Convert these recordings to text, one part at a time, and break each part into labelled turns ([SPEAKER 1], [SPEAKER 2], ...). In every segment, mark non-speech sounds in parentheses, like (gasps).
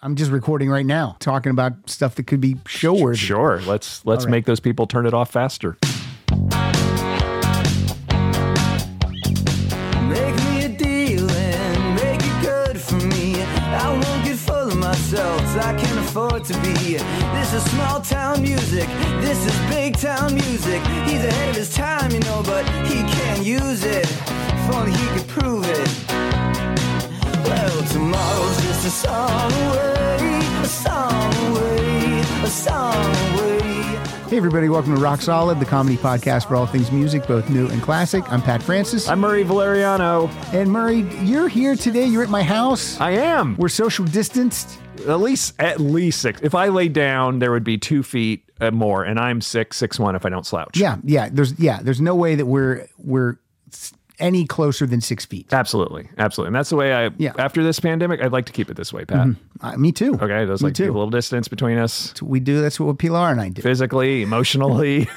[SPEAKER 1] I'm just recording right now, talking about stuff that could be show worthy.
[SPEAKER 2] Sure. Let's let's make those people turn it off faster.
[SPEAKER 3] Make me a deal and make it good for me. I won't get full of myself, 'cause I can't afford to be. This is small town music, this is big town music. He's ahead of his time, you know, but he can't use it. If only he could prove it. Well, tomorrow's just a song away, a song away, a song away.
[SPEAKER 1] Hey, everybody, welcome to Rock Solid, the comedy podcast for all things music, both new and classic. I'm Pat Francis.
[SPEAKER 2] I'm Murray Valeriano.
[SPEAKER 1] and Murray, you're here today. You're at my house.
[SPEAKER 2] I am.
[SPEAKER 1] We're social distanced.
[SPEAKER 2] at least at least six. If I lay down, there would be two feet uh, more, and I'm six six one if I don't slouch.
[SPEAKER 1] Yeah, yeah. There's yeah. There's no way that we're we're s- any closer than six feet.
[SPEAKER 2] Absolutely, absolutely, and that's the way I.
[SPEAKER 1] Yeah.
[SPEAKER 2] After this pandemic, I'd like to keep it this way, Pat.
[SPEAKER 1] Uh, me too.
[SPEAKER 2] Okay, there's
[SPEAKER 1] me
[SPEAKER 2] like
[SPEAKER 1] too.
[SPEAKER 2] a little distance between us,
[SPEAKER 1] We do. That's what Pilar and I do. (laughs)
[SPEAKER 2] physically, emotionally.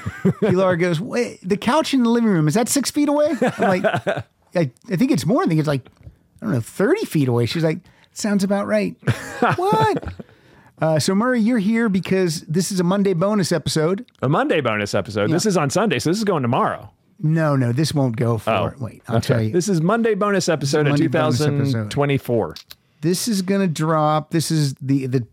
[SPEAKER 1] Pilar goes, Wait, the couch in the living room, is that six feet away? I'm like, (laughs) I, I think it's more. I think it's like, I don't know, 30 feet away. She's like, sounds about right. (laughs) what? Uh, so, Murray, you're here because this is a Monday bonus episode.
[SPEAKER 2] a Monday bonus episode. This is on Sunday, so this is going tomorrow.
[SPEAKER 1] No, no, this won't go for
[SPEAKER 2] Oh,
[SPEAKER 1] Wait, I'll tell you. This,
[SPEAKER 2] This is Monday bonus episode
[SPEAKER 1] Monday
[SPEAKER 2] of
[SPEAKER 1] bonus episode.
[SPEAKER 2] 2024.
[SPEAKER 1] is going to drop. This is the, the,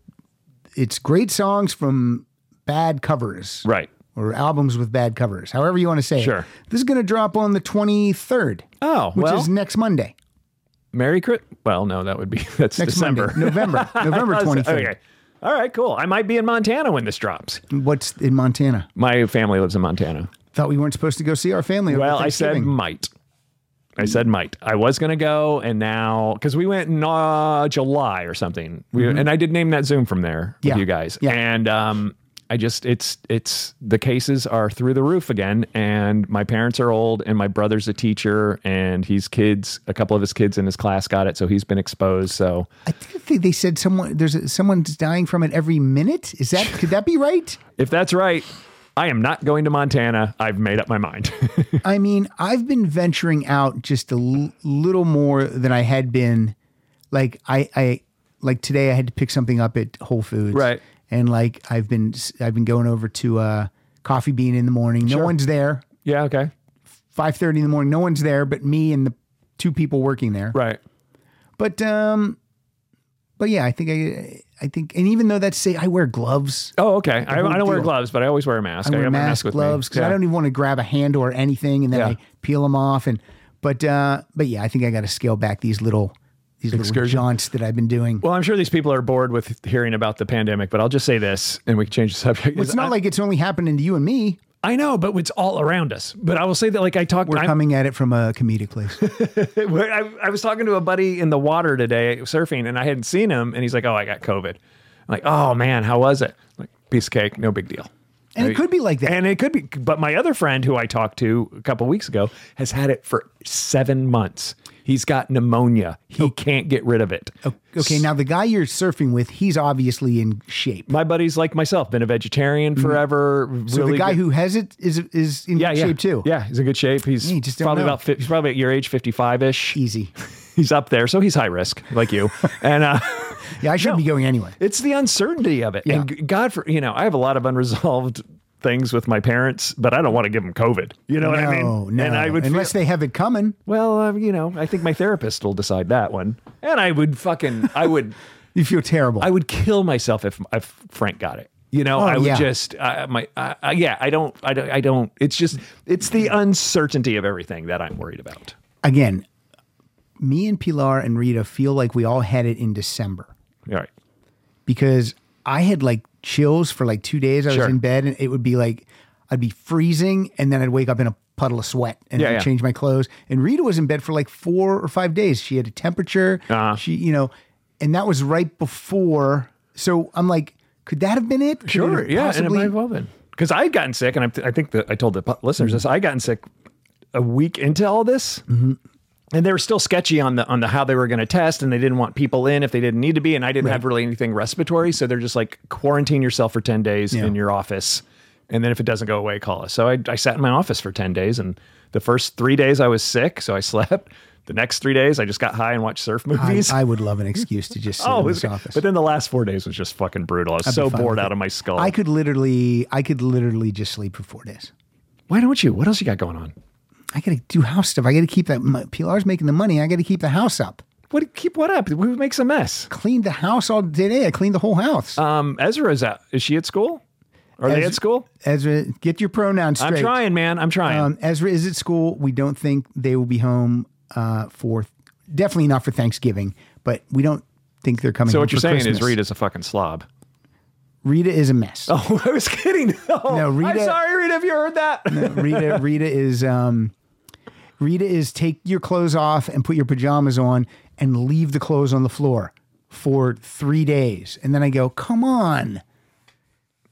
[SPEAKER 1] it's great songs from bad covers.
[SPEAKER 2] Right.
[SPEAKER 1] Or albums with bad covers, however you want to say
[SPEAKER 2] Sure.
[SPEAKER 1] it. This is going to drop on the 23rd,
[SPEAKER 2] Oh,
[SPEAKER 1] which
[SPEAKER 2] well,
[SPEAKER 1] is next Monday.
[SPEAKER 2] Merry Christmas. Well, no, that would be (laughs) that's
[SPEAKER 1] Next
[SPEAKER 2] December.
[SPEAKER 1] Monday,
[SPEAKER 2] (laughs)
[SPEAKER 1] November, November
[SPEAKER 2] Oh, so-
[SPEAKER 1] 23rd.
[SPEAKER 2] Okay. All right, cool. I might be in Montana when this drops.
[SPEAKER 1] What's in Montana?
[SPEAKER 2] My family lives in Montana.
[SPEAKER 1] Thought we weren't supposed to go see our family. over
[SPEAKER 2] Well, I said
[SPEAKER 1] Thanksgiving.
[SPEAKER 2] might. I said might. I was going to go, and now because we went in uh, July or something, we, and I did name that Zoom from there
[SPEAKER 1] Mm-hmm. Yeah.
[SPEAKER 2] with you guys,
[SPEAKER 1] Yeah.
[SPEAKER 2] and um, I just it's it's the cases are through the roof again, and my parents are old, and my brother's a teacher, and his kids, a couple of his kids in his class got it, so he's been exposed. So
[SPEAKER 1] I didn't think they said someone there's a, someone's dying from it every minute. Is that could that be right?
[SPEAKER 2] if that's right, I am not going to Montana. I've made up my mind. (laughs)
[SPEAKER 1] I mean, I've been venturing out just a l- little more than I had been. Like I, I, like today I had to pick something up at Whole Foods,
[SPEAKER 2] Right.
[SPEAKER 1] And like I've been, s- I've been going over to uh, Coffee Bean in the morning. No one's there.
[SPEAKER 2] yeah. Okay.
[SPEAKER 1] Five thirty in the morning. No one's there but me and the two people working there.
[SPEAKER 2] Right.
[SPEAKER 1] But um, but yeah, I think I I think, and even though that's say I wear gloves,
[SPEAKER 2] Oh, okay. I, I
[SPEAKER 1] whole
[SPEAKER 2] don't wear
[SPEAKER 1] deal.
[SPEAKER 2] gloves, but I always wear a mask.
[SPEAKER 1] I wear
[SPEAKER 2] got my
[SPEAKER 1] mask,
[SPEAKER 2] with me.
[SPEAKER 1] gloves because
[SPEAKER 2] Yeah.
[SPEAKER 1] I don't e- even want to grab a handle or anything, and then
[SPEAKER 2] Yeah.
[SPEAKER 1] I peel them off. And but uh, but yeah, I think I got to scale back these little these little
[SPEAKER 2] Excursion.
[SPEAKER 1] jaunts that I've been doing.
[SPEAKER 2] Well, I'm sure these people are bored with hearing about the pandemic, but I'll just say this, and we can change the subject.
[SPEAKER 1] it's
[SPEAKER 2] (laughs)
[SPEAKER 1] not
[SPEAKER 2] I,
[SPEAKER 1] like it's only happening to you and me.
[SPEAKER 2] I know, but it's all around us. But I will say that, like I talked,
[SPEAKER 1] We're
[SPEAKER 2] I'm-
[SPEAKER 1] coming at it from a comedic place. (laughs)
[SPEAKER 2] I, I was talking to a buddy in the water today surfing, and I hadn't seen him, and he's like, "Oh, I got COVID." I'm like, "Oh man, how was it?" I'm like, piece of cake, no big deal.
[SPEAKER 1] And it could be like that.
[SPEAKER 2] And it could be, but my other friend who I talked to a couple weeks ago has had it for seven months. He's got pneumonia. He
[SPEAKER 1] Oh.
[SPEAKER 2] can't get rid of it.
[SPEAKER 1] Okay, now the guy you're surfing with, he's obviously in shape. Mm-hmm.
[SPEAKER 2] my buddies like myself been a vegetarian forever.
[SPEAKER 1] So
[SPEAKER 2] really
[SPEAKER 1] the guy
[SPEAKER 2] good-
[SPEAKER 1] who has it is is in
[SPEAKER 2] yeah,
[SPEAKER 1] shape
[SPEAKER 2] yeah.
[SPEAKER 1] too.
[SPEAKER 2] Yeah, he's in good shape. He's
[SPEAKER 1] Yeah, you just don't
[SPEAKER 2] probably
[SPEAKER 1] know.
[SPEAKER 2] about fi- he's probably at your age, fifty five ish.
[SPEAKER 1] easy.
[SPEAKER 2] (laughs) He's up there, so he's high risk,
[SPEAKER 1] (laughs)
[SPEAKER 2] like you. and uh,
[SPEAKER 1] Yeah, I should
[SPEAKER 2] (laughs)
[SPEAKER 1] be going anyway.
[SPEAKER 2] it's the uncertainty of it.
[SPEAKER 1] Yeah.
[SPEAKER 2] And g- God for you know, I have a lot of unresolved things with my parents, but I don't want to give them COVID. You know what I
[SPEAKER 1] no,
[SPEAKER 2] mean?
[SPEAKER 1] no.
[SPEAKER 2] And I would feel-
[SPEAKER 1] unless they have it coming.
[SPEAKER 2] well, um, you know, I think my therapist will decide that one. And I would fucking, I would.
[SPEAKER 1] You feel terrible.
[SPEAKER 2] I would kill myself if if Frank got it. You know, I would
[SPEAKER 1] Oh, yeah.
[SPEAKER 2] just I my I, I, yeah. I don't I don't I don't. It's just it's the uncertainty of everything that I'm worried about.
[SPEAKER 1] Again, me and Pilar and Rita feel like we all had it in December
[SPEAKER 2] All right,
[SPEAKER 1] because I had like chills for like two days. I
[SPEAKER 2] Sure.
[SPEAKER 1] was in bed and it would be like I'd be freezing and then I'd wake up in a puddle of sweat and
[SPEAKER 2] Yeah,
[SPEAKER 1] I'd
[SPEAKER 2] yeah.
[SPEAKER 1] change my clothes. And Rita was in bed for like four or five days. She had a temperature.
[SPEAKER 2] Uh-huh.
[SPEAKER 1] She, you know, and that was right before. So I'm like, could that have been it? Could it have
[SPEAKER 2] yeah,
[SPEAKER 1] possibly-
[SPEAKER 2] and it might have well because I'd gotten sick, and I, I think that I told the pu- listeners this. I gotten sick a week into all this.
[SPEAKER 1] Mm-hmm.
[SPEAKER 2] And they were still sketchy on the on the how they were going to test, and they didn't want people in if they didn't need to be. And I didn't have really anything respiratory, so they're just like quarantine yourself for ten days in your office, and then if it doesn't go away, call us. So I, (laughs) I sat in my office for ten days, and the first three days I was sick, so I slept. The next three days, I just got high and watched surf
[SPEAKER 1] I,
[SPEAKER 2] movies.
[SPEAKER 1] I would love an excuse to
[SPEAKER 2] (laughs)
[SPEAKER 1] just sit
[SPEAKER 2] oh, it
[SPEAKER 1] in
[SPEAKER 2] was
[SPEAKER 1] this
[SPEAKER 2] good.
[SPEAKER 1] office.
[SPEAKER 2] but then the last four days was just fucking brutal. I was
[SPEAKER 1] I'd be
[SPEAKER 2] so
[SPEAKER 1] fine
[SPEAKER 2] bored
[SPEAKER 1] with
[SPEAKER 2] out
[SPEAKER 1] it.
[SPEAKER 2] of my skull.
[SPEAKER 1] I could literally, I could literally just sleep for four days.
[SPEAKER 2] Why don't you? What else you got going on?
[SPEAKER 1] I got to do house stuff. I got to keep that. My, PLR's making the money. I got to keep the house up.
[SPEAKER 2] What keep what up? Who makes a mess?
[SPEAKER 1] Cleaned the house all today. I cleaned the whole house.
[SPEAKER 2] Um, Ezra's out. Is she at school? Are they
[SPEAKER 1] Ez-
[SPEAKER 2] at school?
[SPEAKER 1] Ezra, get your pronouns straight.
[SPEAKER 2] I'm trying, man. I'm trying.
[SPEAKER 1] Um, Ezra is at school. We don't think they will be home uh, for definitely not for Thanksgiving, but we don't think they're coming.
[SPEAKER 2] so
[SPEAKER 1] home
[SPEAKER 2] what you're
[SPEAKER 1] for
[SPEAKER 2] saying
[SPEAKER 1] Christmas.
[SPEAKER 2] is Rita's a fucking slob.
[SPEAKER 1] Rita is a mess.
[SPEAKER 2] (laughs) Oh, I was kidding. No,
[SPEAKER 1] No,
[SPEAKER 2] I'm
[SPEAKER 1] Rita-
[SPEAKER 2] sorry, Rita, if you heard that.
[SPEAKER 1] Rita,
[SPEAKER 2] (laughs)
[SPEAKER 1] Rita is um, Rita is take your clothes off and put your pajamas on and leave the clothes on the floor for three days, and then I go, come on,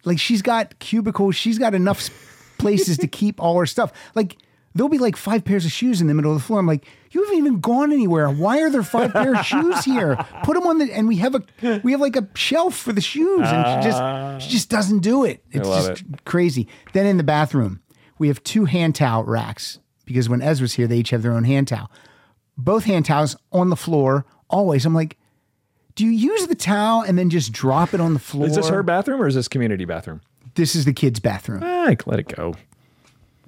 [SPEAKER 1] like she's got cubicles, she's got enough s- places to keep all her stuff, like. There'll be like five pairs of shoes in the middle of the floor. I'm like, you haven't even gone anywhere. Why are there five pair of shoes here? Put them on the and we have a we have like a shelf for the shoes, and she just she just doesn't do it. It's
[SPEAKER 2] love
[SPEAKER 1] just crazy. Then in the bathroom, we have two hand towel racks because when Ezra's here, they each have their own hand towel. Both hand towels on the floor always. I'm like, do you use the towel and then just drop it on the floor?
[SPEAKER 2] Is this her bathroom or is this community bathroom?
[SPEAKER 1] This is the kid's bathroom.
[SPEAKER 2] Ah, let it go.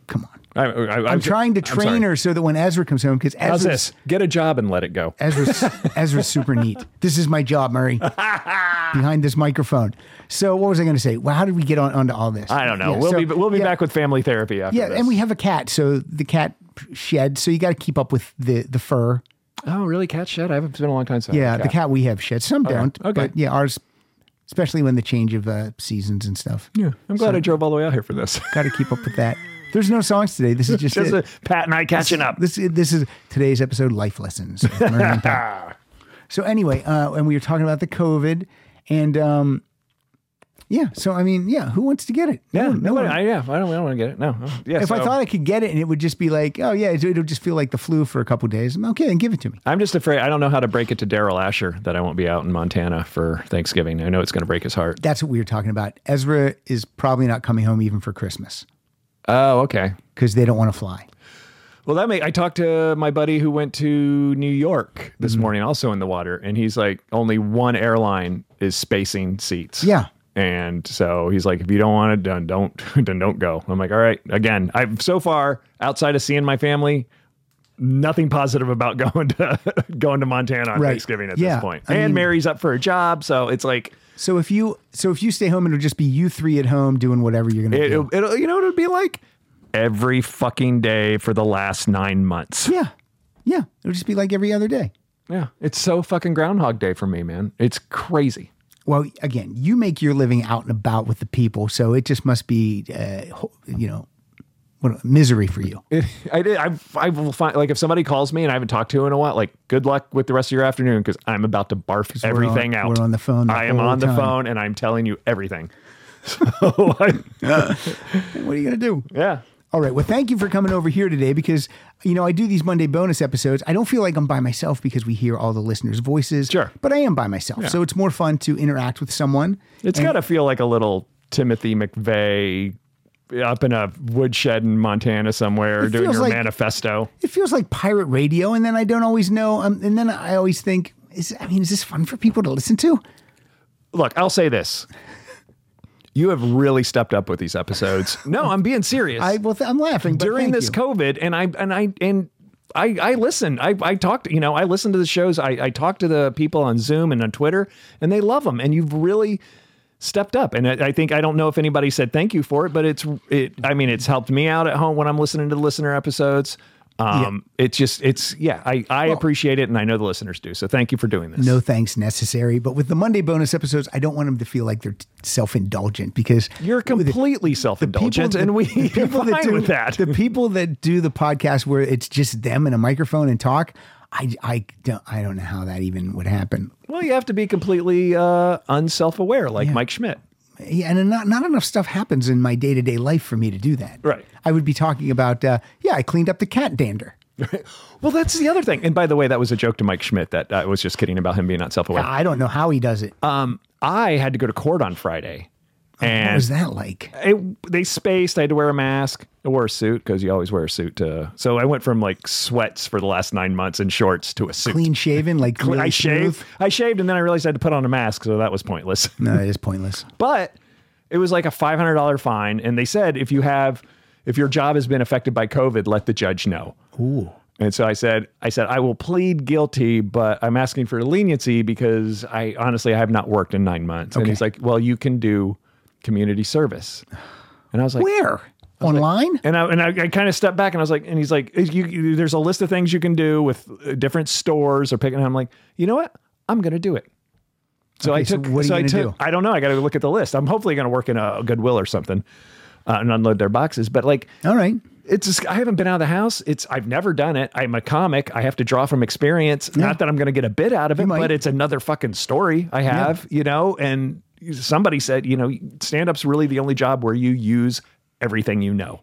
[SPEAKER 1] Come on.
[SPEAKER 2] I, I,
[SPEAKER 1] I'm, trying to train her so that when Ezra comes home, because
[SPEAKER 2] How's
[SPEAKER 1] Ezra's,
[SPEAKER 2] this? Get a job and let it go. (laughs)
[SPEAKER 1] Ezra's, Ezra's super neat. This is my job, Murray, behind this microphone. So what was I going to say? Well, how did we get on onto all this?
[SPEAKER 2] I don't know.
[SPEAKER 1] Yeah,
[SPEAKER 2] we'll
[SPEAKER 1] so-
[SPEAKER 2] be we'll be
[SPEAKER 1] yeah.
[SPEAKER 2] back with family therapy after
[SPEAKER 1] Yeah,
[SPEAKER 2] this.
[SPEAKER 1] and we have a cat, so the cat shed. So you got to keep up with the the fur.
[SPEAKER 2] oh really cat shed. I haven't it's been a long time since. I
[SPEAKER 1] Yeah,
[SPEAKER 2] had a
[SPEAKER 1] the cat we have shed. Some don't.
[SPEAKER 2] okay.
[SPEAKER 1] But yeah, ours, especially when the change of uh, seasons and stuff.
[SPEAKER 2] Yeah, I'm glad I drove all the way out here
[SPEAKER 1] (laughs)
[SPEAKER 2] for this.
[SPEAKER 1] Got to keep up with that. There's no songs today. This is just,
[SPEAKER 2] (laughs) Just
[SPEAKER 1] it.
[SPEAKER 2] uh, Pat and I catching up.
[SPEAKER 1] This this is today's episode, life
[SPEAKER 2] (laughs)
[SPEAKER 1] lessons. with Murray and Pat. so anyway, uh, and we were talking about the COVID, and um, yeah. So I mean, yeah, who wants to get it?
[SPEAKER 2] Yeah,
[SPEAKER 1] no, one- no
[SPEAKER 2] nobody-
[SPEAKER 1] one.
[SPEAKER 2] I, yeah, I don't, I don't want to get it. No, no. yeah.
[SPEAKER 1] if I
[SPEAKER 2] so
[SPEAKER 1] thought I could get it, and it would just be like, oh yeah, it would just feel like the flu for a couple days. Okay, then give it to me.
[SPEAKER 2] I'm just afraid, I don't know how to break it to Daryl Asher that I won't be out in Montana for Thanksgiving. I know it's going to break his heart.
[SPEAKER 1] That's what we were talking about. Ezra is probably not coming home even for Christmas
[SPEAKER 2] Oh, okay.
[SPEAKER 1] because they don't want to fly.
[SPEAKER 2] Well, that may. I talked to my buddy who went to New York this
[SPEAKER 1] Mm-hmm.
[SPEAKER 2] morning, also in the water, and he's like, only one airline is spacing seats.
[SPEAKER 1] Yeah.
[SPEAKER 2] And so he's like, if you don't want it done, don't (laughs) then don't go. I'm like, all right. Again, I've so far outside of seeing my family, nothing positive about (laughs) going to going to Montana on
[SPEAKER 1] Right.
[SPEAKER 2] Thanksgiving at
[SPEAKER 1] Yeah.
[SPEAKER 2] this point.
[SPEAKER 1] I
[SPEAKER 2] and
[SPEAKER 1] mean-
[SPEAKER 2] Mary's up for a job, so it's like
[SPEAKER 1] So if you so if you stay home, it'll just be you three at home doing whatever you're gonna
[SPEAKER 2] It,
[SPEAKER 1] do.
[SPEAKER 2] it'll, it'll- you know what it'd be like? Every fucking day for the last nine months.
[SPEAKER 1] yeah, yeah, it'll just be like every other day.
[SPEAKER 2] Yeah. It's so fucking Groundhog Day for me, man. It's crazy.
[SPEAKER 1] Well, again, you make your living out and about with the people, so it just must be, uh, ho- you know, what, misery for you.
[SPEAKER 2] It, I did. I, I will find like if somebody calls me and I haven't talked to in a while, like good luck with the rest of your afternoon because I'm about to barf
[SPEAKER 1] we're
[SPEAKER 2] everything
[SPEAKER 1] on-
[SPEAKER 2] out.
[SPEAKER 1] we're on the phone the
[SPEAKER 2] I am
[SPEAKER 1] whole
[SPEAKER 2] on the
[SPEAKER 1] time.
[SPEAKER 2] phone and I'm telling you everything. (laughs) So
[SPEAKER 1] (laughs)
[SPEAKER 2] I,
[SPEAKER 1] What are you gonna do?
[SPEAKER 2] yeah.
[SPEAKER 1] All right. Well, thank you for coming over here today because, you know, I do these Monday bonus episodes. I don't feel like I'm by myself because we hear all the listeners' voices.
[SPEAKER 2] Sure.
[SPEAKER 1] But I am by myself. So it's more fun to interact with someone.
[SPEAKER 2] It's got to feel like a little Timothy McVeigh up in a woodshed in Montana somewhere
[SPEAKER 1] It
[SPEAKER 2] doing
[SPEAKER 1] feels
[SPEAKER 2] your
[SPEAKER 1] like-
[SPEAKER 2] manifesto.
[SPEAKER 1] It feels like pirate radio. And then I don't always know. Um, and then I always think, is, I mean, is this fun for people to listen to?
[SPEAKER 2] look, I'll say this. You have really stepped up with
[SPEAKER 1] (laughs)
[SPEAKER 2] these episodes. No, I'm being serious.
[SPEAKER 1] I, well, th- I'm laughing. but
[SPEAKER 2] During
[SPEAKER 1] thank
[SPEAKER 2] this
[SPEAKER 1] you.
[SPEAKER 2] COVID, and I and I and I I listen. I I talked, you know, I listen to the shows. I I talk to the people on Zoom and on Twitter, and they love them. And you've really stepped up. And I, I think I don't know if anybody said thank you for it, but it's it. I mean, it's helped me out at home when I'm listening to the listener episodes. Um, it's just it's yeah. I I appreciate it, and I know the listeners do. So thank you for doing this.
[SPEAKER 1] no thanks necessary. But with the Monday bonus episodes, I don't want them to feel like they're self indulgent because
[SPEAKER 2] You're completely self-indulgent, and
[SPEAKER 1] (laughs)
[SPEAKER 2] (laughs) we
[SPEAKER 1] the
[SPEAKER 2] people fine
[SPEAKER 1] do
[SPEAKER 2] with that.
[SPEAKER 1] the people that do the podcast where it's just them and a microphone and talk. I, I don't I don't know how that even would happen.
[SPEAKER 2] Well, you have to be completely uh, unself-aware, like Mike Schmidt.
[SPEAKER 1] Yeah, and not not enough stuff happens in my day to day life for me to do that.
[SPEAKER 2] Right.
[SPEAKER 1] I would be talking about uh, yeah, I cleaned up the cat dander.
[SPEAKER 2] Well, that's the other thing. And by the way, that was a joke to Mike Schmidt. That uh, I was just kidding about him being not self-aware.
[SPEAKER 1] I don't know how he does it.
[SPEAKER 2] Um, I had to go to court on Friday, And
[SPEAKER 1] What was that like?
[SPEAKER 2] it, they spaced. I had to wear a mask. I wore a suit because you always wear a suit. To, so I went from like sweats for the last nine months and shorts to a suit.
[SPEAKER 1] Clean shaven, like really
[SPEAKER 2] I
[SPEAKER 1] smooth?
[SPEAKER 2] shaved. I shaved, and then I realized I had to put on a mask, so that was pointless.
[SPEAKER 1] (laughs) No,
[SPEAKER 2] (laughs)
[SPEAKER 1] it is pointless.
[SPEAKER 2] But it was like a five hundred dollar fine, and they said if you have, if your job has been affected by COVID, let the judge know. Ooh. And so I said, I said I will plead guilty, but I'm asking for leniency because I honestly I have not worked in nine months. And
[SPEAKER 1] Okay.
[SPEAKER 2] he's like, well, you can do community service. And I was like,
[SPEAKER 1] Where? Online?
[SPEAKER 2] and I and I, I kind of stepped back and I was like, and he's like, you, you- there's a list of things you can do with uh, different stores or picking. And I'm like, you know what? I'm gonna do it. So
[SPEAKER 1] Okay,
[SPEAKER 2] I
[SPEAKER 1] so
[SPEAKER 2] took.
[SPEAKER 1] what are you
[SPEAKER 2] I
[SPEAKER 1] gonna
[SPEAKER 2] took.
[SPEAKER 1] do?
[SPEAKER 2] I don't know. I got to look at the list. I'm hopefully gonna work in a Goodwill or something uh, and unload their boxes. But like,
[SPEAKER 1] All right.
[SPEAKER 2] it's just I haven't been out of the house. It's I've never done it. I'm a comic. I have to draw from experience. Not that I'm going to get a bit out of it,
[SPEAKER 1] might.
[SPEAKER 2] but it's another fucking story I have, you know. And somebody said, you know, stand up's really the only job where you use everything you know.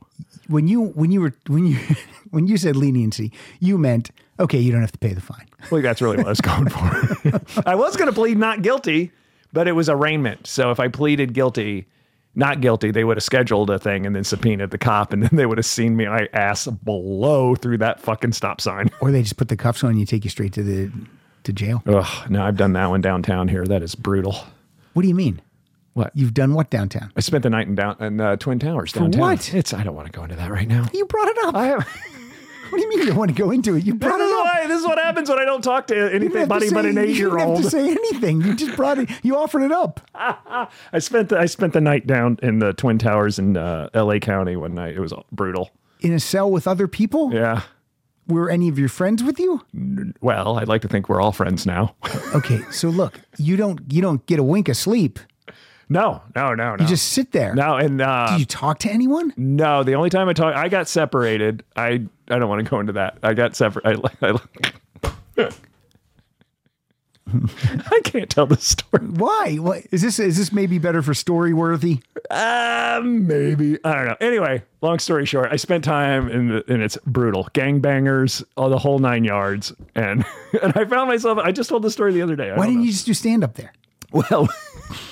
[SPEAKER 1] When you when you were when you (laughs) when you said leniency, you meant okay. You don't have to pay the fine.
[SPEAKER 2] Well, that's really what I was going for. (laughs) I was going to plead not guilty, but it was arraignment. So if I pleaded guilty, not guilty, they would have scheduled a thing and then subpoenaed the cop, and then they would have seen me my ass blow through that fucking stop sign. (laughs)
[SPEAKER 1] Or they just put the cuffs on you, and take you straight to the to jail.
[SPEAKER 2] Ugh, no, I've done that one downtown here. That is brutal.
[SPEAKER 1] What do you mean?
[SPEAKER 2] What?
[SPEAKER 1] You've done what downtown?
[SPEAKER 2] I spent the night in down in uh, Twin Towers downtown.
[SPEAKER 1] what?
[SPEAKER 2] It's I don't want to go into that right now.
[SPEAKER 1] You brought it up.
[SPEAKER 2] I have.
[SPEAKER 1] (laughs) what do you mean you don't want to go into it? You
[SPEAKER 2] This
[SPEAKER 1] brought
[SPEAKER 2] is
[SPEAKER 1] it up.
[SPEAKER 2] why. This is what happens when I don't talk to
[SPEAKER 1] You didn't
[SPEAKER 2] anything
[SPEAKER 1] have to
[SPEAKER 2] buddy but
[SPEAKER 1] say-
[SPEAKER 2] an eight year
[SPEAKER 1] You didn't have
[SPEAKER 2] old.
[SPEAKER 1] to say anything. You just brought it. You offered it up.
[SPEAKER 2] (laughs) I spent the, I spent the night down in the Twin Towers in uh, L.A. County one night. It was brutal.
[SPEAKER 1] in a cell with other people?
[SPEAKER 2] Yeah.
[SPEAKER 1] Were any of your friends with you?
[SPEAKER 2] Well, I'd like to think we're all friends now. (laughs)
[SPEAKER 1] Okay, so look, you don't you don't get a wink of sleep.
[SPEAKER 2] no, no, no, no.
[SPEAKER 1] You just sit there.
[SPEAKER 2] no, and uh,
[SPEAKER 1] Do you talk to anyone?
[SPEAKER 2] no. The only time I talk, I got separated. I I don't want to go into that. I got separated. I, (laughs) (laughs) I, I can't tell the story.
[SPEAKER 1] Why? What is this? Is this maybe better for story worthy?
[SPEAKER 2] Uh, maybe I don't know. Anyway, long story short, I spent time in the, and it's brutal. Gangbangers, all the whole nine yards, and (laughs) and I found myself. I just told the story the other day. I
[SPEAKER 1] Why
[SPEAKER 2] don't
[SPEAKER 1] didn't
[SPEAKER 2] know.
[SPEAKER 1] you just do stand up there?
[SPEAKER 2] (laughs) Well,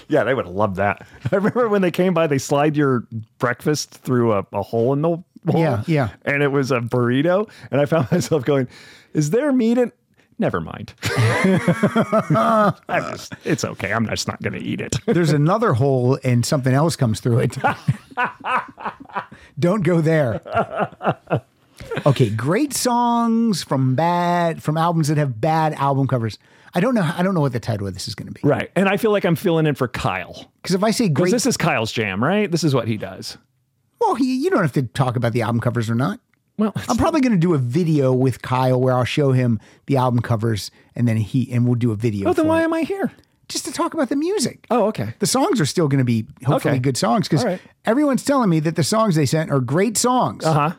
[SPEAKER 2] yeah, they would have loved that. (laughs) I remember when they came by, they slide your breakfast through a, a hole in the wall.
[SPEAKER 1] Yeah, yeah.
[SPEAKER 2] And it was a burrito. And I found (laughs) myself going, Is there meat in? Never mind. (laughs) I'm just, it's okay. I'm just not going to eat it.
[SPEAKER 1] There's another hole and something else comes through
[SPEAKER 2] (laughs)
[SPEAKER 1] it. don't go there. Okay, great songs from bad from albums that have bad album covers. I don't know. I don't know what the title of this is going to be.
[SPEAKER 2] right. And I feel like I'm filling in for Kyle.
[SPEAKER 1] Because if I say
[SPEAKER 2] Because
[SPEAKER 1] great,
[SPEAKER 2] this is Kyle's jam, right? This is what he does. Oh,
[SPEAKER 1] well, he, you don't have to talk about the album covers or not.
[SPEAKER 2] Well,
[SPEAKER 1] I'm probably going to do a video with Kyle where I'll show him the album covers and then he and we'll do a video
[SPEAKER 2] oh, then
[SPEAKER 1] for
[SPEAKER 2] why
[SPEAKER 1] it.
[SPEAKER 2] am I here?
[SPEAKER 1] just to talk about the music.
[SPEAKER 2] Oh, okay.
[SPEAKER 1] The songs are still going to be hopefully
[SPEAKER 2] Okay.
[SPEAKER 1] good songs because
[SPEAKER 2] All right.
[SPEAKER 1] everyone's telling me that the songs they sent are great songs,
[SPEAKER 2] Uh huh.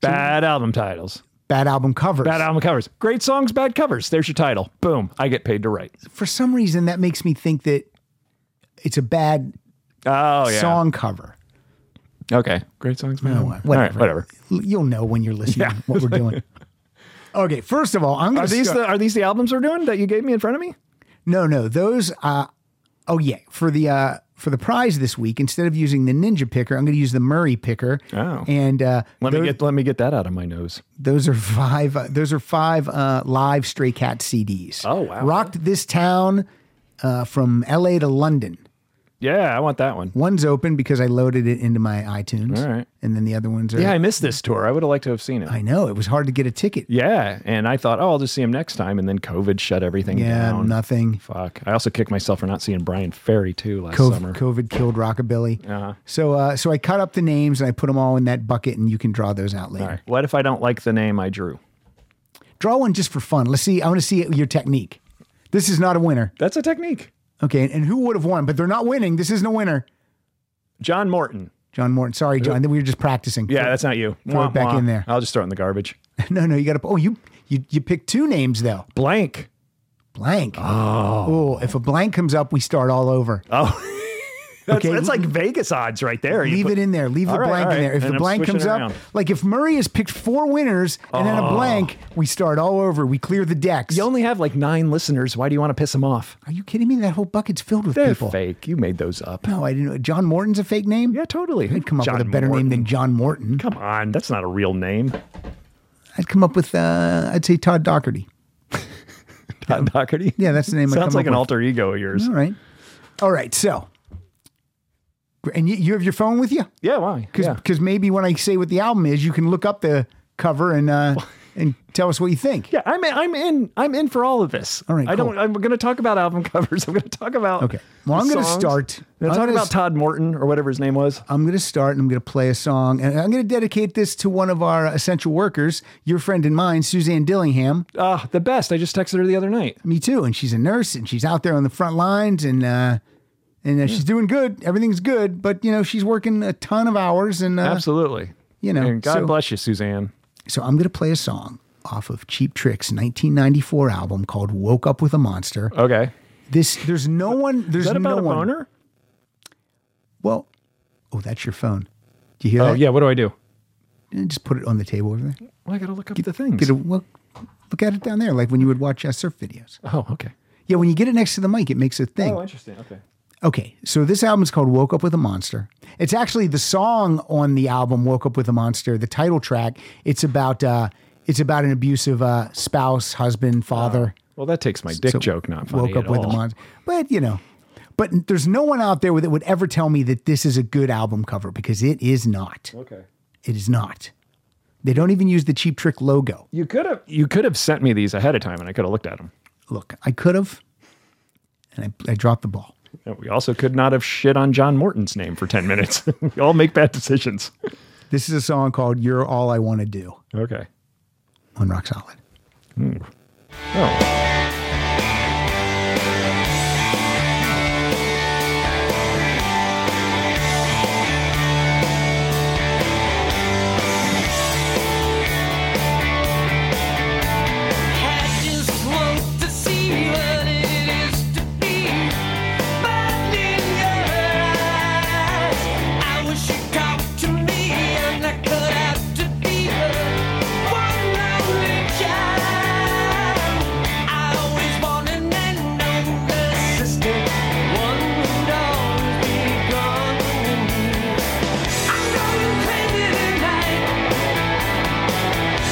[SPEAKER 2] Bad album titles.
[SPEAKER 1] bad album covers.
[SPEAKER 2] Bad album covers. Great songs, bad covers. There's your title. Boom. I get paid to write.
[SPEAKER 1] For some reason, that makes me think that it's a bad
[SPEAKER 2] Oh yeah.
[SPEAKER 1] song cover.
[SPEAKER 2] Okay. Great songs, man. whatever.
[SPEAKER 1] whatever.
[SPEAKER 2] whatever.
[SPEAKER 1] L- You'll know when you're listening what we're
[SPEAKER 2] (laughs)
[SPEAKER 1] doing. Okay, first of all, I'm going
[SPEAKER 2] Are
[SPEAKER 1] to
[SPEAKER 2] these
[SPEAKER 1] start-
[SPEAKER 2] the are these the albums we're doing that you gave me in front of me?
[SPEAKER 1] No, no, those. Uh, oh yeah, for the uh, for the prize this week, instead of using the Ninja picker, I'm going to use the Murray picker.
[SPEAKER 2] Oh.
[SPEAKER 1] and uh,
[SPEAKER 2] Let
[SPEAKER 1] tho-
[SPEAKER 2] me get let me get that out of my nose.
[SPEAKER 1] those are five. Uh, those are five uh, live Stray Cat CDs.
[SPEAKER 2] Oh, wow.
[SPEAKER 1] Rocked this town uh, from L.A. to London.
[SPEAKER 2] Yeah, I want that one.
[SPEAKER 1] One's open because I loaded it into my iTunes.
[SPEAKER 2] All right.
[SPEAKER 1] and then the other ones are.
[SPEAKER 2] Yeah, I missed this tour. I would have liked to have seen it.
[SPEAKER 1] I know it was hard to get a ticket.
[SPEAKER 2] yeah, and I thought, oh, I'll just see him next time, and then COVID shut everything
[SPEAKER 1] Yeah,
[SPEAKER 2] down.
[SPEAKER 1] nothing.
[SPEAKER 2] Fuck. I also kicked myself for not seeing Brian Ferry too last summer. Uh-huh.
[SPEAKER 1] COVID, COVID killed rockabilly. So, uh, so I cut up the names and I put them all in that bucket, and you can draw those out later.
[SPEAKER 2] All right. What if I don't like the name I drew?
[SPEAKER 1] Draw one just for fun. Let's see. I want to see your technique. This is not a winner.
[SPEAKER 2] That's a technique.
[SPEAKER 1] Okay. And who would have won? But they're not winning. This isn't a winner.
[SPEAKER 2] John Morton.
[SPEAKER 1] John Morton. Sorry, John. We were just practicing.
[SPEAKER 2] Yeah, that's not you.
[SPEAKER 1] Throw it
[SPEAKER 2] Womp
[SPEAKER 1] back
[SPEAKER 2] womp.
[SPEAKER 1] in there.
[SPEAKER 2] I'll just throw it in the garbage.
[SPEAKER 1] (laughs) No, no. You got to. Oh, you, you you picked two names though.
[SPEAKER 2] Blank.
[SPEAKER 1] Blank. Oh. If a blank comes up, we start all over.
[SPEAKER 2] Oh. That's,
[SPEAKER 1] Okay.
[SPEAKER 2] that's like Vegas odds right there. You
[SPEAKER 1] Leave
[SPEAKER 2] put-
[SPEAKER 1] it in there. Leave the
[SPEAKER 2] All right,
[SPEAKER 1] blank
[SPEAKER 2] all
[SPEAKER 1] in
[SPEAKER 2] right.
[SPEAKER 1] there. If
[SPEAKER 2] And
[SPEAKER 1] the
[SPEAKER 2] I'm
[SPEAKER 1] blank
[SPEAKER 2] switching
[SPEAKER 1] comes
[SPEAKER 2] it
[SPEAKER 1] up,
[SPEAKER 2] around. Oh.
[SPEAKER 1] like if Murray has picked four winners and then a blank, we start all over. We clear the decks.
[SPEAKER 2] you only have like nine listeners. Why do you want to piss them off?
[SPEAKER 1] Are you kidding me? That whole bucket's filled with
[SPEAKER 2] They're
[SPEAKER 1] people.
[SPEAKER 2] fake. You made those up.
[SPEAKER 1] No, I didn't. know. John Morton's a fake name.
[SPEAKER 2] Yeah, totally.
[SPEAKER 1] I'd come up with a better name than John Morton.
[SPEAKER 2] Come on, that's not a real name.
[SPEAKER 1] I'd come up with, uh, I'd say Todd Doherty.
[SPEAKER 2] Todd Doherty.
[SPEAKER 1] (laughs) Yeah, that's the name. I'd
[SPEAKER 2] Sounds
[SPEAKER 1] come
[SPEAKER 2] like
[SPEAKER 1] up
[SPEAKER 2] an
[SPEAKER 1] with.
[SPEAKER 2] alter ego of yours.
[SPEAKER 1] All right. All right. So, and you, you have your phone with you?
[SPEAKER 2] Yeah, why? Yeah.
[SPEAKER 1] Because maybe when I say what the album is, you can look up the cover and uh,
[SPEAKER 2] (laughs)
[SPEAKER 1] and tell us what you think.
[SPEAKER 2] Yeah, I'm in, I'm in. I'm in for all of this.
[SPEAKER 1] All right,
[SPEAKER 2] I
[SPEAKER 1] cool.
[SPEAKER 2] don't. I'm going to talk about album (laughs) covers. I'm going to talk about.
[SPEAKER 1] Okay. Well, I'm
[SPEAKER 2] the
[SPEAKER 1] gonna
[SPEAKER 2] songs.
[SPEAKER 1] start-
[SPEAKER 2] I'm going
[SPEAKER 1] I'm
[SPEAKER 2] to talk
[SPEAKER 1] gonna
[SPEAKER 2] about
[SPEAKER 1] s-
[SPEAKER 2] Todd Morton or whatever his name was.
[SPEAKER 1] I'm going to start and I'm going to play a song. And I'm going to dedicate this to one of our essential workers, your friend and mine, Suzanne Dillingham.
[SPEAKER 2] Ah, the best. I just texted her the other night.
[SPEAKER 1] Me too. And she's a nurse and she's out there on the front lines and, uh, and uh, she's doing good. Everything's good. But, you know, she's working a ton of hours. And, uh,
[SPEAKER 2] Absolutely.
[SPEAKER 1] you know,
[SPEAKER 2] And God
[SPEAKER 1] so-
[SPEAKER 2] bless you, Suzanne.
[SPEAKER 1] So I'm going to play a song off of Cheap Trick's 1994 album called Woke Up with a Monster.
[SPEAKER 2] Okay.
[SPEAKER 1] This, there's no one, there's
[SPEAKER 2] Uh, Is that
[SPEAKER 1] no
[SPEAKER 2] about a
[SPEAKER 1] one.
[SPEAKER 2] boner?
[SPEAKER 1] Well, oh, that's your phone. Do you hear
[SPEAKER 2] Oh
[SPEAKER 1] that?
[SPEAKER 2] yeah. What do I do?
[SPEAKER 1] Eh, Just put it on the table over there.
[SPEAKER 2] Well, I got to look up the things.
[SPEAKER 1] Get a, well, look at it down there, like when you would watch uh, surf videos.
[SPEAKER 2] oh, okay.
[SPEAKER 1] Yeah, when you get it next to the mic, it makes a thing.
[SPEAKER 4] Oh,
[SPEAKER 2] Oh, interesting. Okay.
[SPEAKER 1] Okay, so this album is called Woke Up with a Monster. It's actually the song on the album Woke Up with a Monster, the title track. It's about uh, it's about an abusive uh, spouse, husband, father.
[SPEAKER 2] Well, that takes my dick
[SPEAKER 1] So,
[SPEAKER 2] joke not funny
[SPEAKER 1] Woke up
[SPEAKER 2] at
[SPEAKER 1] with a
[SPEAKER 2] all.
[SPEAKER 1] monster. But you know, but there's no one out there that would ever tell me that this is a good album cover because it is not.
[SPEAKER 2] Okay.
[SPEAKER 1] It is not. They don't even use the Cheap Trick logo.
[SPEAKER 2] You could have you could have sent me these ahead of time, and I could have looked at them.
[SPEAKER 1] Look, I could have, and I, I dropped the ball.
[SPEAKER 2] And we also could not have shit on John Morton's name for ten minutes. (laughs) we all make bad decisions.
[SPEAKER 1] This is a song called "You're All I Want to Do"
[SPEAKER 2] Okay.
[SPEAKER 1] on Rock Solid.
[SPEAKER 2] Oh.
[SPEAKER 5] I just want to see what it is to be But in your eyes I wish you caught to me and I cut out to be the one lonely child I always wanted and know the sister One would always be gone with me I know you crazy tonight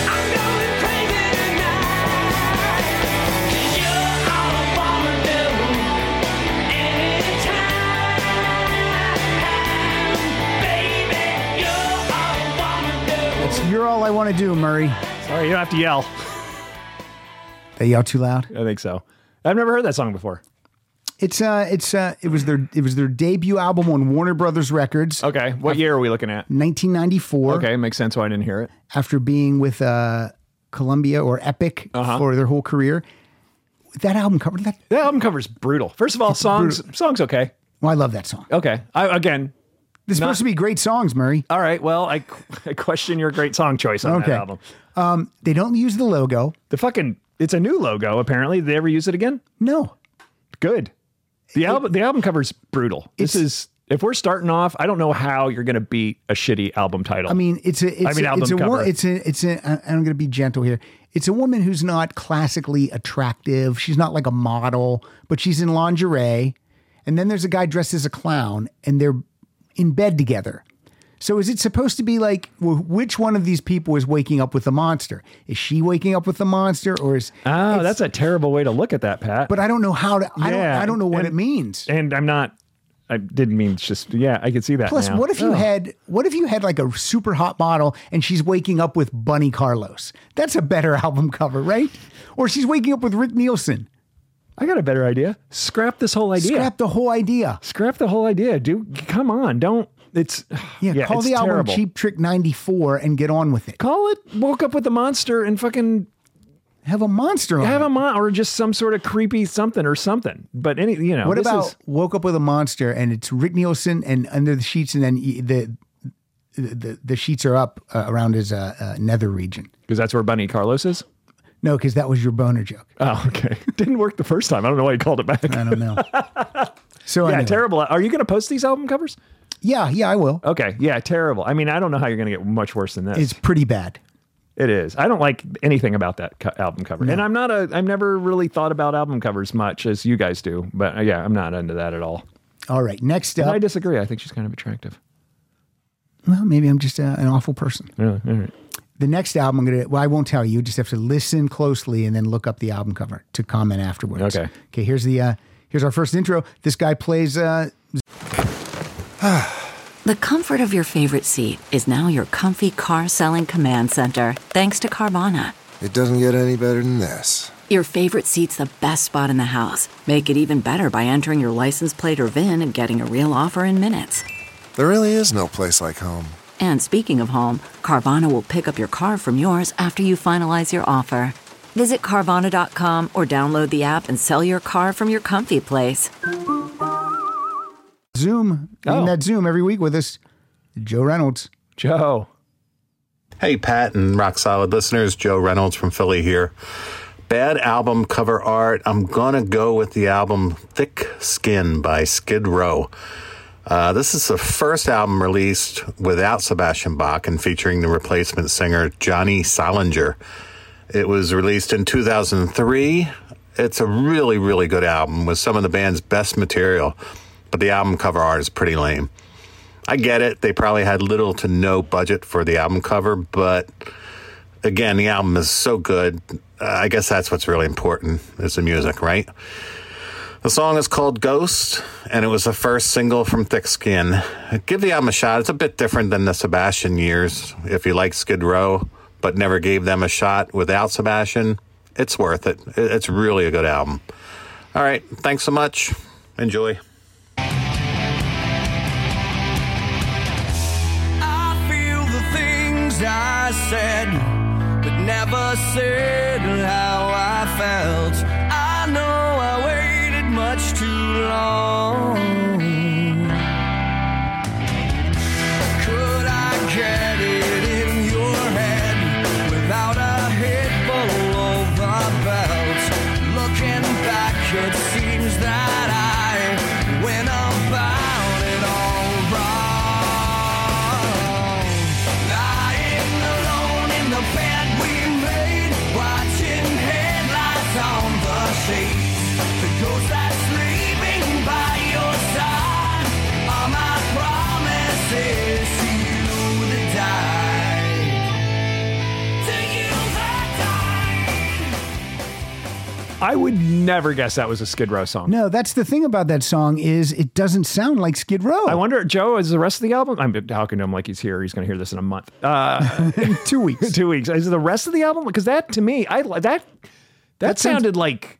[SPEAKER 5] I'm going crazy tonight. 'Cause you're all I wanna do anytime, baby. You're all I wanna do.
[SPEAKER 1] It's "You're All I Want to Do," Murray.
[SPEAKER 2] Sorry, you don't have to yell.
[SPEAKER 1] They yell too loud.
[SPEAKER 2] I think so. I've never heard that song before.
[SPEAKER 1] It's uh, it's uh, it was their it was their debut album on Warner Brothers Records,
[SPEAKER 2] Okay. What year are we looking at?
[SPEAKER 1] 1994.
[SPEAKER 2] Okay, makes sense why I didn't hear it.
[SPEAKER 1] After being with uh, Columbia or Epic
[SPEAKER 2] Uh-huh.
[SPEAKER 1] for their whole career, that album covered that.
[SPEAKER 2] The album cover's brutal. First of all, songs songs okay.
[SPEAKER 1] Well, I love that song.
[SPEAKER 2] Okay. I again,
[SPEAKER 1] This is
[SPEAKER 2] not-
[SPEAKER 1] supposed to be great songs, Murray.
[SPEAKER 2] all right. Well, I, I question your great song choice on
[SPEAKER 1] Okay. Um,
[SPEAKER 2] that album.
[SPEAKER 1] They don't use the logo.
[SPEAKER 2] The fucking it's a new logo apparently. Did they ever use it again?
[SPEAKER 1] No,
[SPEAKER 2] Good. The album the album cover's brutal. This
[SPEAKER 1] It's-
[SPEAKER 2] is if we're starting off, I don't know how you're going to beat a shitty album title.
[SPEAKER 1] I mean, it's a, it's
[SPEAKER 2] mean,
[SPEAKER 1] a,
[SPEAKER 2] album
[SPEAKER 1] it's a, wo-
[SPEAKER 2] cover.
[SPEAKER 1] it's a, it's a, I- I'm going to be gentle here. It's a woman who's not classically attractive. She's not like a model, but she's in lingerie. And then there's a guy dressed as a clown and they're in bed together. So is it supposed to be like, wh- which one of these people is waking up with the monster? Is she waking up with the monster or is,
[SPEAKER 2] oh, that's a terrible way to look at that, Pat.
[SPEAKER 1] but I don't know how to, I don't,
[SPEAKER 2] Yeah,
[SPEAKER 1] I don't know what
[SPEAKER 2] and-
[SPEAKER 1] it means.
[SPEAKER 2] and I'm not I didn't mean it's just yeah, I could see that.
[SPEAKER 1] Plus,
[SPEAKER 2] now.
[SPEAKER 1] what if you
[SPEAKER 2] Oh.
[SPEAKER 1] had what if you had like a super hot model and she's waking up with Bunny Carlos? That's a better (laughs) album cover, right? Or she's waking up with Rick Nielsen.
[SPEAKER 2] I got a better idea. Scrap this whole idea.
[SPEAKER 1] Scrap the whole idea.
[SPEAKER 2] scrap the whole idea. Do come on, don't. It's (sighs)
[SPEAKER 1] Yeah, call
[SPEAKER 2] it's
[SPEAKER 1] the album
[SPEAKER 2] terrible.
[SPEAKER 1] Cheap Trick 94 and get on with it.
[SPEAKER 2] Call Oh, it "Woke Up with a Monster" and fucking
[SPEAKER 1] Have a monster on
[SPEAKER 2] have
[SPEAKER 1] it.
[SPEAKER 2] a mon or just some sort of creepy something or something. But any, you know,
[SPEAKER 1] What
[SPEAKER 2] this
[SPEAKER 1] about
[SPEAKER 2] is-
[SPEAKER 1] Woke Up with a Monster and it's Rick Nielsen and Under the Sheets and then y- the the, the, the sheets are up uh, around his uh, uh, nether region.
[SPEAKER 2] because that's where Bunny Carlos is.
[SPEAKER 1] No, because that was your boner joke.
[SPEAKER 2] (laughs) Oh, okay. Didn't work the first time. I don't know why you called it back.
[SPEAKER 1] I don't know. So
[SPEAKER 2] yeah,
[SPEAKER 1] anyway.
[SPEAKER 2] terrible. Are you going to post these album covers?
[SPEAKER 1] Yeah, yeah, I will.
[SPEAKER 2] Okay, yeah, terrible. I mean, I don't know how you're going to get much worse than
[SPEAKER 1] (laughs)
[SPEAKER 2] this.
[SPEAKER 1] It's pretty bad.
[SPEAKER 2] It is. I don't like anything about that co- album cover, and I'm not a. I've never really thought about album covers much as you guys do, but uh, yeah, I'm not into that at all.
[SPEAKER 1] All right, next
[SPEAKER 2] I
[SPEAKER 1] up.
[SPEAKER 2] disagree. I think she's kind of attractive.
[SPEAKER 1] Well, maybe I'm just uh, an awful person.
[SPEAKER 2] Really? All right.
[SPEAKER 1] The next album, I'm gonna. Well, I won't tell you. You just have to listen closely and then look up the album cover to comment afterwards.
[SPEAKER 2] Okay.
[SPEAKER 1] Okay. Here's the. Uh, here's our first intro. This guy plays. Uh,
[SPEAKER 6] The comfort of your favorite seat is now your comfy car selling command center, thanks to Carvana.
[SPEAKER 7] It doesn't get any better than this.
[SPEAKER 6] Your favorite seat's the best spot in the house. Make it even better by entering your license plate or VIN and getting a real offer in minutes.
[SPEAKER 7] There really is no place like home.
[SPEAKER 6] And speaking of home, Carvana will pick up your car from yours after you finalize your offer. Visit Carvana.com or download the app and sell your car from your comfy place.
[SPEAKER 1] Zoom
[SPEAKER 2] Oh.
[SPEAKER 1] in that Zoom every week with us. Joe Reynolds.
[SPEAKER 2] Joe.
[SPEAKER 8] Hey, Pat and Rock Solid listeners, Joe Reynolds from Philly here. Bad album cover art. I'm going to go with the album Thick Skin by Skid Row. Uh, this is the first album released without Sebastian Bach and featuring the replacement singer Johnny Solinger. It was released in 2003. It's a really, really good album with some of the band's best material, but the album cover art is pretty lame. I get it. They probably had little to no budget for the album cover, but again, the album is so good. Uh, I guess that's what's really important is the music, right? The song is called Ghost, and it was the first single from Thick Skin. Give the album a shot. It's a bit different than the Sebastian years. If you like Skid Row, but never gave them a shot without Sebastian, it's worth it. It- It's really a good album. All right. Thanks so much. Enjoy.
[SPEAKER 5] I feel the things I said, but never said how I felt. I know I waited much too long. Could I get it in your head without a hit below the belt? Looking back, it seems that I went about it all wrong. Lying alone in the bed we made, watching headlights on the sheets. The ghost that's sleeping by your side are my promises to you that die. To you that die.
[SPEAKER 2] I would never guess that was a Skid Row song.
[SPEAKER 1] No, that's the thing about that song is it doesn't sound like Skid Row.
[SPEAKER 2] I wonder, Joe, is the rest of the album? I'm talking to him like he's here. He's going to hear this in a month.
[SPEAKER 1] (laughs)
[SPEAKER 2] Uh,
[SPEAKER 1] two weeks.
[SPEAKER 2] (laughs) two weeks. Is the rest of the album? Because that to me, I that that,
[SPEAKER 1] sounds-
[SPEAKER 2] sounded like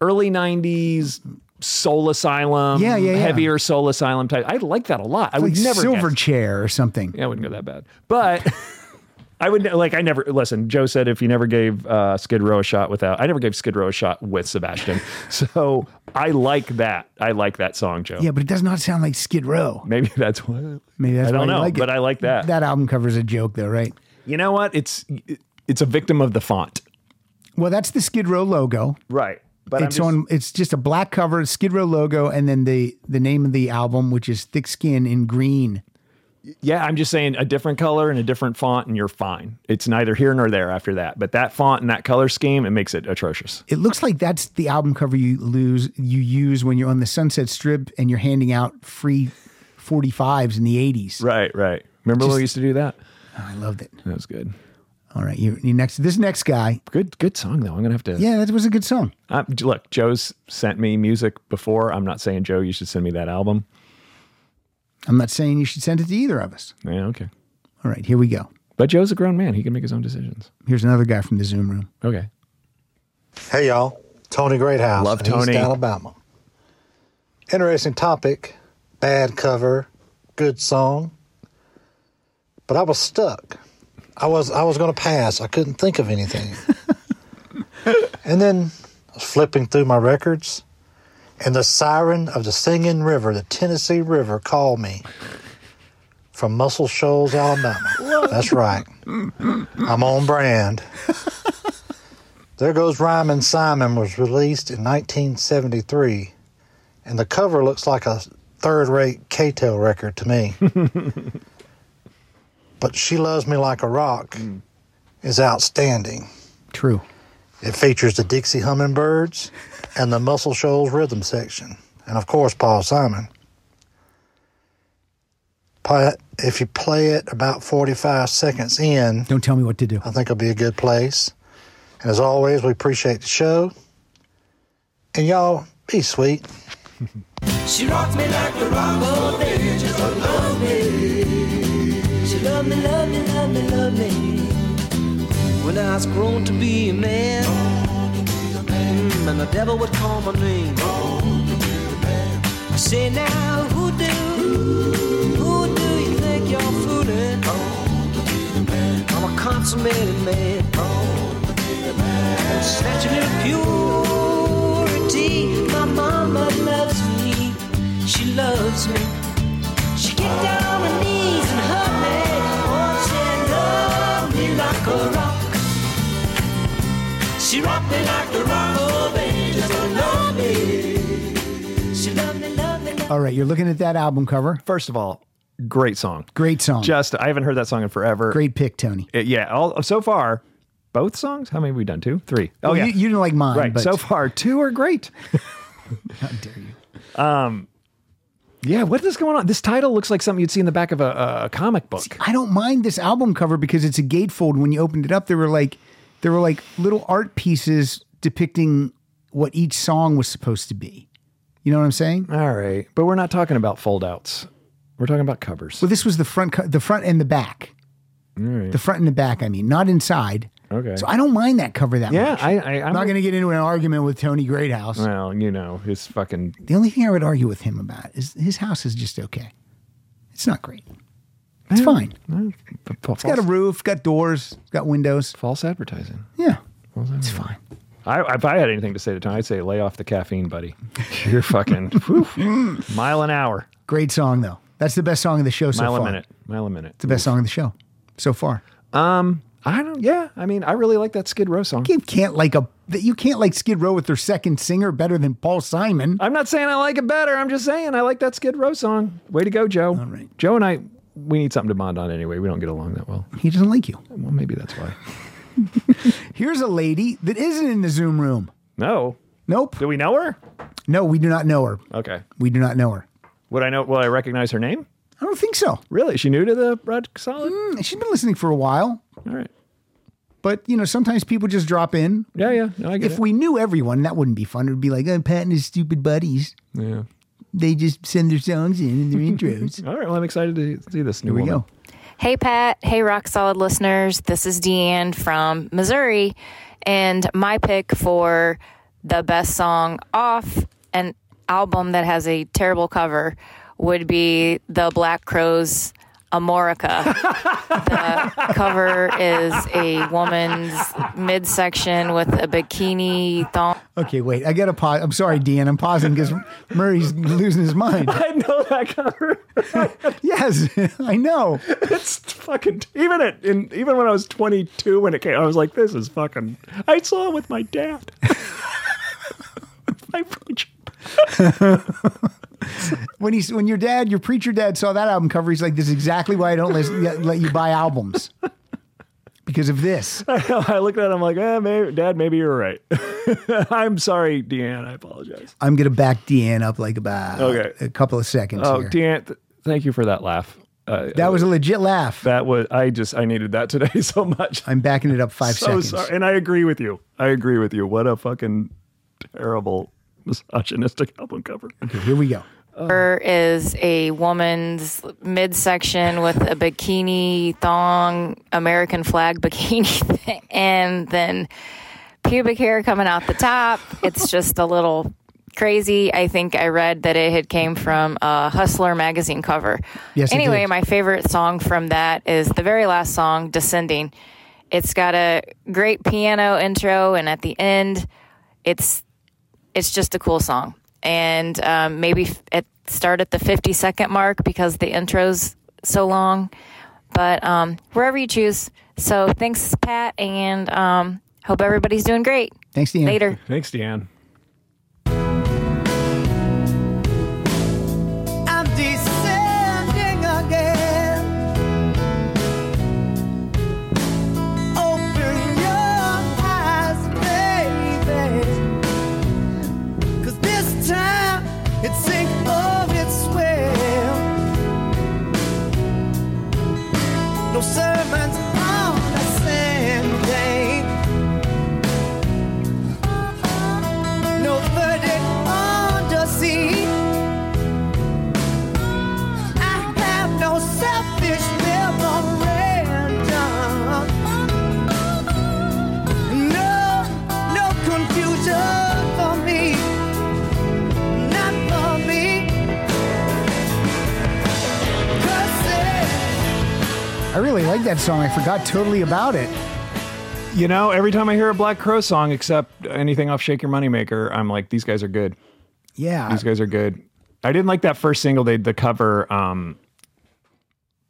[SPEAKER 2] early '90s Soul Asylum.
[SPEAKER 1] Yeah, yeah, yeah.
[SPEAKER 2] Heavier Soul Asylum type. I like that a lot. I would
[SPEAKER 1] like
[SPEAKER 2] never
[SPEAKER 1] Silver
[SPEAKER 2] guess-
[SPEAKER 1] Chair or something.
[SPEAKER 2] Yeah, I wouldn't go that bad. But I would like I never listen. Joe said if you never gave uh, Skid Row a shot without, I never gave Skid Row a shot with Sebastian. (laughs) so I like that. I like that song, Joe.
[SPEAKER 1] Yeah, but it does not sound like Skid Row.
[SPEAKER 2] Maybe that's why.
[SPEAKER 1] Maybe that's
[SPEAKER 2] I don't
[SPEAKER 1] why you
[SPEAKER 2] know,
[SPEAKER 1] like it.
[SPEAKER 2] but I like that.
[SPEAKER 1] That album cover's a joke, though, right?
[SPEAKER 2] You know what? It's it's a victim of the font.
[SPEAKER 1] Well, that's the Skid Row logo.
[SPEAKER 2] Right. But
[SPEAKER 1] it's on. It's just a black cover, Skid Row logo, and then the the name of the album, which is Thick Skin in green.
[SPEAKER 2] Yeah, I'm just saying a different color and a different font, and you're fine. It's neither here nor there after that. But that font and that color scheme, it makes it atrocious.
[SPEAKER 1] It looks like that's the album cover you lose you use when you're on the Sunset Strip and you're handing out free 45s in the 80s.
[SPEAKER 2] Right, right. Remember when we used to do that?
[SPEAKER 1] Oh, I loved it.
[SPEAKER 2] That was good.
[SPEAKER 1] All right, you, you next. This next guy.
[SPEAKER 2] Good, good song though. I'm gonna have to.
[SPEAKER 1] Yeah, that was a good song.
[SPEAKER 2] Um, j- look, Joe's sent me music before. I'm not saying Joe, you should send me that album.
[SPEAKER 1] I'm not saying you should send it to either of us.
[SPEAKER 2] Yeah, okay.
[SPEAKER 1] All right, here we go.
[SPEAKER 2] But Joe's a grown man. He can make his own decisions.
[SPEAKER 1] Here's another guy from the Zoom room.
[SPEAKER 2] Okay.
[SPEAKER 9] Hey y'all, Tony Greathouse.
[SPEAKER 2] Love
[SPEAKER 9] in East
[SPEAKER 2] Tony.
[SPEAKER 9] Alabama. Interesting topic, bad cover, good song. But I was stuck. I was I was going to pass. I couldn't think
[SPEAKER 2] (laughs)
[SPEAKER 9] of anything. and then I was flipping through my records, and the siren of the singing river, the Tennessee River, called me from Muscle Shoals, Alabama. That's right. I'm on brand. There Goes Rhymin' Simon was released in 1973 and the cover looks like a third-rate K-Tel record to me. but "She Loves Me Like a Rock" is outstanding.
[SPEAKER 1] True.
[SPEAKER 9] It features the Dixie Hummingbirds and the Muscle Shoals rhythm section, and of course Paul Simon. But if you play it about 45 seconds in,
[SPEAKER 1] Don't tell me what to do.
[SPEAKER 9] I think it'll be a good place. And as always, we appreciate the show. And y'all, be sweet.
[SPEAKER 5] She rocked me like the rock all day, just to love me. She loved me, loved me, loved me, loved me. When I was grown to be a man, mm, and the devil would call my name. I say now, who do, who do you think you're fooling? I'm a consummated man. I'm snatching her purity. My mama loves me. She loves me. She get down her knees and hug me. Oh, she love me like a rock. She rock me like the rock of ages. Oh, love me. She love me, love me, love me.
[SPEAKER 1] All right, you're looking at that album cover.
[SPEAKER 2] First of all, great song.
[SPEAKER 1] Great song.
[SPEAKER 2] Just I haven't heard that song in forever.
[SPEAKER 1] Great pick, Tony.
[SPEAKER 2] It- yeah. All so far, both songs. How many have we done? Two, three. Oh
[SPEAKER 1] Well,
[SPEAKER 2] yeah.
[SPEAKER 1] you, you didn't like mine,
[SPEAKER 2] right.
[SPEAKER 1] but
[SPEAKER 2] So far, two are great.
[SPEAKER 1] (laughs)
[SPEAKER 2] (laughs) Um,
[SPEAKER 1] how dare you?
[SPEAKER 2] Yeah. What is going on? This title looks like something you'd see in the back of a, a comic book.
[SPEAKER 1] I don't mind this album cover because it's a gatefold. When you opened it up, there were like there were like little art pieces depicting what each song was supposed to be. You know what I'm saying?
[SPEAKER 2] All right, but we're not talking about foldouts. We're talking about covers.
[SPEAKER 1] Well, this was the front, co- the front and the back, the front and the back. I mean, not inside.
[SPEAKER 2] Okay.
[SPEAKER 1] So I don't mind that cover that
[SPEAKER 2] yeah,
[SPEAKER 1] much.
[SPEAKER 2] I, I,
[SPEAKER 1] I'm
[SPEAKER 2] I'm
[SPEAKER 1] not going to get into an argument with Tony Greathouse.
[SPEAKER 2] Well, you know, his fucking
[SPEAKER 1] The only thing I would argue with him about is his house is just okay. It's not great. It's fine. It's
[SPEAKER 2] false,
[SPEAKER 1] got a roof, got doors, got windows.
[SPEAKER 2] false advertising.
[SPEAKER 1] Yeah, it's fine.
[SPEAKER 2] I, if I had anything to say to Tony, I'd say lay off the caffeine, buddy. You're fucking (laughs) whew, mile an hour,
[SPEAKER 1] Great song though. That's the best song of the show so
[SPEAKER 2] mile
[SPEAKER 1] far.
[SPEAKER 2] a minute, mile a minute. Um,
[SPEAKER 1] It's the best song of the show so far.
[SPEAKER 2] I don't. Yeah, I mean, I really like that Skid Row song.
[SPEAKER 1] You can't like a that you can't like Skid Row with their second singer better than Paul Simon.
[SPEAKER 2] I'm not saying I like it better. I'm just saying I like that Skid Row song. Way to go, Joe. All
[SPEAKER 1] right.
[SPEAKER 2] Joe and I, we need something to bond on anyway. We don't get along that well.
[SPEAKER 1] He doesn't like you.
[SPEAKER 2] Well, maybe that's why.
[SPEAKER 1] (laughs) Here's a lady that isn't in the Zoom room.
[SPEAKER 2] No.
[SPEAKER 1] Nope.
[SPEAKER 2] Do we know her?
[SPEAKER 1] No, we do not know her.
[SPEAKER 2] Okay.
[SPEAKER 1] We do not know her.
[SPEAKER 2] Would I know? Will I recognize her name?
[SPEAKER 1] I don't think so. Mm,
[SPEAKER 2] Really? Is She new to the Rock Solid?
[SPEAKER 1] She's been listening for a while,
[SPEAKER 2] All right.
[SPEAKER 1] but you know, sometimes people just drop in.
[SPEAKER 2] Yeah, yeah. No, I get
[SPEAKER 1] If
[SPEAKER 2] it.
[SPEAKER 1] we knew everyone, that wouldn't be fun. It would be like, oh, Pat and his stupid buddies.
[SPEAKER 2] yeah.
[SPEAKER 1] They just send their songs in and their intros.
[SPEAKER 2] All right. Well, I'm excited to see this (laughs) new
[SPEAKER 1] Here we
[SPEAKER 2] woman.
[SPEAKER 1] go.
[SPEAKER 10] Hey, Pat. Hey, Rock Solid listeners. This is Deanne from Missouri. And my pick for the best song off an album that has a terrible cover would be The Black Crows Amorica. the cover is a woman's midsection with a bikini thong.
[SPEAKER 1] Okay, wait. I got to pause. I'm sorry, Dean. I'm pausing because Murray's losing his mind.
[SPEAKER 2] (laughs) I know that cover.
[SPEAKER 1] (laughs)
[SPEAKER 2] (laughs)
[SPEAKER 1] Yes, I know.
[SPEAKER 2] it's fucking even it. In, even when I was 22, when it came, I was like, "This is fucking." I saw it with my dad. my preacher.
[SPEAKER 1] (laughs) When he's when your dad, your preacher dad, saw that album cover, he's like, "This is exactly why I don't let, let you buy albums because of this."
[SPEAKER 2] (laughs) I looked at him like, eh, maybe, "Dad, maybe you're right." (laughs) I'm sorry, Deanne. I apologize.
[SPEAKER 1] I'm gonna back Deanne up like about
[SPEAKER 2] Okay.
[SPEAKER 1] a couple of seconds.
[SPEAKER 2] Oh,
[SPEAKER 1] here.
[SPEAKER 2] Deanne, th- thank you for that laugh. Uh,
[SPEAKER 1] that was a legit laugh.
[SPEAKER 2] that was I just I needed that today (laughs) so much.
[SPEAKER 1] I'm backing it up five
[SPEAKER 2] so
[SPEAKER 1] seconds.
[SPEAKER 2] sorry. And I agree with you. I agree with you. What a fucking terrible misogynistic album cover.
[SPEAKER 1] Okay, here we go.
[SPEAKER 10] cover is a woman's midsection with a bikini thong, American flag (laughs) bikini, thing, and then pubic hair coming out the top. It's just a little crazy. I think I read that it had came from a Hustler magazine cover.
[SPEAKER 1] Yes, it
[SPEAKER 10] Anyway,
[SPEAKER 1] did.
[SPEAKER 10] my favorite song from that is the very last song, "Descending." It's got a great piano intro, and at the end, it's it's just a cool song. And um, maybe f- it start at the 50 second mark because the intro's so long. But um, wherever you choose. So thanks, Pat, and um, hope everybody's doing great.
[SPEAKER 1] Thanks, Deanne.
[SPEAKER 10] Later.
[SPEAKER 2] Thanks, Deanne.
[SPEAKER 5] descending again. Open your eyes, baby. Cause this time it's sink of its way. No servants on the same day. No verdict on the sea. I have no selfish memorandum. No, no confusion for me. Not for me. Curses.
[SPEAKER 1] I really like that song. I forgot totally about it.
[SPEAKER 2] You know, every time I hear a Black Crow song, except anything off Shake Your Moneymaker, I'm like, these guys are good.
[SPEAKER 1] Yeah.
[SPEAKER 2] These guys are good. I didn't like that first single. They the cover. Um,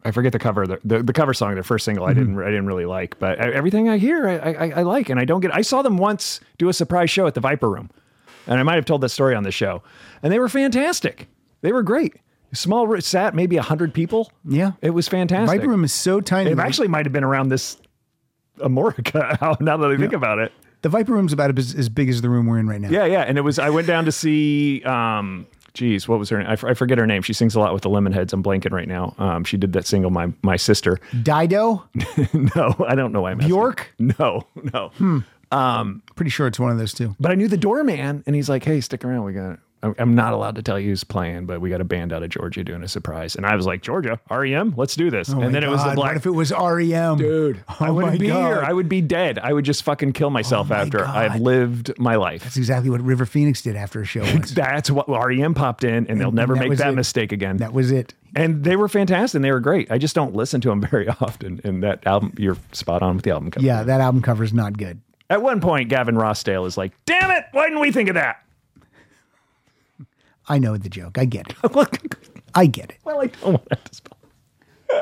[SPEAKER 2] I forget the cover. The, the, the cover song, their first single. I
[SPEAKER 1] Mm-hmm.
[SPEAKER 2] didn't. I didn't really like. But I, everything I hear, I, I, I like, and I don't get. I saw them once do a surprise show at the Viper Room, and I might have told that story on the show. And they were fantastic. They were great. Small room, sat maybe hundred people.
[SPEAKER 1] Yeah.
[SPEAKER 2] it was fantastic.
[SPEAKER 1] Viper Room is so tiny.
[SPEAKER 2] It
[SPEAKER 1] The-
[SPEAKER 2] actually might have been around this (laughs) Amorica. Now that I think about it.
[SPEAKER 1] the Viper Room's about as, as big as the room we're in right now.
[SPEAKER 2] Yeah, yeah. And it was I went down to see um geez, what was her name? I, f- I forget her name. She sings a lot with the Lemonheads. I'm blanking right now. Um she did that single My My Sister.
[SPEAKER 1] Dido.
[SPEAKER 2] (laughs) no, I don't know why I'm asking.
[SPEAKER 1] Bjork?
[SPEAKER 2] No, no. Um,
[SPEAKER 1] Pretty sure it's one of those two.
[SPEAKER 2] But I knew the doorman and he's like, "Hey, stick around. We got I'm- I'm not allowed to tell you who's playing, but we got a band out of Georgia doing a surprise. And I was like, Georgia, REM, let's do this.
[SPEAKER 1] Oh my
[SPEAKER 2] and then it was the
[SPEAKER 1] God,
[SPEAKER 2] black
[SPEAKER 1] What if it was REM?
[SPEAKER 2] dude.
[SPEAKER 1] Oh
[SPEAKER 2] I wouldn't
[SPEAKER 1] my
[SPEAKER 2] be here.
[SPEAKER 1] God.
[SPEAKER 2] I would be dead. I would just fucking kill myself
[SPEAKER 1] Oh my
[SPEAKER 2] after
[SPEAKER 1] God.
[SPEAKER 2] I've lived my life.
[SPEAKER 1] That's exactly what River Phoenix did after a
[SPEAKER 2] (laughs)
[SPEAKER 1] show once.
[SPEAKER 2] That's what REM popped in, and they'll never
[SPEAKER 1] that
[SPEAKER 2] make
[SPEAKER 1] was
[SPEAKER 2] that
[SPEAKER 1] it.
[SPEAKER 2] mistake again.
[SPEAKER 1] that was it.
[SPEAKER 2] and they were fantastic. and They were great. I just don't listen to them (laughs) very often. And that album, you're spot on with the album cover.
[SPEAKER 1] Yeah, that album cover is not good.
[SPEAKER 2] At one point, Gavin Rossdale is like, "Damn it! Why didn't we think of that?"
[SPEAKER 1] I know the joke. I get it.
[SPEAKER 2] (laughs) Look,
[SPEAKER 1] I get it.
[SPEAKER 2] well, I don't want that to spell.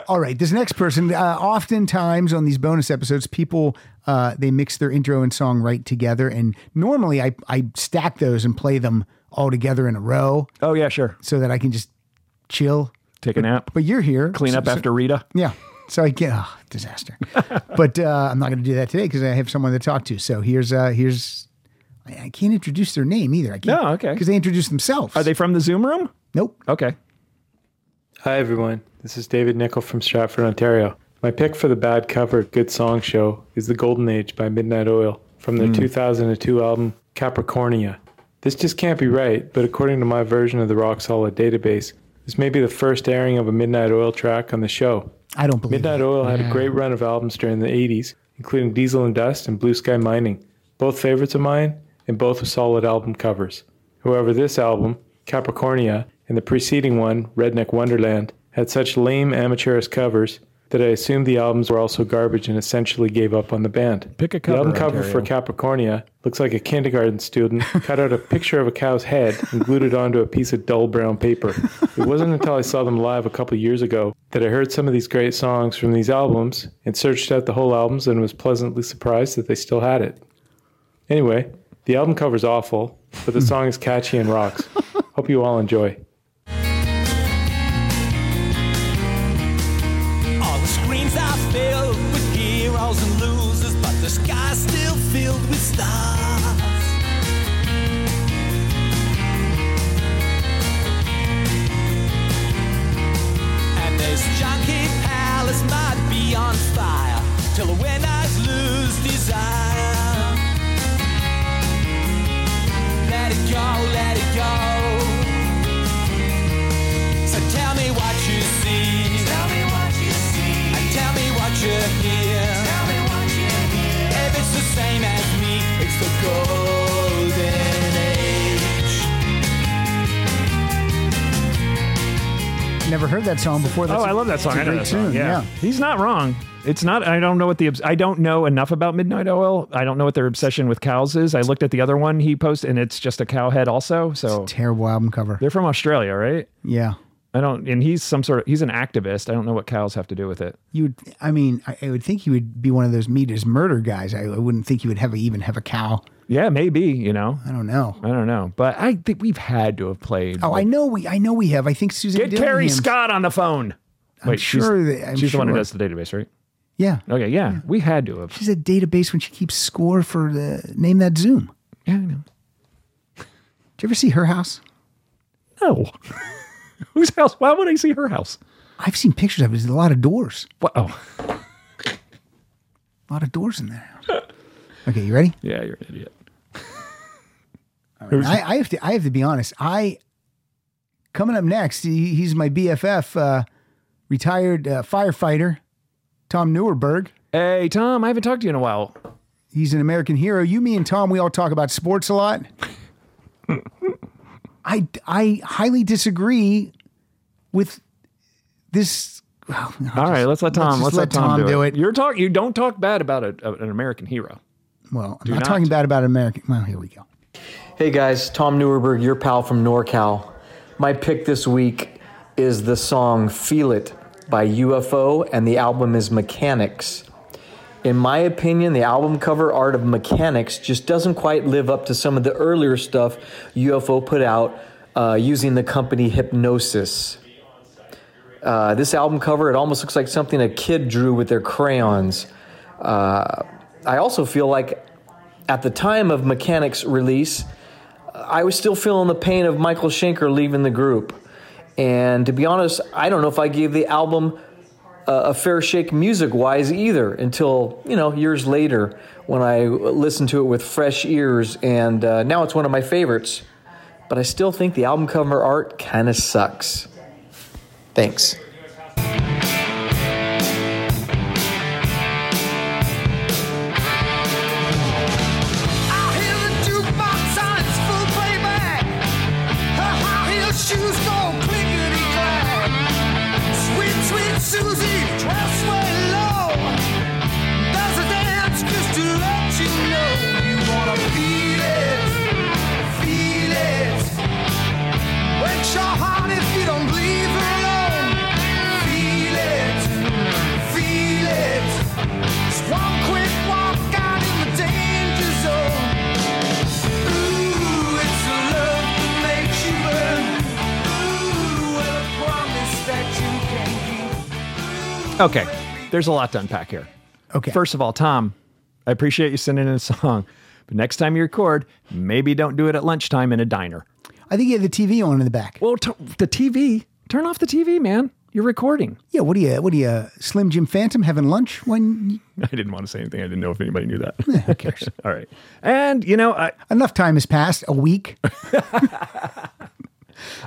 [SPEAKER 1] All right, this next person. Uh, oftentimes on these bonus episodes, people uh, they mix their intro and song right together, and normally I I stack those and play them all together in a row
[SPEAKER 2] Oh yeah, sure.
[SPEAKER 1] so that I can just chill.
[SPEAKER 2] Take a nap.
[SPEAKER 1] But you're here,
[SPEAKER 2] Clean up
[SPEAKER 1] so- so-
[SPEAKER 2] after Rita.
[SPEAKER 1] Yeah. So I get oh,
[SPEAKER 2] (laughs)
[SPEAKER 1] disaster, but uh, I'm not going to do that today because I have someone to talk to. So here's uh, here's I, I can't introduce their name either. I can't,
[SPEAKER 2] No, okay.
[SPEAKER 1] because they introduce themselves.
[SPEAKER 2] Are they from the Zoom room?
[SPEAKER 1] Nope.
[SPEAKER 2] Okay.
[SPEAKER 11] Hi, everyone. This is David Nickel from Stratford, Ontario. My pick for the bad cover good song show is The Golden Age by Midnight Oil from
[SPEAKER 2] Hmm.
[SPEAKER 11] their 2002 album Capricornia. This just can't be right, but according to my version of the Rock Solid database, this may be the first airing of a Midnight Oil track on the show.
[SPEAKER 1] I don't believe
[SPEAKER 11] Midnight
[SPEAKER 1] it.
[SPEAKER 11] Oil had a great run of albums during the 80s, including Diesel and Dust and Blue Sky Mining, both favorites of mine, and both with solid album covers. However, this album, Capricornia, and the preceding one, Redneck Wonderland, had such lame amateurish covers that I assumed the albums were also garbage and essentially gave up on the band.
[SPEAKER 2] Pick a
[SPEAKER 11] The album
[SPEAKER 2] cover,
[SPEAKER 11] cover for Capricornia looks like a kindergarten student (laughs) cut out a picture of a cow's head and glued it onto a piece of dull brown paper. It wasn't until I saw them live a couple years ago that I heard some of these great songs from these albums and searched out the whole albums and was pleasantly surprised that they still had it. Anyway, the album cover's awful, but the song is catchy and (laughs) rocks. Hope you all enjoy.
[SPEAKER 5] All the screens are filled with heroes and losers, but the sky's still filled with stars. And this junkie palace might be on fire till the winners lose desire. Let it go, let it go. So tell me what you see. Tell me what you see. And tell me what you hear. Tell me what you hear. If it's the same as me, it's the golden age.
[SPEAKER 1] Never heard that song before. That's
[SPEAKER 2] oh,
[SPEAKER 1] a-
[SPEAKER 2] I love that
[SPEAKER 1] it's
[SPEAKER 2] song.
[SPEAKER 1] a
[SPEAKER 2] I know
[SPEAKER 1] great
[SPEAKER 2] that song.
[SPEAKER 1] tune,
[SPEAKER 2] Yeah.
[SPEAKER 1] yeah.
[SPEAKER 2] he's not wrong. It's not. I don't know what the. obs- I don't know enough about Midnight Oil. I don't know what their obsession with cows is. I looked at the other one he posted, and it's just a cow head. Also, so
[SPEAKER 1] Terrible album cover.
[SPEAKER 2] they're from Australia, right?
[SPEAKER 1] Yeah.
[SPEAKER 2] I don't. And he's some sort of. He's an activist. I don't know what cows have to do with it.
[SPEAKER 1] You would, I mean, I, I would think he would be one of those meat is murder guys. I, I wouldn't think he would have a, even have a cow
[SPEAKER 2] Yeah, maybe, you know.
[SPEAKER 1] I don't know.
[SPEAKER 2] I don't know. But I think we've had to have played.
[SPEAKER 1] Oh, I know we. I know we have. I think Susan.
[SPEAKER 2] Get Carrie
[SPEAKER 1] Dillingham's-
[SPEAKER 2] Scott on the phone. Wait,
[SPEAKER 1] sure
[SPEAKER 2] she's,
[SPEAKER 1] that- I'm
[SPEAKER 2] she's the one who
[SPEAKER 1] sure.
[SPEAKER 2] does the database, right?
[SPEAKER 1] Yeah,
[SPEAKER 2] Okay, yeah, we had to have.
[SPEAKER 1] she's a database when she keeps score for the name that Zoom.
[SPEAKER 2] Yeah, I know.
[SPEAKER 1] Did you ever see her house?
[SPEAKER 2] No. (laughs) Whose house? Why would I see her house?
[SPEAKER 1] I've seen pictures of it. There's a lot of doors.
[SPEAKER 2] What? Oh,
[SPEAKER 1] A lot of doors in there. Okay, you ready?
[SPEAKER 2] yeah, you're an idiot.
[SPEAKER 1] I, I have to. I have to be honest. I coming up next. He, he's my BFF, uh, retired uh, firefighter, Tom Neuerberg.
[SPEAKER 2] Hey, Tom, I haven't talked to you in a while.
[SPEAKER 1] He's an American hero. You, me, and Tom. We all talk about sports a lot. I I highly disagree with this. Well, I'll
[SPEAKER 2] All right,
[SPEAKER 1] just-
[SPEAKER 2] let's let Tom.
[SPEAKER 1] just
[SPEAKER 2] Let's,
[SPEAKER 1] let Tom do it.
[SPEAKER 2] You're talk. You don't talk bad about a, a- an American hero.
[SPEAKER 1] Well, I'm not,
[SPEAKER 2] not.
[SPEAKER 1] talking bad about American. Well, here we go.
[SPEAKER 4] Hey guys, Tom Neuerberg, your pal from NorCal. My pick this week is the song Feel It by UFO, and the album is Mechanics. In my opinion, the album cover art of Mechanics just doesn't quite live up to some of the earlier stuff UFO put out uh, using the company Hypnosis. Uh, this album cover, it almost looks like something a kid drew with their crayons. Uh, I also feel like at the time of Mechanics release, I was still feeling the pain of Michael Schenker leaving the group. And to be honest, I don't know if I gave the album a, a fair shake music wise either until, you know, years later when I listened to it with fresh ears. And uh, now it's one of my favorites. But I still think the album cover art kind of sucks. Thanks.
[SPEAKER 5] I hear the jukebox on its full playback. Her high heel shoes go clickety clack. Sweet, sweet Susie, dress way low. Does a dance just to let you know you wanna feel it, feel it. Wake your heart if you don't leave her alone. Feel it, feel it. It's one quick walk out in the danger zone. Ooh, it's the love that makes you burn. Ooh, well, I promise that you can keep.
[SPEAKER 2] Okay, there's a lot to unpack here.
[SPEAKER 1] Okay.
[SPEAKER 2] First of all, Tom, I appreciate you sending in a song, but next time you record, maybe don't do it at lunchtime in a diner. (laughs)
[SPEAKER 1] I think you had the TV on in the back.
[SPEAKER 2] Well, t- the TV. Turn off the TV, man. You're recording.
[SPEAKER 1] Yeah, what do you? What do you? Slim Jim Phantom having lunch when
[SPEAKER 2] I didn't want to say anything. I didn't know if anybody knew that.
[SPEAKER 1] who cares?
[SPEAKER 2] (laughs) all right. And you know, I,
[SPEAKER 1] enough time has passed, a week.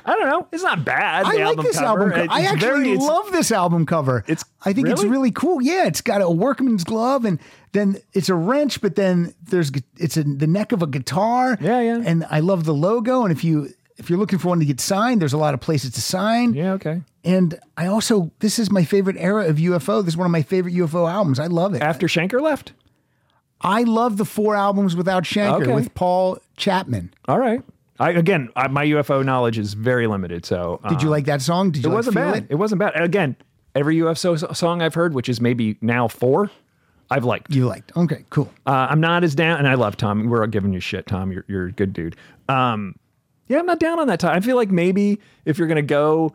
[SPEAKER 2] I don't know. It's not bad.
[SPEAKER 1] I
[SPEAKER 2] the
[SPEAKER 1] like
[SPEAKER 2] album
[SPEAKER 1] this
[SPEAKER 2] cover.
[SPEAKER 1] album.
[SPEAKER 2] It-
[SPEAKER 1] cover. I
[SPEAKER 2] it's very-
[SPEAKER 1] actually
[SPEAKER 2] it's-
[SPEAKER 1] love this album cover.
[SPEAKER 2] It's-
[SPEAKER 1] I think it's
[SPEAKER 2] really?
[SPEAKER 1] really cool. Yeah, it's got a workman's glove, and then it's a wrench, but then there's gu- it's a, the neck of a guitar.
[SPEAKER 2] Yeah, yeah.
[SPEAKER 1] And I love the logo. And if you if you're looking for one to get signed, there's a lot of places to sign.
[SPEAKER 2] Yeah. Okay.
[SPEAKER 1] And I also this is my favorite era of UFO. This is one of my favorite UFO albums. I love it.
[SPEAKER 2] After Shanker left.
[SPEAKER 1] I love the four albums without Shanker
[SPEAKER 2] Okay.
[SPEAKER 1] with Paul Chapman.
[SPEAKER 2] All right. I again, I, my UFO knowledge is very limited. So um,
[SPEAKER 1] Did you like that song? Did you
[SPEAKER 2] Uh-huh. It
[SPEAKER 1] like
[SPEAKER 2] wasn't
[SPEAKER 1] feel
[SPEAKER 2] bad. It?
[SPEAKER 1] it?
[SPEAKER 2] wasn't bad. Again, every UFO so- song I've heard, which is maybe now four, I've liked.
[SPEAKER 1] You liked. Okay, cool.
[SPEAKER 2] Uh, I'm not as down, and I love Tom. We're all giving you shit, Tom. You're you're a good dude. Um, yeah, I'm not down on that. Tom. I feel like maybe if you're gonna go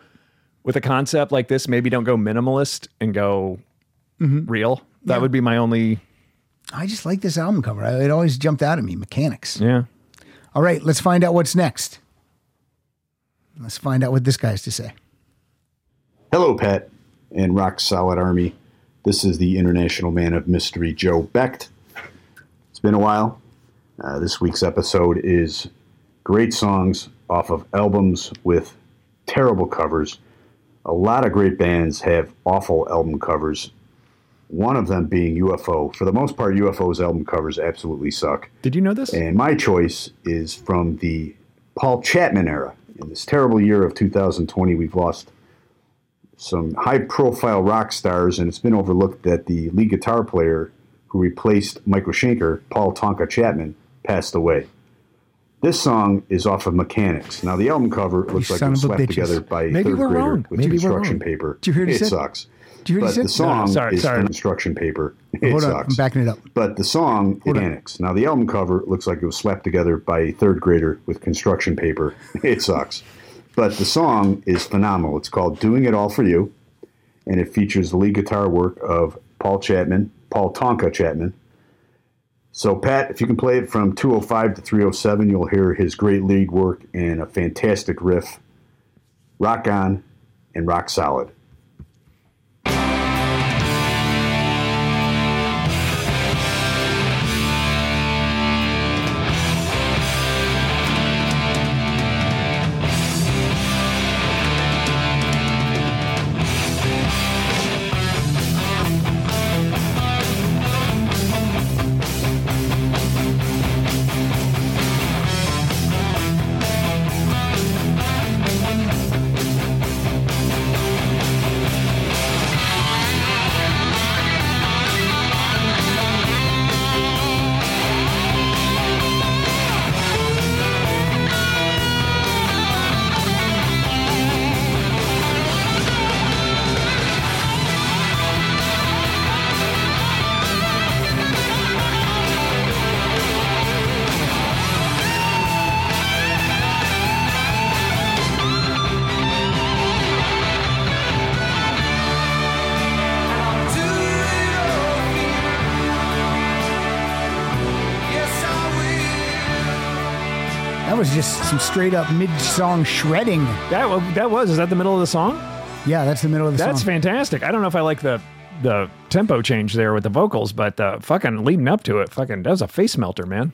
[SPEAKER 2] with a concept like this, maybe don't go minimalist and go
[SPEAKER 1] Mm-hmm.
[SPEAKER 2] real. That would be my only.
[SPEAKER 1] I just like this album cover. I- It always jumped out at me. Mechanics.
[SPEAKER 2] Yeah.
[SPEAKER 1] All right, let's find out what's next. Let's find out what this guy has to say.
[SPEAKER 12] Hello, Pet and Rock Solid Army. This is the International Man of Mystery, Joe Becht. It's been a while. Uh, this week's episode is great songs off of albums with terrible covers. A lot of great bands have awful album covers, one of them being UFO. For the most part, UFO's album covers absolutely suck.
[SPEAKER 2] Did you know this?
[SPEAKER 12] And my choice is from the Paul Chapman era. In this terrible year of 2020, we've lost some high profile rock stars, and it's been overlooked that the lead guitar player who replaced Michael Schenker, Paul Tonka Chapman, passed away. This song is off of Mechanics. Now, the album cover looks like
[SPEAKER 1] son
[SPEAKER 12] it was
[SPEAKER 1] of a
[SPEAKER 12] slapped
[SPEAKER 1] bitches.
[SPEAKER 12] together by a
[SPEAKER 2] Maybe
[SPEAKER 12] third
[SPEAKER 2] we're
[SPEAKER 12] grader
[SPEAKER 2] wrong.
[SPEAKER 12] with
[SPEAKER 2] Maybe we're
[SPEAKER 12] construction
[SPEAKER 2] wrong.
[SPEAKER 12] paper.
[SPEAKER 1] Did you hear what
[SPEAKER 12] it
[SPEAKER 1] he said?
[SPEAKER 12] sucks.
[SPEAKER 1] you hear what
[SPEAKER 12] but
[SPEAKER 1] he said?
[SPEAKER 12] the song
[SPEAKER 1] No, sorry,
[SPEAKER 12] is
[SPEAKER 1] sorry.
[SPEAKER 12] an instruction paper. (laughs) It
[SPEAKER 1] Hold on,
[SPEAKER 12] sucks.
[SPEAKER 1] I'm backing it up.
[SPEAKER 12] But the song it annex. Now the album cover looks like it was slapped together by a third grader with construction paper. (laughs) It sucks. But the song is phenomenal. It's called "Doing It All for You," and it features the lead guitar work of Paul Chapman, Paul Tonka Chapman. So Pat, if you can play it from 205 to 307, you'll hear his great lead work and a fantastic riff. Rock on and rock solid.
[SPEAKER 1] That was just some straight up mid song shredding.
[SPEAKER 2] That wa- that was. Is that the middle of the song?
[SPEAKER 1] Yeah, that's the middle of the
[SPEAKER 2] That's
[SPEAKER 1] song.
[SPEAKER 2] fantastic. I don't know if I like the the tempo change there with the vocals, but uh, fucking leading up to it, fucking that was a face melter, man.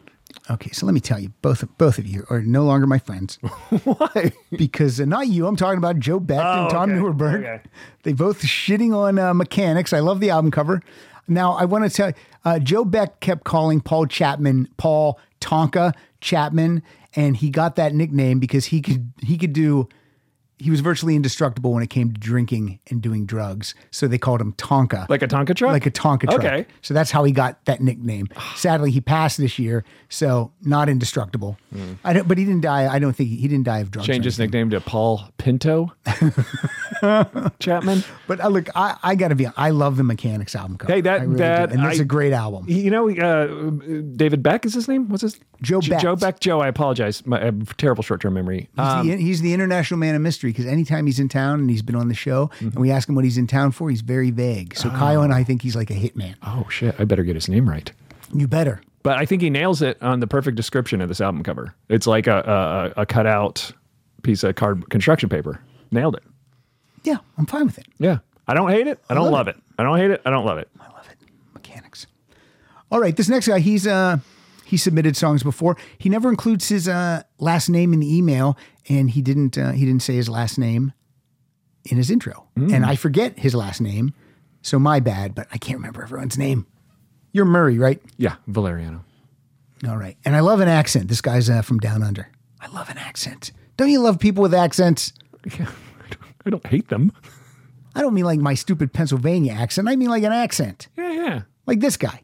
[SPEAKER 1] Okay, so let me tell you, both both of you are no longer my
[SPEAKER 2] (laughs)
[SPEAKER 1] friends. Why? Because uh, not you. I'm talking about Joe Beck
[SPEAKER 2] Oh,
[SPEAKER 1] and Tom Newberg. They both shitting on uh, mechanics. I love the album cover. Now I want to tell uh, Joe Beck kept calling Paul Chapman Paul Tonka Chapman, and he got that nickname because he could he could do. He was virtually indestructible when it came to drinking and doing drugs, so they called him Tonka.
[SPEAKER 2] Like a Tonka truck?
[SPEAKER 1] Like a Tonka truck.
[SPEAKER 2] Okay.
[SPEAKER 1] So that's how he got that nickname. Sadly, he passed this year, so not indestructible.
[SPEAKER 2] Mm.
[SPEAKER 1] I don't, but he didn't die. I don't think he, he didn't die of drugs. or
[SPEAKER 2] Change his nickname to Paul Pinto.
[SPEAKER 1] (laughs)
[SPEAKER 2] Chapman.
[SPEAKER 1] But uh, look, I, I got to be. I love the Mechanics album cover.
[SPEAKER 2] Hey, that
[SPEAKER 1] I really
[SPEAKER 2] that
[SPEAKER 1] do. and that's
[SPEAKER 2] I-
[SPEAKER 1] a great album.
[SPEAKER 2] You know, uh, David Beck is his name. What's his
[SPEAKER 1] Joe
[SPEAKER 2] J-
[SPEAKER 1] Beck.
[SPEAKER 2] Joe Beck. Joe, I apologize. My I have terrible short term memory.
[SPEAKER 1] He's,
[SPEAKER 2] Um,
[SPEAKER 1] the, he's the international man of mystery because anytime he's in town and he's been on the show
[SPEAKER 2] Mm-hmm.
[SPEAKER 1] and we ask him what he's in town for, he's very vague. So Kyle and I think he's like a hitman.
[SPEAKER 2] oh shit! I better get his name right.
[SPEAKER 1] You better.
[SPEAKER 2] But I think he nails it on the perfect description of this album cover. It's like a a, a cutout piece of card construction paper. Nailed it.
[SPEAKER 1] Yeah, I'm fine with it.
[SPEAKER 2] Yeah. I don't hate it. I don't love it. I don't hate it. I don't love it.
[SPEAKER 1] All right, this next guy, he's uh he submitted songs before. He never includes his uh last name in the email, and he didn't uh, he didn't say his last name in his intro.
[SPEAKER 2] Mm.
[SPEAKER 1] And I forget his last name, so my bad. But I can't remember everyone's name. You're Murray, right?
[SPEAKER 2] Yeah, Valeriano.
[SPEAKER 1] All right, and I love an accent. This guy's uh, from down under. I love an accent. Don't you love people with
[SPEAKER 2] (laughs)
[SPEAKER 1] accents?
[SPEAKER 2] I don't hate them.
[SPEAKER 1] I don't mean like my stupid Pennsylvania accent. I mean like an accent.
[SPEAKER 2] Yeah, yeah.
[SPEAKER 1] Like this guy.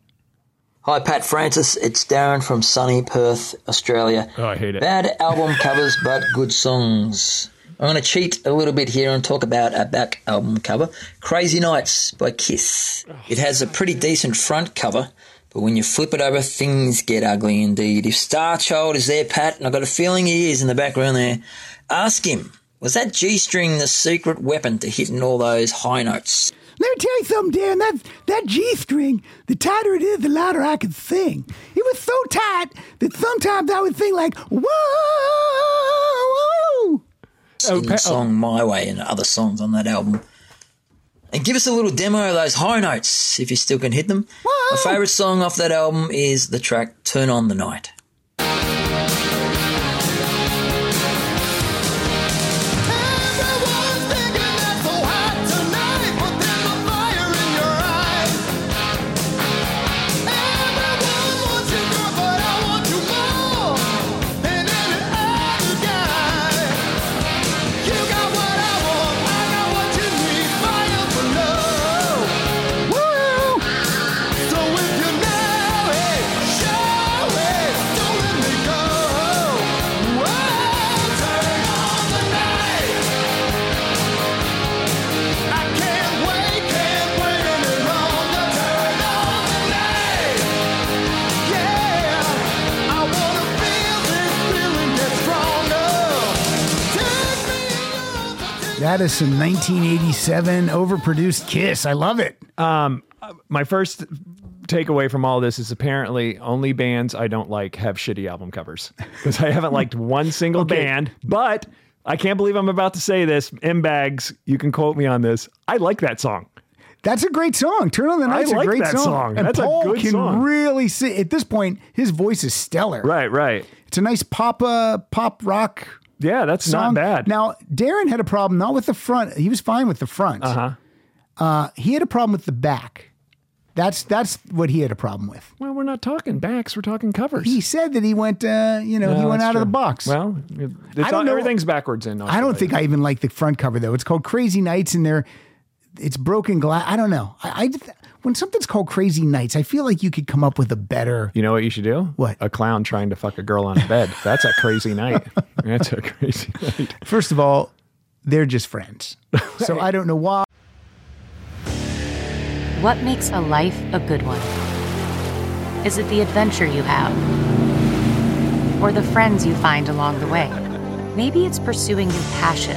[SPEAKER 13] Hi, Pat Francis. It's Darren from sunny Perth, Australia.
[SPEAKER 2] Oh, I hate it.
[SPEAKER 13] Bad
[SPEAKER 2] (laughs)
[SPEAKER 13] album covers, but good songs. I'm going to cheat a little bit here and talk about a back album cover Crazy Nights by Kiss.
[SPEAKER 2] Oh.
[SPEAKER 13] It has a pretty decent front cover, but when you flip it over, things get ugly indeed. If Starchild is there, Pat, and I've got a feeling he is in the background there, ask him, was that G string the secret weapon to hitting all those high notes?
[SPEAKER 1] Let me tell you something, Dan. That that G string, the tighter it is, the louder I could sing. It was so tight that sometimes I would sing like "Whoa, whoa."
[SPEAKER 13] sing the song My Way and other songs on that album. And give us a little demo of those high notes if you still can hit them. My favourite song off that album is the track Turn On the Night.
[SPEAKER 5] Woo! So if you know it, show it.
[SPEAKER 1] Madison, 1987, overproduced Kiss. I love it.
[SPEAKER 2] Um, my first takeaway from all this is apparently only bands I don't like have shitty album covers (laughs) because I haven't liked one single band. But I can't believe I'm about to say this. M Bags, you can quote me on this. I like that song.
[SPEAKER 1] That's a great song. Turn on the
[SPEAKER 2] I
[SPEAKER 1] Night's
[SPEAKER 2] like
[SPEAKER 1] a great
[SPEAKER 2] that song.
[SPEAKER 1] And
[SPEAKER 2] That's a
[SPEAKER 1] Paul
[SPEAKER 2] good
[SPEAKER 1] can
[SPEAKER 2] song.
[SPEAKER 1] really see at this point, his voice is stellar.
[SPEAKER 2] Right, right.
[SPEAKER 1] It's a nice pop uh, pop rock.
[SPEAKER 2] Yeah, that's
[SPEAKER 1] song.
[SPEAKER 2] not bad.
[SPEAKER 1] Now, Darren had a problem not with the front. He was fine with the front. Uh-huh. He had a problem with the back. That's that's what he had a problem with.
[SPEAKER 2] Well, we're not talking backs. We're talking covers.
[SPEAKER 1] He said that he went, uh, you know, he
[SPEAKER 2] No,
[SPEAKER 1] went out
[SPEAKER 2] that's
[SPEAKER 1] of
[SPEAKER 2] true.
[SPEAKER 1] the box.
[SPEAKER 2] Well, it's
[SPEAKER 1] I don't
[SPEAKER 2] all-
[SPEAKER 1] know-
[SPEAKER 2] everything's backwards in.
[SPEAKER 1] I don't think I even like the front cover though. It's called Crazy Nights, and they're it's broken glass. I don't know. I, I just- when something's called Crazy Nights, I feel like you could come up with a better.
[SPEAKER 2] You know what you should do?
[SPEAKER 1] What?
[SPEAKER 2] A clown trying to fuck a girl on a bed. That's a
[SPEAKER 1] (laughs)
[SPEAKER 2] crazy night. That's a crazy night.
[SPEAKER 1] First of all, they're just friends, (laughs) so I don't know why.
[SPEAKER 14] What makes a life a good one? Is it the adventure you have? Or the friends you find along the way? Maybe it's pursuing your passion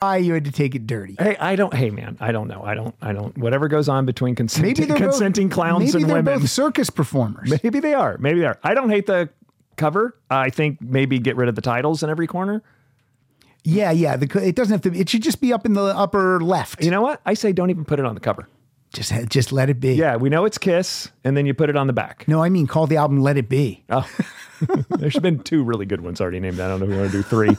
[SPEAKER 1] Why you had to take it dirty?
[SPEAKER 2] Hey, I don't. Hey, man, I don't know. I don't. I don't. Whatever goes on between consenting,
[SPEAKER 1] Maybe they're both-
[SPEAKER 2] consenting clowns
[SPEAKER 1] maybe
[SPEAKER 2] and
[SPEAKER 1] they're
[SPEAKER 2] women.
[SPEAKER 1] both circus performers.
[SPEAKER 2] Maybe they are. Maybe they are. I don't hate the cover. I think maybe get rid of the titles in every corner.
[SPEAKER 1] Yeah, yeah. The, co- it doesn't have to. It should just be up in the upper left.
[SPEAKER 2] You know what? I say don't even put it on the cover.
[SPEAKER 1] Just ha- just let it be.
[SPEAKER 2] Yeah, we know it's Kiss, and then you put it on the back.
[SPEAKER 1] No, I mean call the album "Let It Be."
[SPEAKER 2] Oh, (laughs) there's been two really good ones already named. I don't know if we want to
[SPEAKER 1] (laughs)
[SPEAKER 2] do three.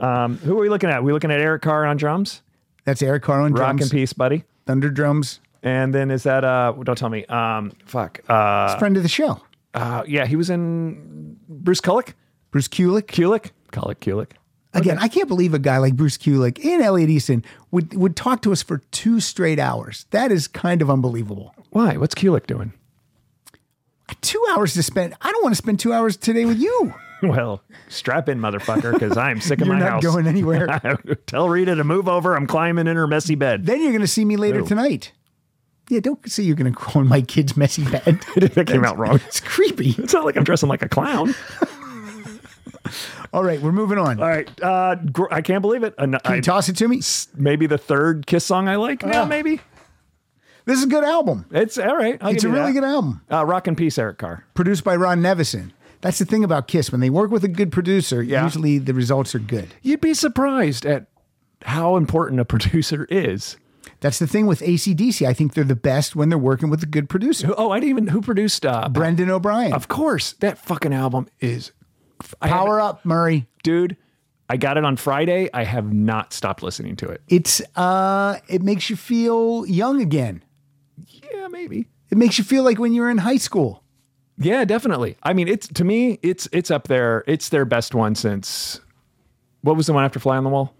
[SPEAKER 2] Um, who are we looking at? we looking at Eric Carr on drums.
[SPEAKER 1] That's Eric Carr on
[SPEAKER 2] Rock
[SPEAKER 1] drums.
[SPEAKER 2] and peace, buddy.
[SPEAKER 1] Thunder drums.
[SPEAKER 2] And then is that uh? Don't tell me. Um, fuck. Uh,
[SPEAKER 1] It's friend of the show.
[SPEAKER 2] Uh, yeah, he was in Bruce Kulick.
[SPEAKER 1] Bruce Kulick.
[SPEAKER 2] Kulick. Kulick. Kulick.
[SPEAKER 1] Again, I can't believe a guy like Bruce Kulick and Elliot Easton would, would talk to us for two straight hours. That is kind of unbelievable. Uh,
[SPEAKER 2] Why? What's Kulick doing?
[SPEAKER 1] Two hours to spend. I don't want to spend two hours today with you.
[SPEAKER 2] (laughs) Well, strap in, motherfucker, because I am sick of
[SPEAKER 1] You're
[SPEAKER 2] my
[SPEAKER 1] not
[SPEAKER 2] house.
[SPEAKER 1] going
[SPEAKER 2] (laughs)
[SPEAKER 1] anywhere.
[SPEAKER 2] Tell Rita to move over. I'm climbing in her messy bed.
[SPEAKER 1] Then you're going to see me later
[SPEAKER 2] No.
[SPEAKER 1] tonight. Yeah, don't say (laughs) you're going to crawl in my kid's messy
[SPEAKER 2] (laughs)
[SPEAKER 1] bed.
[SPEAKER 2] that came out wrong.
[SPEAKER 1] (laughs) It's creepy.
[SPEAKER 2] It's not like I'm dressing like a clown.
[SPEAKER 1] (laughs) All right, we're moving on.
[SPEAKER 2] All right, uh, gr- I can't believe it. An-
[SPEAKER 1] Can you
[SPEAKER 2] I-
[SPEAKER 1] toss it to me?
[SPEAKER 2] maybe the third Kiss song I like. now,
[SPEAKER 1] Ah.
[SPEAKER 2] maybe
[SPEAKER 1] This is a good album.
[SPEAKER 2] it's all right. I'll
[SPEAKER 1] it's a
[SPEAKER 2] give you
[SPEAKER 1] really
[SPEAKER 2] that.
[SPEAKER 1] good album.
[SPEAKER 2] Uh, Rock and Peace, Eric Carr.
[SPEAKER 1] Produced by Ron Nevison. That's the thing about Kiss. When they work with a good producer, usually the results are good.
[SPEAKER 2] You'd be surprised at how important a producer is.
[SPEAKER 1] That's the thing with ACDC. I think they're the best when they're working with a good producer.
[SPEAKER 2] Oh, I didn't even who produced uh,
[SPEAKER 1] Brendan O'Brien.
[SPEAKER 2] Of course, that fucking album is I
[SPEAKER 1] Power
[SPEAKER 2] haven't-
[SPEAKER 1] up, Murray.
[SPEAKER 2] dude. I got it on Friday. I have not stopped listening to it.
[SPEAKER 1] It's uh it makes you feel young again.
[SPEAKER 2] Yeah, maybe.
[SPEAKER 1] It makes you feel like when you were in high school.
[SPEAKER 2] Yeah, definitely. I mean, it's to me, it's it's up there. It's their best one since what was the one after Fly on the Wall?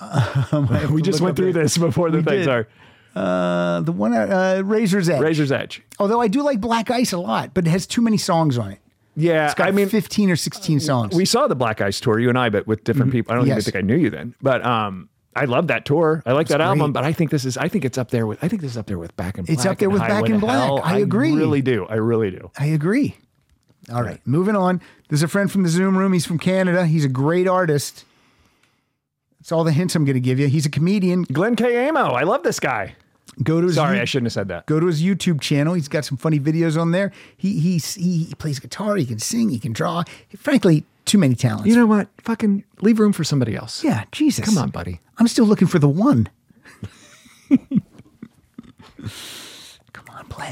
[SPEAKER 2] (laughs) we just went through this before the
[SPEAKER 1] We
[SPEAKER 2] things
[SPEAKER 1] did.
[SPEAKER 2] are
[SPEAKER 1] Uh the one uh Razor's Edge.
[SPEAKER 2] Razor's Edge.
[SPEAKER 1] Although I do like Black Ice a lot, but it has too many songs on it.
[SPEAKER 2] Yeah,
[SPEAKER 1] It's got
[SPEAKER 2] I mean,
[SPEAKER 1] 15 or 16 songs. Mm-hmm.
[SPEAKER 2] we saw the Black Ice tour, you and I, but with different people. I don't
[SPEAKER 1] Yes.
[SPEAKER 2] even think I knew you then, but um, I love that tour. I like that album,
[SPEAKER 1] great.
[SPEAKER 2] but I think this is, I think it's up there with, I think this is up there with Back in Black.
[SPEAKER 1] It's up there
[SPEAKER 2] and
[SPEAKER 1] with
[SPEAKER 2] Highway
[SPEAKER 1] Back in
[SPEAKER 2] to
[SPEAKER 1] Black.
[SPEAKER 2] Hell.
[SPEAKER 1] I agree.
[SPEAKER 2] really do. I really do.
[SPEAKER 1] I agree. All right, moving on. There's a friend from the Zoom room. He's from Canada. He's a great artist. That's all the hints I'm going to give you. He's a comedian.
[SPEAKER 2] Glenn K. Amo. I love this guy.
[SPEAKER 1] Go to his
[SPEAKER 2] Sorry,
[SPEAKER 1] YouTube-
[SPEAKER 2] I shouldn't have said that.
[SPEAKER 1] Go to his YouTube channel. He's got some funny videos on there. He he he, he plays guitar. He can sing. He can draw. frankly, too many talents.
[SPEAKER 2] You know what? Fucking leave room for somebody else.
[SPEAKER 1] yeah, Jesus.
[SPEAKER 2] Come on, buddy.
[SPEAKER 1] I'm still looking for the one.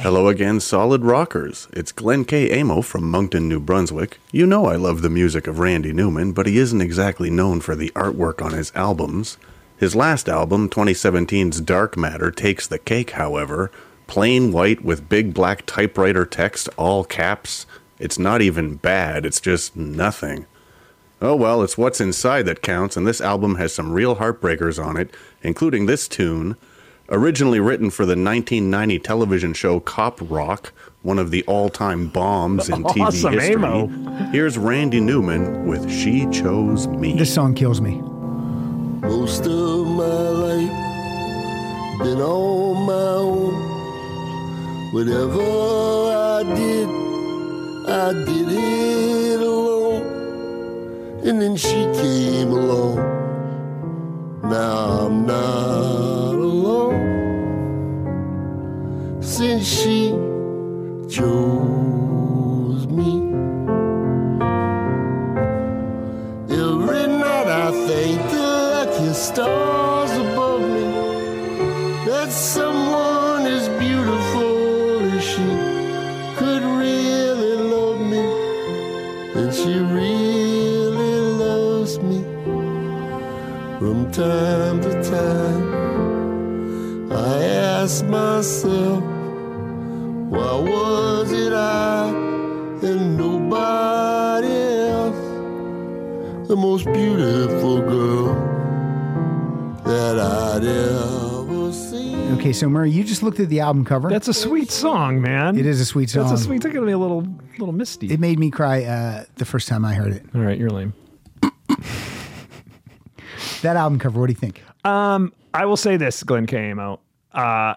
[SPEAKER 15] Hello again, solid rockers. It's Glenn K. Amo from Moncton, New Brunswick. You know I love the music of Randy Newman, but he isn't exactly known for the artwork on his albums. His last album, 2017's Dark Matter, takes the cake, however. Plain white with big black typewriter text, all caps. It's not even bad, it's just nothing. Oh well, it's what's inside that counts, and this album has some real heartbreakers on it, including this tune. Originally written for the 1990 television show Cop Rock, one of the all time bombs in TV
[SPEAKER 1] Awesome,
[SPEAKER 15] history,
[SPEAKER 1] Amo.
[SPEAKER 15] here's Randy Newman with She Chose Me.
[SPEAKER 1] This song kills me.
[SPEAKER 7] Most of my life been on my own. Whatever I did, I did it alone. And then she came along. Now I'm not alone. Since she chose me. Every night I thank the lucky stars above me that someone as beautiful as she could really love me, and she really loves me from time to time. I ask myself, why was it I and nobody else? the most beautiful girl that I'd ever seen.
[SPEAKER 1] Okay, so Murray, you just looked at the album cover. That's
[SPEAKER 2] a sweet song, man.
[SPEAKER 1] It is a sweet song.
[SPEAKER 2] That's a sweet. It's gonna be a little, little misty.
[SPEAKER 1] It made me cry uh, the first time I heard it.
[SPEAKER 2] All right, you're lame.
[SPEAKER 1] That album cover. What do you think?
[SPEAKER 2] Um, I will say this, Glenn KMO. Uh,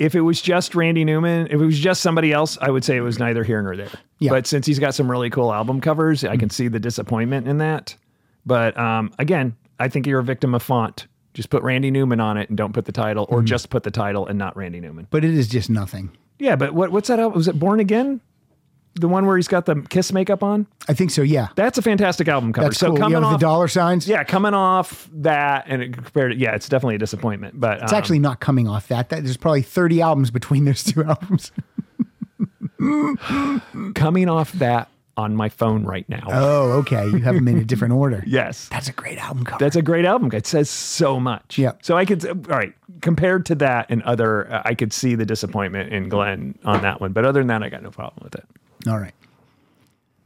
[SPEAKER 2] if it was just Randy Newman, if it was just somebody else, I would say it was neither here nor there.
[SPEAKER 1] Yeah.
[SPEAKER 2] But since he's got some really cool album covers, I can see the disappointment in that. But um, again, I think you're a victim of font. Just put Randy Newman on it and don't put the title, or
[SPEAKER 1] Mhm.
[SPEAKER 2] just put the title and not Randy Newman.
[SPEAKER 1] But it is just nothing.
[SPEAKER 2] Yeah, but what, what's that album? Was it Born Again? The one where he's got the Kiss makeup on?
[SPEAKER 1] I think so. Yeah.
[SPEAKER 2] That's a fantastic album cover.
[SPEAKER 1] That's
[SPEAKER 2] so
[SPEAKER 1] cool. Yeah,
[SPEAKER 2] coming
[SPEAKER 1] with the
[SPEAKER 2] off
[SPEAKER 1] dollar signs.
[SPEAKER 2] Yeah, coming off that and it compared. To, yeah, it's definitely a disappointment. But
[SPEAKER 1] It's
[SPEAKER 2] um,
[SPEAKER 1] actually not coming off that. That there's probably 30 albums between those two (laughs) albums.
[SPEAKER 2] coming off that on my phone right now.
[SPEAKER 1] Oh, okay. You have them in a different order.
[SPEAKER 2] Uh, Yes.
[SPEAKER 1] That's a great album cover.
[SPEAKER 2] That's a great album. It says so much. Yeah. So I could, all right, compared to that and other, uh, I could see the disappointment in Glenn on that one. But other than that, I got no problem with it.
[SPEAKER 1] All right.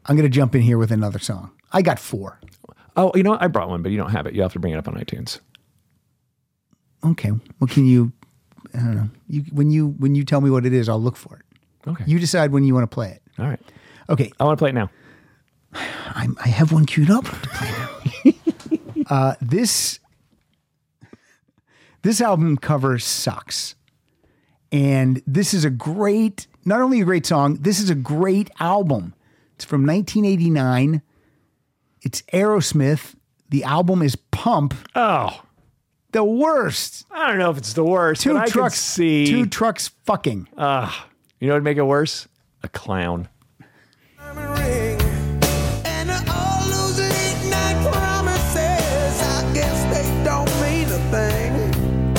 [SPEAKER 1] I'm going to jump in here with another song. I got four.
[SPEAKER 2] Oh, you know, what? I brought one, but you don't have it. You have to bring it up on iTunes.
[SPEAKER 1] Okay. Well, can you? I don't know. You when you when you tell me what it is, I'll look for it.
[SPEAKER 2] Okay.
[SPEAKER 1] You decide when you want to play it.
[SPEAKER 2] All right.
[SPEAKER 1] Okay.
[SPEAKER 2] I want to play it now.
[SPEAKER 1] I, I have one queued up. to play now. (laughs) uh, this this album cover sucks, and this is a great. Not only a great song, this is a great album. It's from 1989. It's Aerosmith. The album is Pump.
[SPEAKER 2] Oh,
[SPEAKER 1] the worst.
[SPEAKER 2] I don't know if it's the worst.
[SPEAKER 1] Two
[SPEAKER 2] but I could
[SPEAKER 1] trucks.
[SPEAKER 2] see-
[SPEAKER 1] Two trucks fucking.
[SPEAKER 2] Uh, you know what would make it worse? A clown.
[SPEAKER 5] all those late night promises, I guess they don't mean a thing.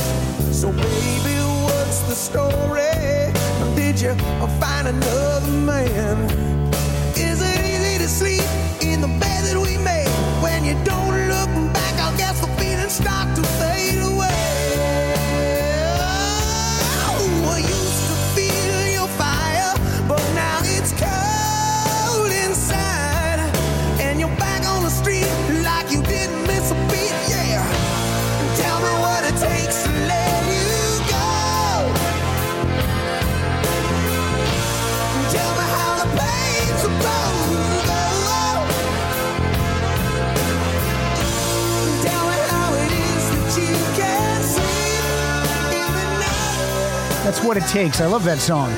[SPEAKER 5] So baby, what's the story? Did you find another man? Is it easy to sleep in the bed that we made? When you don't look back, I guess the feelings start to fade away. Oh, I used to feel your fire, but now it's cold inside. And you're back on the street like you didn't miss a beat, yeah. Tell me what it takes to let you go. Tell me how the pain's supposed to go. Tell me how it is that you can see even
[SPEAKER 1] That's what it takes. I love that song.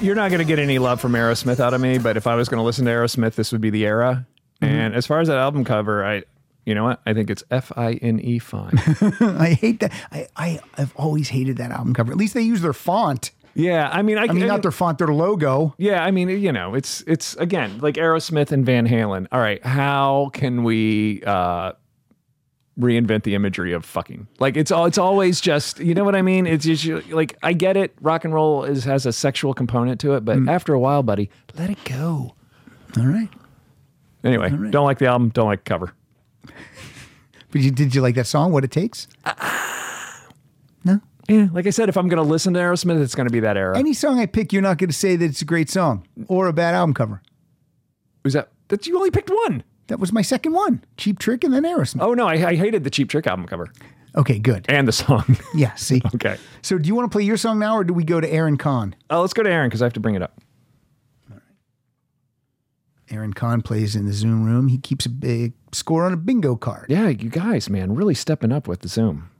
[SPEAKER 1] (laughs)
[SPEAKER 2] You're not going to get any love from Aerosmith out of me, but if I was going to listen to Aerosmith, this would be the era. And as far as that album cover, I, you know what? I think it's F I N E (laughs) fine.
[SPEAKER 1] I hate that. I, I I've always hated that album cover. At least they use their font.
[SPEAKER 2] Yeah, I mean, I,
[SPEAKER 1] I mean,
[SPEAKER 2] I-
[SPEAKER 1] not their font, their logo.
[SPEAKER 2] (laughs) Yeah, I mean, you know, it's it's again like Aerosmith and Van Halen. All right, how can we uh reinvent the imagery of fucking? Like it's all it's always just, you know what I mean? It's just you- like I get it, rock and roll is has a sexual component to it, but after a while, buddy, let it go.
[SPEAKER 1] All right.
[SPEAKER 2] Anyway, don't like the album, don't like the cover.
[SPEAKER 1] (laughs) But you, did you like that song? What it takes?
[SPEAKER 2] Uh, Yeah, like I said, if I'm going to listen to Aerosmith, it's going to be that era.
[SPEAKER 1] Any song I pick, you're not going to say that it's a great song or a bad album cover.
[SPEAKER 2] Was that? That you only picked one.
[SPEAKER 1] That was my second one. Cheap Trick and then Aerosmith.
[SPEAKER 2] Oh no, I, I hated the Cheap Trick album cover.
[SPEAKER 1] Okay, good.
[SPEAKER 2] And the song.
[SPEAKER 1] (laughs) Yeah, see.
[SPEAKER 2] (laughs) okay.
[SPEAKER 1] So do you want to play your song now or do we go to Aaron Kahn?
[SPEAKER 2] Oh, let's go to Aaron because I have to bring it up.
[SPEAKER 1] Aaron Kahn plays in the Zoom room. He keeps a big score on a bingo card.
[SPEAKER 2] Yeah, you guys, man, really stepping up with the Zoom.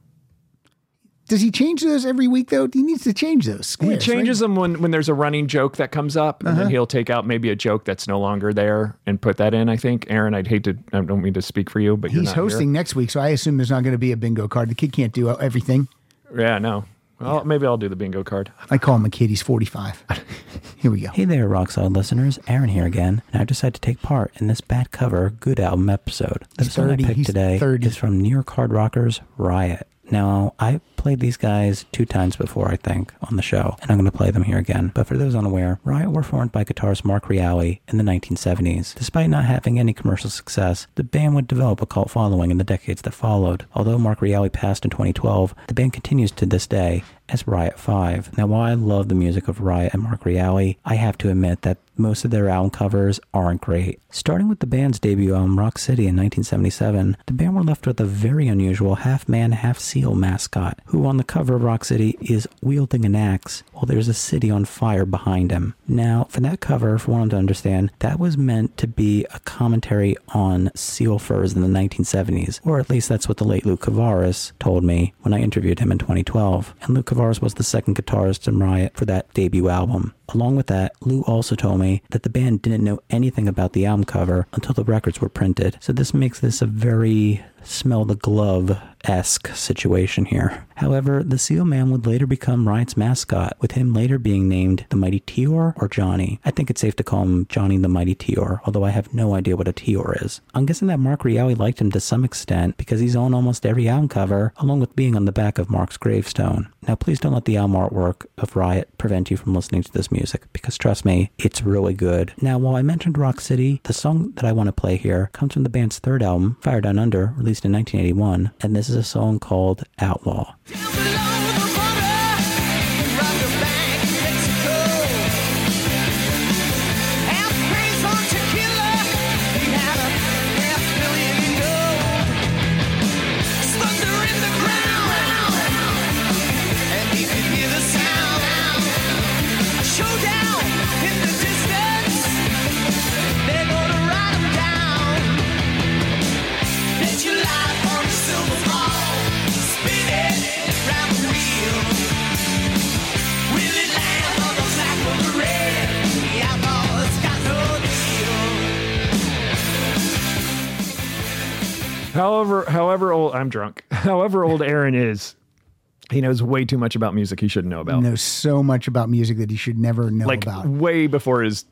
[SPEAKER 1] Does he change those every week though? He needs to change those.
[SPEAKER 2] He
[SPEAKER 1] squares,
[SPEAKER 2] changes them when, when there's a running joke that comes up, and then
[SPEAKER 1] Uh-huh.
[SPEAKER 2] he'll take out maybe a joke that's no longer there and put that in. I think Aaron, I'd hate to, I don't mean to speak for you, but
[SPEAKER 1] right?
[SPEAKER 2] you're
[SPEAKER 1] He's
[SPEAKER 2] not here.
[SPEAKER 1] hosting next week, so I assume there's not going to be a bingo card. The kid can't do everything.
[SPEAKER 2] Yeah, no. Well, maybe I'll do the bingo card.
[SPEAKER 1] I call him a kid.
[SPEAKER 16] (laughs)
[SPEAKER 1] He's 45. Here we go.
[SPEAKER 16] Hey there, rock solid listeners. Aaron here again, and I've decided to take part in this bad cover good album episode. The
[SPEAKER 1] He's
[SPEAKER 16] song
[SPEAKER 1] 30,
[SPEAKER 16] I picked
[SPEAKER 1] he's
[SPEAKER 16] today is from New York Hard Rockers Riot. Now, I played these guys two times before, I think, on the show, and I'm going to play them here again. But for those unaware, Riot were formed by guitarist Mark Reale in the 1970s. Despite not having any commercial success, the band would develop a cult following in the decades that followed. Although Mark Reale passed in 2012, the band continues to this day as Riot 5. Now, while I love the music of Riot and Mark Reale, I have to admit that most of their album covers aren't great. Starting with the band's debut album, Rock City, in 1977, the band were left with a very unusual half man, half seal mascot, who on the cover of Rock City is wielding an axe while there's a city on fire behind him. Now, for that cover, for one to understand, that was meant to be a commentary on seal furs in the 1970s, or at least that's what the late Luke Cavaris told me when I interviewed him in 2012. And Luke Cavaris was the second guitarist in Riot for that debut album. Along with that, Lou also told me that the band didn't know anything about the album cover until the records were printed. So this makes this a very smell the glove esque situation here. However, the Seal Man would later become Riot's mascot, with him later being named the Mighty Tior or Johnny. I think it's safe to call him Johnny the Mighty Tior, although I have no idea what a Tior is. I'm guessing that Mark Reale liked him to some extent because he's on almost every album cover, along with being on the back of Mark's gravestone. Now, please don't let the album artwork of Riot prevent you from listening to this music because trust me, it's really good. Now, while I mentioned Rock City, the song that I want to play here comes from the band's third album, Fire Down Under, released in 1981, and this is a song called Outlaw.
[SPEAKER 5] Showdown in the distance. They're gonna ride 'em down. Bet your life on the silver ball. Spin it round the wheel. Will it land on the black or the red? The outlaw's got no deal.
[SPEAKER 2] However, however old I'm drunk. (laughs) However old Aaron is, he knows way too much about music he shouldn't know about.
[SPEAKER 1] Knows so much about music that he should never know
[SPEAKER 2] Oh. like
[SPEAKER 1] about.
[SPEAKER 2] way before his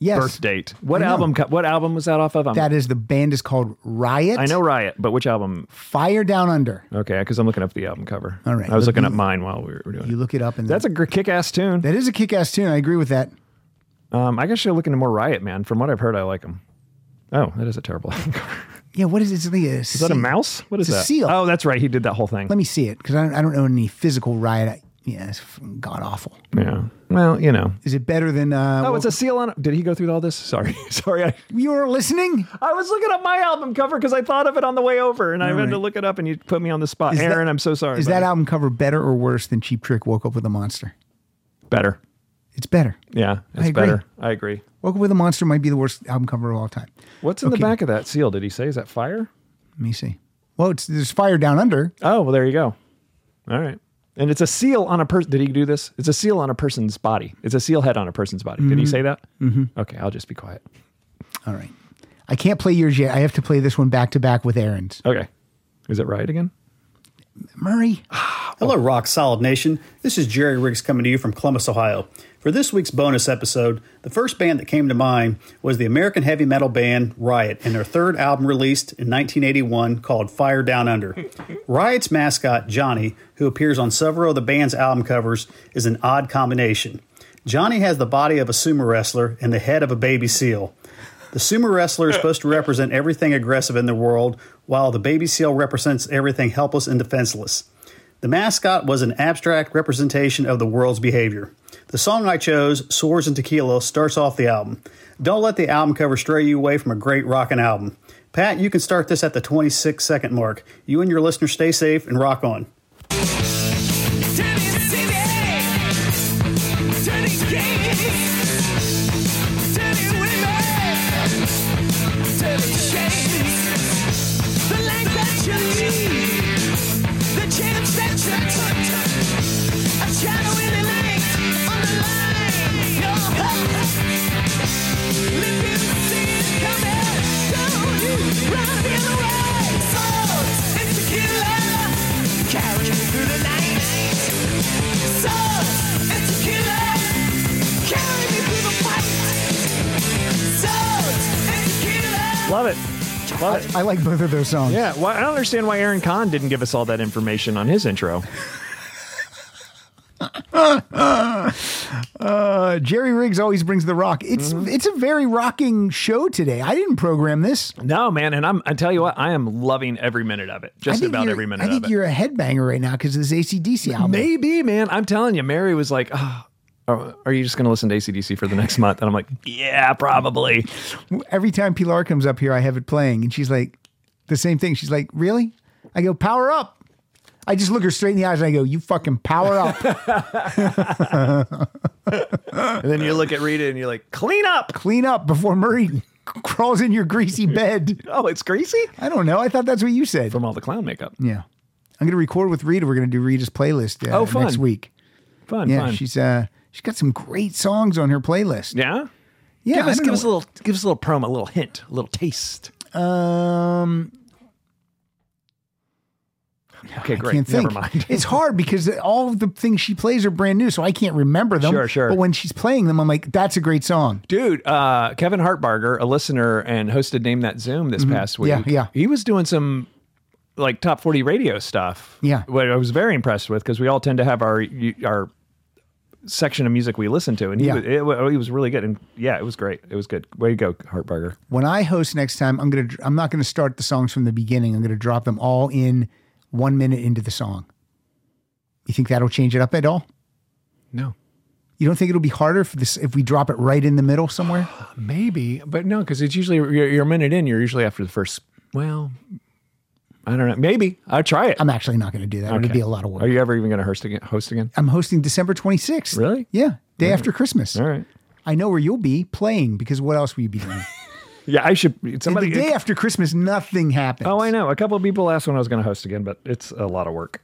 [SPEAKER 1] Yes.
[SPEAKER 2] birth date. What
[SPEAKER 1] I know.
[SPEAKER 2] album? co- What album was that off of? I'm-
[SPEAKER 1] That is the band is called Riot.
[SPEAKER 2] um, I know Riot, but which album?
[SPEAKER 1] Fire Down Under.
[SPEAKER 2] Okay, because I'm looking up the album cover.
[SPEAKER 1] All right,
[SPEAKER 2] I was
[SPEAKER 1] look-
[SPEAKER 2] looking
[SPEAKER 1] you-
[SPEAKER 2] up mine while we were doing.
[SPEAKER 1] You look it up, and
[SPEAKER 2] That's a kick ass tune.
[SPEAKER 1] That is a kick ass tune. I agree with that.
[SPEAKER 2] it. Um, I guess you're looking into more Riot, man. From what I've heard, I like them. Oh, that is a terrible (laughs) album cover.
[SPEAKER 1] Yeah, what is it? It's like a
[SPEAKER 2] Is that a
[SPEAKER 1] seal.
[SPEAKER 2] mouse? What is
[SPEAKER 1] It's a
[SPEAKER 2] that?
[SPEAKER 1] seal.
[SPEAKER 2] Oh, that's right. He did that whole thing.
[SPEAKER 1] Let me see it because I don't, I don't know any physical Riot. I, yeah, it's god awful.
[SPEAKER 2] Yeah. Well, you know.
[SPEAKER 1] Is it better than? Uh,
[SPEAKER 2] Oh, it's a seal on. Did he go through all this? (laughs) Sorry, sorry. I,
[SPEAKER 1] you were listening.
[SPEAKER 2] I was looking up my album cover because I thought of it on the way over, and I
[SPEAKER 1] All
[SPEAKER 2] had
[SPEAKER 1] right.
[SPEAKER 2] to look it up, and you put me on the spot.
[SPEAKER 1] Is that-
[SPEAKER 2] Uh, Aaron, I'm so sorry.
[SPEAKER 1] Is
[SPEAKER 2] buddy.
[SPEAKER 1] that album cover better or worse than Cheap Trick? Woke up with a monster.
[SPEAKER 2] better?
[SPEAKER 1] It's better.
[SPEAKER 2] Yeah,
[SPEAKER 1] I
[SPEAKER 2] it's
[SPEAKER 1] agree.
[SPEAKER 2] better. I agree.
[SPEAKER 1] Woke up with a monster might be the worst album cover of all time.
[SPEAKER 2] What's in
[SPEAKER 1] Okay.
[SPEAKER 2] the back of that seal? Did he say is that fire?
[SPEAKER 1] Let me see. Well, it's there's fire down under.
[SPEAKER 2] Oh, well, there you go. All right. And it's a seal on a person. Did he do this? It's a seal on a person's body. It's a seal head on a person's body. Did he
[SPEAKER 1] Mhm.
[SPEAKER 2] say that?
[SPEAKER 1] Mhm.
[SPEAKER 2] Okay, I'll just be quiet.
[SPEAKER 1] All right. I can't play yours yet. I have to play this one back to back with Aaron's.
[SPEAKER 2] Okay. Is it right again?
[SPEAKER 1] Murray.
[SPEAKER 17] Hello, Rock Solid Nation. This is Jerry Riggs coming to you from Columbus, Ohio. For this week's bonus episode, the first band that came to mind was the American heavy metal band Riot and their third album released in 1981 called Fire Down Under. Riot's mascot, Johnny, who appears on several of the band's album covers, is an odd combination. Johnny has the body of a sumo wrestler and the head of a baby seal. The sumo wrestler is supposed to represent everything aggressive in the world, while the baby seal represents everything helpless and defenseless. The mascot was an abstract representation of the world's behavior. The song I chose, Swords and Tequila, starts off the album. Don't let the album cover stray you away from a great rockin' album. Pat, you can start this at the 26 second mark. You and your listeners stay safe and rock on.
[SPEAKER 2] Love it. Love it.
[SPEAKER 1] I like both of those songs.
[SPEAKER 2] Yeah, well, I don't understand why Aaron Kahn didn't give us all that information on his
[SPEAKER 1] (laughs)
[SPEAKER 2] intro.
[SPEAKER 1] uh, Jerry Riggs always brings the rock. It's
[SPEAKER 2] Mm-hmm.
[SPEAKER 1] it's a very rocking show today. I didn't program this.
[SPEAKER 2] No, man, and I'm I tell you what, I am loving every minute of it.
[SPEAKER 1] I
[SPEAKER 2] Just
[SPEAKER 1] think
[SPEAKER 2] about
[SPEAKER 1] you're-
[SPEAKER 2] every minute
[SPEAKER 1] I
[SPEAKER 2] of it.
[SPEAKER 1] think you're a headbanger right now because of this ACDC album.
[SPEAKER 2] Maybe, man. I'm telling you, Mary was like, oh, are, are you just going to listen to ACDC for the next month? And I'm like, yeah, probably.
[SPEAKER 1] Every time Pilar comes up here, I have it playing, and she's like, the same thing. She's like, really? I go, power up. I just look her straight in the eyes and I go, you fucking power (laughs) up.
[SPEAKER 2] And then you look at Rita and you're like, (laughs) (laughs) clean up.
[SPEAKER 1] Clean up before Murray (laughs) crawls in your greasy bed.
[SPEAKER 2] oh, it's greasy?
[SPEAKER 1] I don't know. I thought that's what you said.
[SPEAKER 2] From all the clown makeup.
[SPEAKER 1] Yeah. I'm going to record with Rita. We're going to do Rita's playlist uh,
[SPEAKER 2] Oh, fun.
[SPEAKER 1] next week.
[SPEAKER 2] Fun,
[SPEAKER 1] Yeah,
[SPEAKER 2] fun.
[SPEAKER 1] she's uh she's got some great songs on her playlist.
[SPEAKER 2] Yeah?
[SPEAKER 1] Yeah,
[SPEAKER 2] Give
[SPEAKER 1] I
[SPEAKER 2] us,
[SPEAKER 1] don't
[SPEAKER 2] give
[SPEAKER 1] know
[SPEAKER 2] us a little give us a little promo, a little hint, a little taste.
[SPEAKER 1] Um
[SPEAKER 2] Okay,
[SPEAKER 1] I
[SPEAKER 2] great.
[SPEAKER 1] can't think.
[SPEAKER 2] Never mind. (laughs)
[SPEAKER 1] it's hard because all of the things she plays are brand new, so I can't remember them.
[SPEAKER 2] Sure, sure.
[SPEAKER 1] But when she's playing them, I'm like, that's a great song.
[SPEAKER 2] Dude, uh, Kevin Hartbarger, a listener and hosted Name That Zoom this
[SPEAKER 1] Mhm.
[SPEAKER 2] past week.
[SPEAKER 1] Yeah, yeah.
[SPEAKER 2] He was doing some like top 40 radio stuff.
[SPEAKER 1] Yeah.
[SPEAKER 2] What I was very impressed with because we all tend to have our our section of music we listen to. And he,
[SPEAKER 1] Yeah.
[SPEAKER 2] was, it, wa- he was really good. And yeah, it was great. It was good. Way to go, Hartbarger.
[SPEAKER 1] When I host next time, I'm gonna I'm not gonna start the songs from the beginning. I'm gonna drop them all in one minute into the song. You think that'll change it up at all?
[SPEAKER 2] No.
[SPEAKER 1] You don't think it'll be harder if this if we drop it right in the middle somewhere?
[SPEAKER 2] Maybe, but no, because it's usually you're, you're a minute in. You're usually after the first. (sighs) Well, I don't know. Maybe I'll try it.
[SPEAKER 1] I'm actually not going to do that. It'd be a lot of work.
[SPEAKER 2] Are you ever even going to host again? Host again?
[SPEAKER 1] I'm hosting December 26th.
[SPEAKER 2] Really?
[SPEAKER 1] Yeah, day
[SPEAKER 2] All right.
[SPEAKER 1] after Christmas.
[SPEAKER 2] All right.
[SPEAKER 1] I know where you'll be playing because what else will you be doing?
[SPEAKER 2] (laughs) Yeah, I should. Somebody.
[SPEAKER 1] the day after Christmas, nothing happens.
[SPEAKER 2] oh, I know. A couple of people asked when I was going to host again, but it's a lot of work.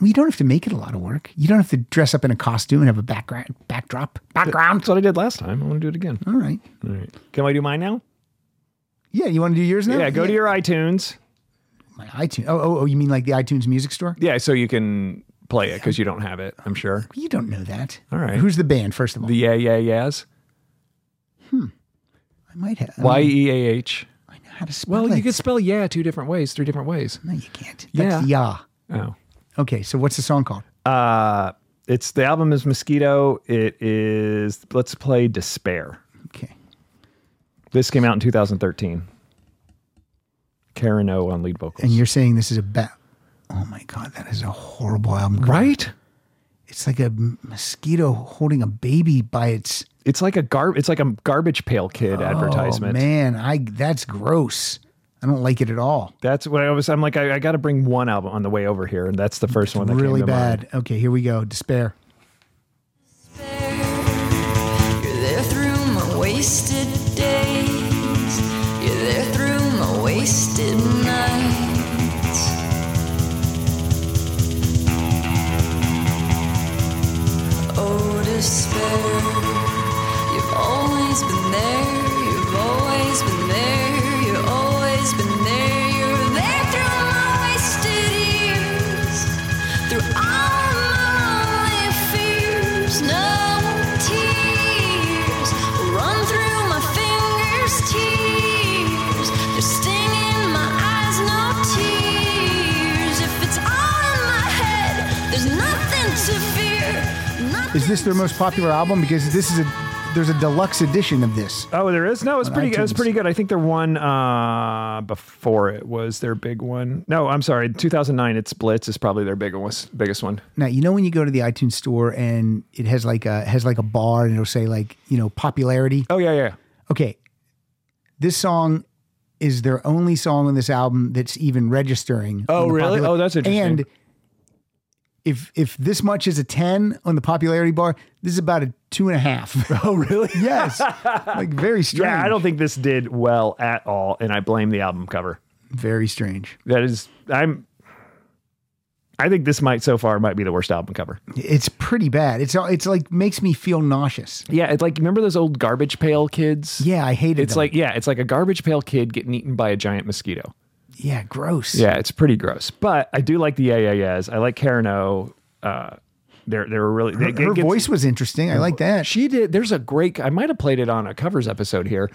[SPEAKER 1] Well, you don't have to make it a lot of work. You don't have to dress up in a costume and have a background backdrop background.
[SPEAKER 2] That's what I did last time. I want to do it again.
[SPEAKER 1] All right.
[SPEAKER 2] All right. Can I do mine now?
[SPEAKER 1] Yeah, you want to do yours now?
[SPEAKER 2] Yeah, go to your iTunes.
[SPEAKER 1] My iTunes. Oh, oh, oh, you mean like the iTunes music store?
[SPEAKER 2] Yeah, so you can play it because you don't have it. I'm sure.
[SPEAKER 1] You don't know that.
[SPEAKER 2] All right.
[SPEAKER 1] Who's the band first of all?
[SPEAKER 2] The yeah yeah yeahs.
[SPEAKER 1] I might have. I
[SPEAKER 2] Y
[SPEAKER 1] mean,
[SPEAKER 2] e a h. I know
[SPEAKER 1] how to spell
[SPEAKER 2] Well,
[SPEAKER 1] it.
[SPEAKER 2] you could spell yeah two different ways, three different ways.
[SPEAKER 1] No, you can't.
[SPEAKER 2] Yeah.
[SPEAKER 1] That's yeah.
[SPEAKER 2] Oh.
[SPEAKER 1] Okay, so what's the song called?
[SPEAKER 2] Uh, it's the album is Mosquito. It is let's play Despair.
[SPEAKER 1] Okay.
[SPEAKER 2] This came out in 2013. Karen O on lead vocals.
[SPEAKER 1] And you're saying this is a bat. Oh my god, that is a horrible album. cover.
[SPEAKER 2] Right?
[SPEAKER 1] It's like a m- mosquito holding a baby by its
[SPEAKER 2] It's like a garb. It's like a garbage pail kid advertisement.
[SPEAKER 1] Oh, man, I that's gross. I don't like it at all.
[SPEAKER 2] That's what I was. I'm like, I, I got to bring one album on the way over here, and that's the first one. That came
[SPEAKER 1] really
[SPEAKER 2] to mind.
[SPEAKER 1] bad. Okay, here we go. Despair.
[SPEAKER 5] You're there through my wasted days. You're there through my wasted nights. Oh, despair. You've always been there. You've always been there. You've always been there. You're there through my wasted years. Through all my fears, no tears run through my fingers. Tears, they're stinging my eyes. No tears. If it's all in my head, there's nothing to fear.
[SPEAKER 1] Is this their most popular album? Because this is a there's a deluxe edition of this.
[SPEAKER 2] Oh, there is no. It's
[SPEAKER 1] On
[SPEAKER 2] pretty. It was
[SPEAKER 1] iTunes.
[SPEAKER 2] pretty good. I think their one uh, before it was their big one. No, I'm sorry. 2009. It's Blitz is probably their biggest biggest one.
[SPEAKER 1] Now you know when you go to the iTunes store and it has like a has like a bar and it'll say like you know popularity.
[SPEAKER 2] Oh yeah, yeah.
[SPEAKER 1] Okay, this song is their only song on this album that's even registering.
[SPEAKER 2] Oh,
[SPEAKER 1] on the
[SPEAKER 2] really? Oh, that's interesting.
[SPEAKER 1] And if if this much is a ten on the popularity bar, this is about a two and a half.
[SPEAKER 2] (laughs) Oh, really?
[SPEAKER 1] (laughs) yes. like very strange.
[SPEAKER 2] Yeah, I don't think this did well at all, and I blame the album cover.
[SPEAKER 1] Very strange.
[SPEAKER 2] That is, I'm. I think this might so far might be the worst album cover.
[SPEAKER 1] It's pretty bad. It's it's like makes me feel nauseous.
[SPEAKER 2] Yeah, it's like remember those old garbage pail kids?
[SPEAKER 1] Yeah, I hated.
[SPEAKER 2] It's
[SPEAKER 1] them.
[SPEAKER 2] like yeah, it's like a garbage pail kid getting eaten by a giant mosquito.
[SPEAKER 1] yeah, gross.
[SPEAKER 2] Yeah, it's pretty gross. But I do like the yeah yeah yeahs. I like Karen O. Uh, they're they're really
[SPEAKER 1] Her,
[SPEAKER 2] it
[SPEAKER 1] her
[SPEAKER 2] gets-
[SPEAKER 1] voice was interesting. I like that.
[SPEAKER 2] She did. There's a great. I might have played it on a covers episode here,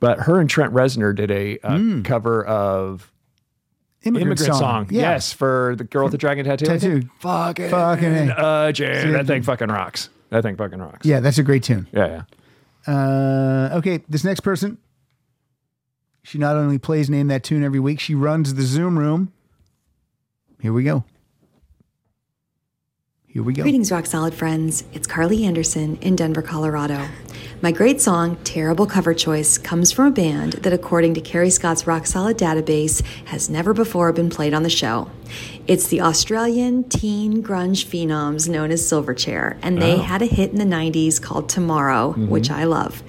[SPEAKER 2] but her and Trent Reznor did a uh, cover of
[SPEAKER 1] Hmm. Immigrant Song. Yeah.
[SPEAKER 2] Yes, for the girl with the dragon tattoo. I think.
[SPEAKER 1] Tattoo.
[SPEAKER 2] Fucking
[SPEAKER 1] Fucking A.
[SPEAKER 2] uh, Jane,
[SPEAKER 1] Yeah.
[SPEAKER 2] that thing fucking rocks. That thing fucking rocks.
[SPEAKER 1] Yeah, that's a great tune.
[SPEAKER 2] Yeah, yeah.
[SPEAKER 1] Uh, okay, this next person. She not only plays Name That Tune every week, she runs the Zoom room. Here we go. Here we go.
[SPEAKER 18] Greetings, Rock Solid friends. It's Carly Anderson in Denver, Colorado. My great song, Terrible Cover Choice, comes from a band that, according to Carrie Scott's Rock Solid database, has never before been played on the show. It's the Australian teen grunge phenoms known as Silverchair, and they
[SPEAKER 19] Oh.
[SPEAKER 18] had a hit in the 90s called Tomorrow,
[SPEAKER 1] Mm-hmm.
[SPEAKER 19] Mhm.
[SPEAKER 18] which I love.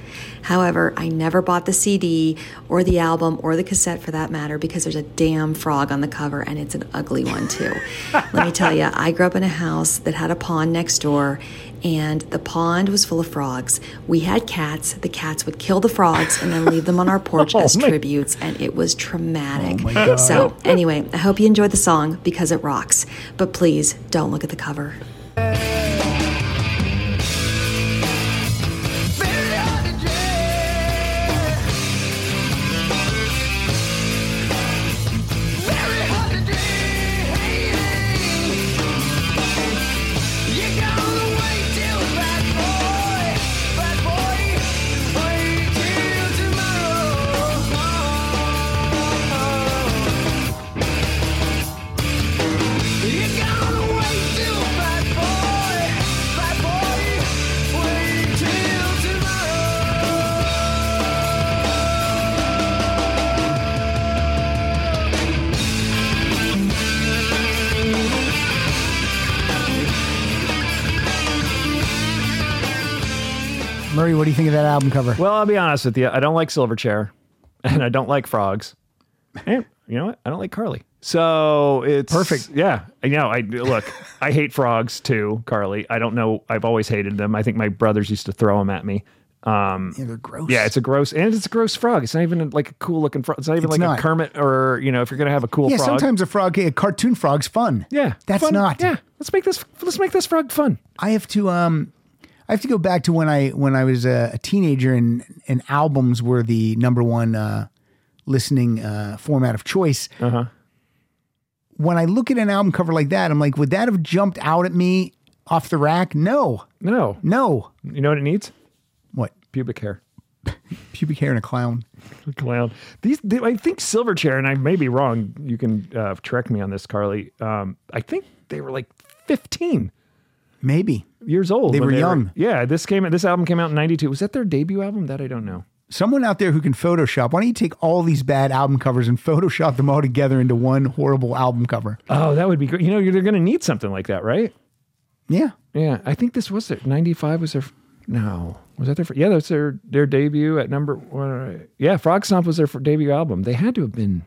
[SPEAKER 18] However, I never bought the CD or the album or the cassette for that matter because there's a damn frog on the cover and it's an ugly one too. Let me tell you, I grew up in a house that had a pond next door and the pond was full of frogs. We had cats. The cats would kill the frogs and then leave them on our porch as tributes and it was traumatic.
[SPEAKER 19] God.
[SPEAKER 18] so, anyway, I hope you enjoyed the song because it rocks. But please don't look at the cover.
[SPEAKER 1] Murray, what do you think of that album cover?
[SPEAKER 2] Well, I'll be honest with you. I don't like Silverchair, (laughs) and I don't like frogs.
[SPEAKER 1] Eh,
[SPEAKER 2] And you know what? I don't like Carly. So it's perfect. Yeah, I know. I look. I hate frogs too, Carly. I don't know. I've always hated them. I think my brothers used to throw them at me. Um,
[SPEAKER 1] yeah, they're gross.
[SPEAKER 2] Yeah, it's a gross, and it's a gross frog. It's not even like a cool looking frog. It's not even
[SPEAKER 1] It's
[SPEAKER 2] like
[SPEAKER 1] not.
[SPEAKER 2] a Kermit or you know, if you're gonna have a cool
[SPEAKER 1] yeah,
[SPEAKER 2] frog.
[SPEAKER 1] sometimes a frog, a cartoon frog's fun.
[SPEAKER 2] Yeah,
[SPEAKER 1] that's
[SPEAKER 2] fun.
[SPEAKER 1] not.
[SPEAKER 2] Yeah, let's make this. Let's make this frog fun.
[SPEAKER 1] I have to um, I have to go back to when I when I was a, a teenager and and albums were the number one uh, listening uh, format of choice.
[SPEAKER 2] Uh-huh.
[SPEAKER 1] When I look at an album cover like that, I'm like, would that have jumped out at me off the rack? No,
[SPEAKER 2] no,
[SPEAKER 1] no.
[SPEAKER 2] You know what it needs?
[SPEAKER 1] What
[SPEAKER 2] pubic hair?
[SPEAKER 1] pubic hair and a clown.
[SPEAKER 2] (laughs) clown. These, they, I think Silverchair, and I may be wrong. You can uh, correct me on this, Carly. Um, I think they were like fifteen,
[SPEAKER 1] maybe
[SPEAKER 2] years old.
[SPEAKER 1] They
[SPEAKER 2] when
[SPEAKER 1] were young.
[SPEAKER 2] yeah, this came. This album came out in '92. Was that their debut album? That I don't know.
[SPEAKER 1] Someone out there who can Photoshop, why don't you take all these bad album covers and Photoshop them all together into one horrible album cover?
[SPEAKER 2] Oh, that would be great. You know, you're, they're going to need something like that, right?
[SPEAKER 1] Yeah.
[SPEAKER 2] Yeah. I think this was their 95 was their, f- no, was that their, fir- yeah, that's their, their debut at number one. Yeah. Frog Stomp was their fir- debut album. They had to have been.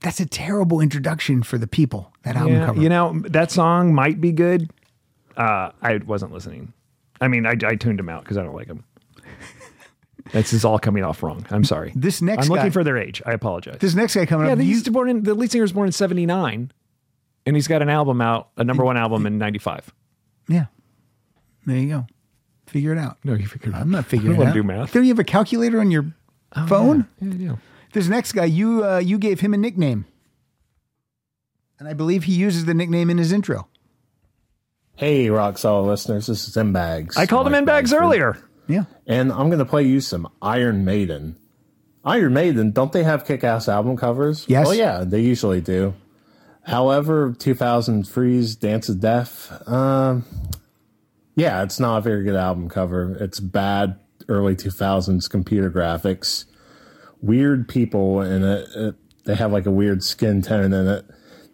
[SPEAKER 1] That's a terrible introduction for the people, that album
[SPEAKER 2] Yeah,
[SPEAKER 1] cover.
[SPEAKER 2] You know, that song might be good. Uh, I wasn't listening. I mean, I, I tuned them out because I
[SPEAKER 1] (laughs)
[SPEAKER 2] don't like them. this is all coming off wrong. I'm sorry.
[SPEAKER 1] This next
[SPEAKER 2] I'm
[SPEAKER 1] guy-
[SPEAKER 2] looking for their age. I apologize.
[SPEAKER 1] This next guy coming
[SPEAKER 2] yeah,
[SPEAKER 1] up,
[SPEAKER 2] they
[SPEAKER 1] you-
[SPEAKER 2] used to born in, the lead singer was born in 79 and he's got an album out, a number one album in 95.
[SPEAKER 1] There you go. Figure it out.
[SPEAKER 2] No, you figure it out.
[SPEAKER 1] I'm not figuring
[SPEAKER 2] (laughs) I
[SPEAKER 1] it
[SPEAKER 2] don't
[SPEAKER 1] out.
[SPEAKER 2] wanna do math. Oh,
[SPEAKER 1] Don't you have a calculator on your phone?
[SPEAKER 2] Yeah, I do.
[SPEAKER 1] This next guy, you uh, you gave him a nickname, and I believe he uses the nickname in his intro.
[SPEAKER 20] Hey, rock solid listeners, this is M Bags.
[SPEAKER 2] I called him
[SPEAKER 20] Mike
[SPEAKER 2] in bags
[SPEAKER 20] Bagsford.
[SPEAKER 2] earlier.
[SPEAKER 1] Yeah.
[SPEAKER 19] And I'm going to play you some Iron Maiden. Iron Maiden, don't they have kick ass album covers?
[SPEAKER 1] Yes.
[SPEAKER 19] Well, yeah, they usually do. However, 2003's Dance of Death, um, yeah, it's not a very good album cover. It's bad early 2000s computer graphics, weird people in it. it they have like a weird skin tone in it.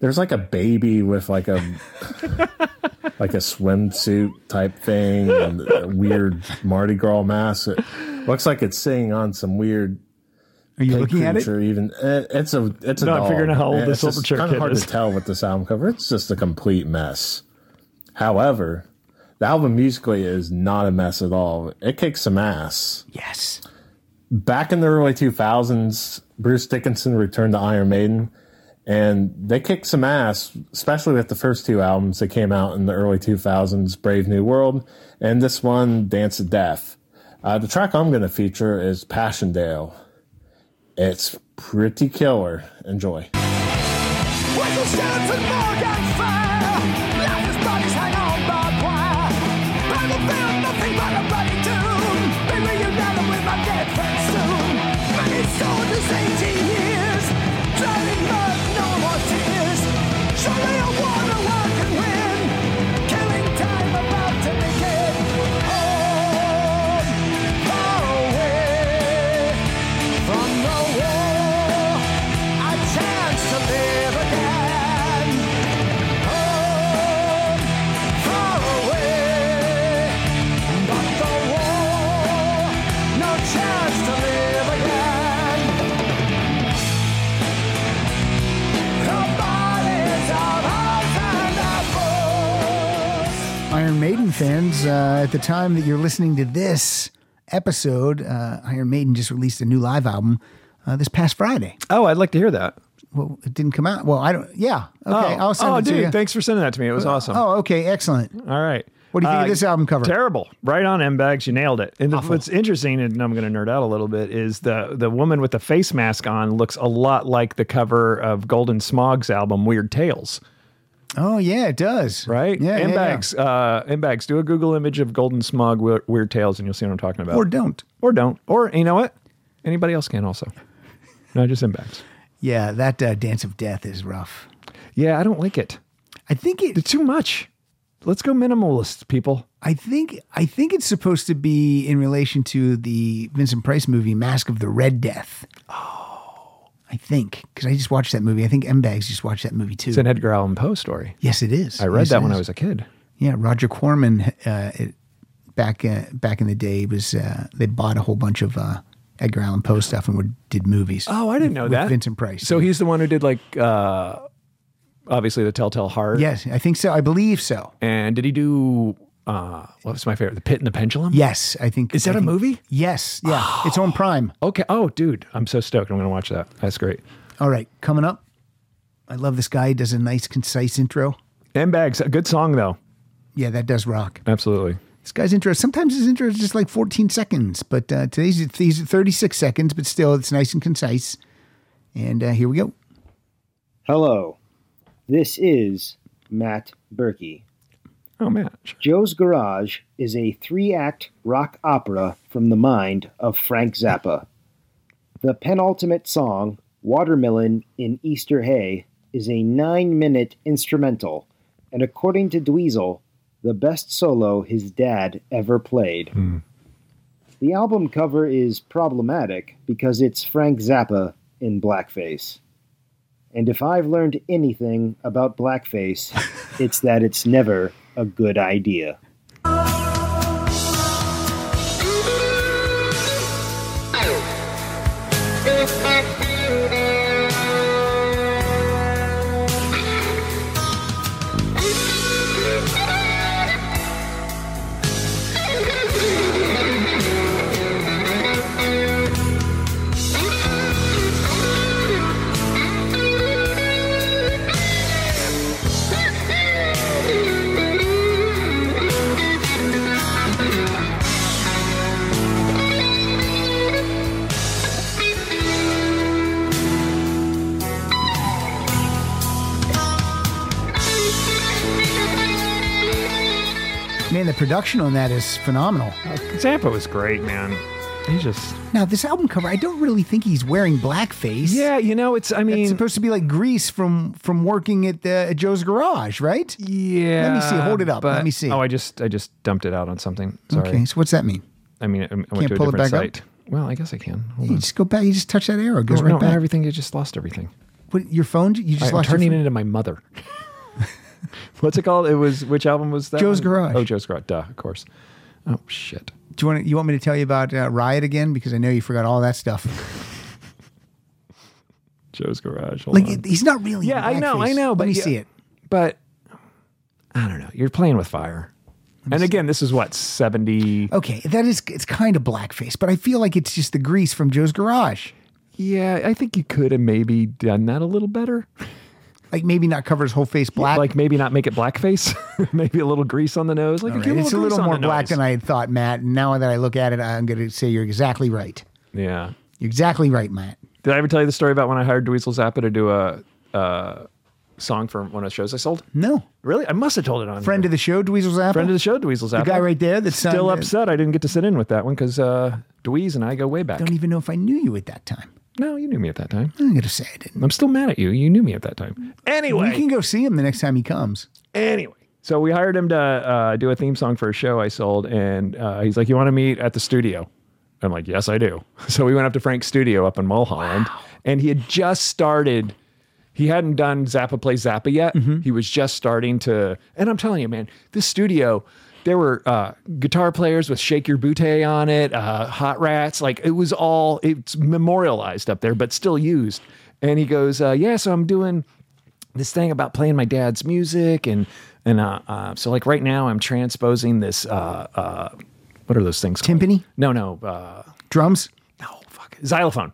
[SPEAKER 19] There's like a baby with like a (laughs) like a swimsuit type thing and a weird Mardi Gras mask. It looks like it's sitting on some weird.
[SPEAKER 1] Are you looking at it?
[SPEAKER 19] Even it- it's a it's a.
[SPEAKER 2] No, I'm
[SPEAKER 19] dog.
[SPEAKER 2] figuring out how old
[SPEAKER 19] And
[SPEAKER 2] the
[SPEAKER 19] it's
[SPEAKER 2] silver
[SPEAKER 19] just
[SPEAKER 2] chair
[SPEAKER 19] kinda
[SPEAKER 2] kid
[SPEAKER 19] hard
[SPEAKER 2] is.
[SPEAKER 19] to tell with this album cover. It's just a complete mess. However, the album musically is not a mess at all. It kicks some ass.
[SPEAKER 1] Yes.
[SPEAKER 19] Back in the early 2000s, Bruce Dickinson returned to Iron Maiden, and they kicked some ass, especially with the first two albums that came out in the early 2000s Brave New World, and this one, Dance of Death. Uh, the track I'm going to feature is Passchendaele. It's pretty killer. Enjoy.
[SPEAKER 5] Whistle stands at Morgan Fair. Lifeless bodies hang on barbed wire. Battlefield, nothing but a bloody tomb. Be reunited with my dead friends soon. Many soldiers, 18 years. Drowned in mud, no more tears. Surely a war no one can win. Killing time about to begin. Home, far away from the war. A chance to live again. Home, far away. But the war, no chance to live again. The bodies of us and our
[SPEAKER 1] Iron Maiden fans, uh, at the time that you're listening to this episode, uh, Iron Maiden just released a new live album uh, this past Friday.
[SPEAKER 2] Oh, I'd like to hear that.
[SPEAKER 1] Well, it didn't come out. Well, I don't. Yeah. Okay.
[SPEAKER 2] oh,
[SPEAKER 1] I'll send
[SPEAKER 2] oh,
[SPEAKER 1] it
[SPEAKER 2] dude,
[SPEAKER 1] to you.
[SPEAKER 2] thanks for sending that to me. It was awesome.
[SPEAKER 1] Oh, okay. Excellent.
[SPEAKER 2] All right.
[SPEAKER 1] What do you think of
[SPEAKER 2] Uh,
[SPEAKER 1] this album cover?
[SPEAKER 2] Terrible. Right on, M bags. You nailed it. And the, what's interesting, and I'm going to nerd out a little bit, is the the woman with the face mask on looks a lot like the cover of Golden Smog's album Weird Tales.
[SPEAKER 1] Oh yeah, it does.
[SPEAKER 2] Right?
[SPEAKER 1] Yeah. yeah,
[SPEAKER 2] M
[SPEAKER 1] yeah.
[SPEAKER 2] bags. Uh, M bags. Do a Google image of Golden Smog Weir- Weird Tales, and you'll see what I'm talking about.
[SPEAKER 1] Or don't.
[SPEAKER 2] Or don't. Or you know what? Anybody else can also. No, just M bags.
[SPEAKER 1] Yeah, that uh, Dance of Death is rough.
[SPEAKER 2] Yeah, I don't like it.
[SPEAKER 1] I think it,
[SPEAKER 2] it's too much. Let's go minimalist, people.
[SPEAKER 1] I think I think it's supposed to be in relation to the Vincent Price movie Mask of the Red Death. Oh, I think because I just watched that movie. I think M Bags just watched that movie too.
[SPEAKER 2] It's an Edgar Allan Poe story.
[SPEAKER 1] Yes, it is.
[SPEAKER 2] I read
[SPEAKER 1] Yes,
[SPEAKER 2] that
[SPEAKER 1] it
[SPEAKER 2] when I
[SPEAKER 1] is.
[SPEAKER 2] was a kid.
[SPEAKER 1] Yeah, Roger Corman uh, it, back uh, back in the day was uh, they bought a whole bunch of uh, Edgar Allan Poe stuff and would, did movies.
[SPEAKER 2] Oh, I didn't know
[SPEAKER 1] with
[SPEAKER 2] that.
[SPEAKER 1] Vincent Price.
[SPEAKER 2] So he's the one who did like uh obviously the Telltale Heart.
[SPEAKER 1] yes, I think so. I believe so.
[SPEAKER 2] And did he do uh what was my favorite? The Pit and the Pendulum?
[SPEAKER 1] Yes, I think.
[SPEAKER 2] Is that
[SPEAKER 1] I
[SPEAKER 2] a
[SPEAKER 1] think-
[SPEAKER 2] movie?
[SPEAKER 1] Yes. Yeah, it's
[SPEAKER 2] (gasps)
[SPEAKER 1] on Prime.
[SPEAKER 2] Okay. Oh, dude, I'm so (laughs) stoked. I'm going to watch that. That's great.
[SPEAKER 1] All right, coming up. I love this guy. He does a nice, concise intro.
[SPEAKER 2] M Bags, a good song though.
[SPEAKER 1] Yeah, that does rock.
[SPEAKER 2] Absolutely.
[SPEAKER 1] This guy's intro. Sometimes his intro is just like 14 seconds, but uh, today's these are 36 seconds. But still, it's nice and concise. And uh, here we go.
[SPEAKER 20] Hello, this is Matt Berkey.
[SPEAKER 2] Oh, Matt.
[SPEAKER 20] Joe's Garage is a three act rock opera from the mind of Frank Zappa. The penultimate song, Watermelon in Easter Hay, is a nine minute instrumental, and according to Dweezil, the best solo his dad ever played.
[SPEAKER 2] Hmm.
[SPEAKER 20] The album cover is problematic because it's Frank Zappa in blackface. And if I've learned anything about
[SPEAKER 2] (laughs)
[SPEAKER 20] blackface, it's that it's never a good idea.
[SPEAKER 1] man, the production on that is phenomenal.
[SPEAKER 2] Zappa was great, man. He just
[SPEAKER 1] Now, this album cover, I don't really think he's wearing blackface.
[SPEAKER 2] Yeah, you know, it's. I mean,
[SPEAKER 1] it's supposed to be like grease from from working at, uh, at Joe's garage, right?
[SPEAKER 2] Yeah.
[SPEAKER 1] Let me see. Hold it up.
[SPEAKER 2] but-
[SPEAKER 1] Let me see.
[SPEAKER 2] Oh, I just I just dumped it out on something. Sorry.
[SPEAKER 1] Okay, so what's that mean?
[SPEAKER 2] I mean, I, I went
[SPEAKER 1] Can't
[SPEAKER 2] to a
[SPEAKER 1] pull it
[SPEAKER 2] different
[SPEAKER 1] back up?
[SPEAKER 2] site. Well, I guess I can. Hold
[SPEAKER 1] You
[SPEAKER 2] on.
[SPEAKER 1] just go back. You just touch that arrow. It goes
[SPEAKER 2] No,
[SPEAKER 1] right
[SPEAKER 2] no,
[SPEAKER 1] back.
[SPEAKER 2] everything. You just lost everything.
[SPEAKER 1] What? Your phone? You just
[SPEAKER 2] I'm
[SPEAKER 1] lost.
[SPEAKER 2] turning
[SPEAKER 1] your
[SPEAKER 2] it into my mother. (laughs) What's it called? It was which album was that?
[SPEAKER 1] Joe's
[SPEAKER 2] one?
[SPEAKER 1] Garage.
[SPEAKER 2] Oh, Joe's Garage. Duh, of course. Oh shit.
[SPEAKER 1] Do you want? You want me to tell you about uh, Riot again? Because I know you forgot all that stuff.
[SPEAKER 2] (laughs) Joe's Garage. Hold
[SPEAKER 1] like
[SPEAKER 2] on.
[SPEAKER 1] it- he's not really.
[SPEAKER 2] Yeah,
[SPEAKER 1] in
[SPEAKER 2] I know, I
[SPEAKER 1] blackface.
[SPEAKER 2] know, but
[SPEAKER 1] Let me
[SPEAKER 2] yeah.
[SPEAKER 1] see it.
[SPEAKER 2] But I don't know. You're playing with fire. And again, this is what seventy.
[SPEAKER 1] Okay, that is. It's kind of blackface, but I feel like it's just the grease from Joe's garage.
[SPEAKER 2] Yeah, I think you could have maybe done that a little better.
[SPEAKER 1] Like maybe not cover his whole face black.
[SPEAKER 2] Like maybe not make it blackface. (laughs) maybe a little grease on the nose. Like
[SPEAKER 1] All
[SPEAKER 2] a
[SPEAKER 1] right,
[SPEAKER 2] little
[SPEAKER 1] It's a
[SPEAKER 2] grease
[SPEAKER 1] little
[SPEAKER 2] on
[SPEAKER 1] more
[SPEAKER 2] the
[SPEAKER 1] black
[SPEAKER 2] nose.
[SPEAKER 1] than I had thought, Matt. And now that I look at it, I'm going to say you're exactly right.
[SPEAKER 2] Yeah.
[SPEAKER 1] You're exactly right, Matt.
[SPEAKER 2] Did I ever tell you the story about when I hired Dweezil Zappa to do a, a song for one of the shows I sold?
[SPEAKER 1] No.
[SPEAKER 2] Really? I must have told it on
[SPEAKER 1] Friend of the show, Dweezil Zappa.
[SPEAKER 2] Friend of the show, Dweezil
[SPEAKER 1] The
[SPEAKER 2] Zappa.
[SPEAKER 1] guy right there that's
[SPEAKER 2] still
[SPEAKER 1] on-
[SPEAKER 2] upset I didn't get to sit in with that one because uh, Dweez and I go way back.
[SPEAKER 1] Don't even know if I knew you at that time.
[SPEAKER 2] No, you knew me at that time.
[SPEAKER 1] I'm going to say I didn't.
[SPEAKER 2] I'm still mad at you. You knew me at that time. Anyway.
[SPEAKER 1] you can go see him the next time he comes.
[SPEAKER 2] Anyway, so we hired him to uh, do a theme song for a show I sold, and uh, he's like, "You want to meet at the studio?" I'm like, "Yes, I do." (laughs) So we went up to Frank's studio up in Mulholland, and he had just started. He hadn't done Zappa Play Zappa yet. He was just starting to, and I'm telling you, man, this studio. There were uh, guitar players with "Shake Your Booty" on it, uh, Hot Rats. Like it was all it's memorialized up there, but still used. And he goes, uh, "Yeah, so I'm doing this thing about playing my dad's music and and uh, uh so like right now I'm transposing this uh uh what are those things called? timpani no no uh
[SPEAKER 1] drums
[SPEAKER 2] no fuck xylophone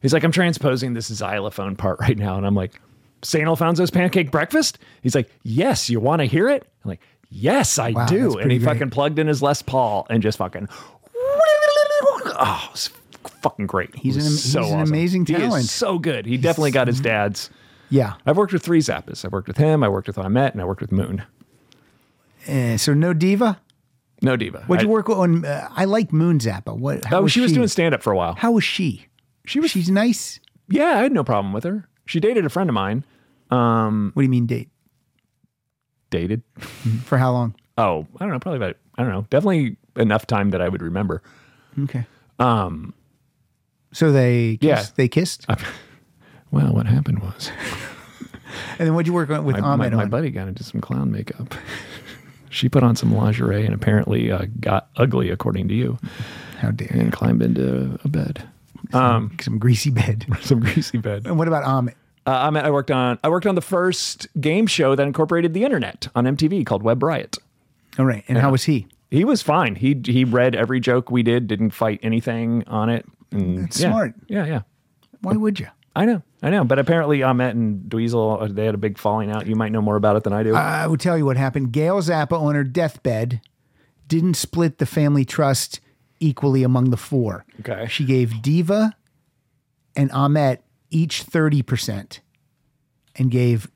[SPEAKER 2] he's like I'm transposing this xylophone part right now and I'm like St. Alfonso's pancake breakfast he's like yes you want to hear it I'm like yes I
[SPEAKER 1] Wow, that's
[SPEAKER 2] do and
[SPEAKER 1] pretty
[SPEAKER 2] he
[SPEAKER 1] great.
[SPEAKER 2] fucking plugged in his Les Paul and just fucking (laughs) oh it's fucking great
[SPEAKER 1] He's
[SPEAKER 2] It was
[SPEAKER 1] an am-
[SPEAKER 2] so
[SPEAKER 1] he's an
[SPEAKER 2] awesome.
[SPEAKER 1] amazing
[SPEAKER 2] He is
[SPEAKER 1] talent.
[SPEAKER 2] so good he definitely got his dad's
[SPEAKER 1] Mm-hmm. Yeah.
[SPEAKER 2] I've worked with three Zappas. I've worked with him, I worked with Ahmet, and I worked with Moon.
[SPEAKER 1] Uh, so no diva.
[SPEAKER 2] No diva.
[SPEAKER 1] What'd you
[SPEAKER 2] I-
[SPEAKER 1] work on? Uh, I like Moon Zappa. What? How
[SPEAKER 2] oh, she was
[SPEAKER 1] she?
[SPEAKER 2] doing stand up for a while.
[SPEAKER 1] How was she?
[SPEAKER 2] She was.
[SPEAKER 1] She's nice.
[SPEAKER 2] Yeah, I had no problem with her. She dated a friend of mine. Um,
[SPEAKER 1] what do you mean date? Mm-hmm.
[SPEAKER 2] Dated?
[SPEAKER 1] For how long?
[SPEAKER 2] (laughs) Oh, I don't know. Probably about I don't know. Definitely enough time that I would remember.
[SPEAKER 1] Okay.
[SPEAKER 2] Um,
[SPEAKER 1] So they kissed,
[SPEAKER 2] Yeah.
[SPEAKER 1] they kissed.
[SPEAKER 2] (laughs) well, what happened was
[SPEAKER 1] And then what'd you work on with
[SPEAKER 2] my, my,
[SPEAKER 1] Ahmed
[SPEAKER 2] my
[SPEAKER 1] on?
[SPEAKER 2] buddy got into some clown makeup. (laughs) she put on some lingerie and apparently uh, got ugly, according to you.
[SPEAKER 1] How dare!
[SPEAKER 2] And climbed into a bed. Um,
[SPEAKER 1] some greasy (laughs) bed.
[SPEAKER 2] some
[SPEAKER 1] (laughs)
[SPEAKER 2] greasy bed.
[SPEAKER 1] And what about Ahmed?
[SPEAKER 2] Uh, I mean, I worked on I worked on the first game show that incorporated the internet on MTV called Web Riot.
[SPEAKER 1] All right. And how was he?
[SPEAKER 2] He was fine. He he read every joke we did, didn't fight anything on it. And
[SPEAKER 1] That's
[SPEAKER 2] yeah.
[SPEAKER 1] smart.
[SPEAKER 2] Yeah, yeah.
[SPEAKER 1] Why would you?
[SPEAKER 2] I know, I know. But apparently, Ahmet and Dweezil uh, they had a big falling out. You might know more about it than I do.
[SPEAKER 1] I will tell you what happened. Gail Zappa on her deathbed didn't split the family trust equally among the four.
[SPEAKER 2] Okay.
[SPEAKER 1] She gave Diva and Ahmet each 30% and gave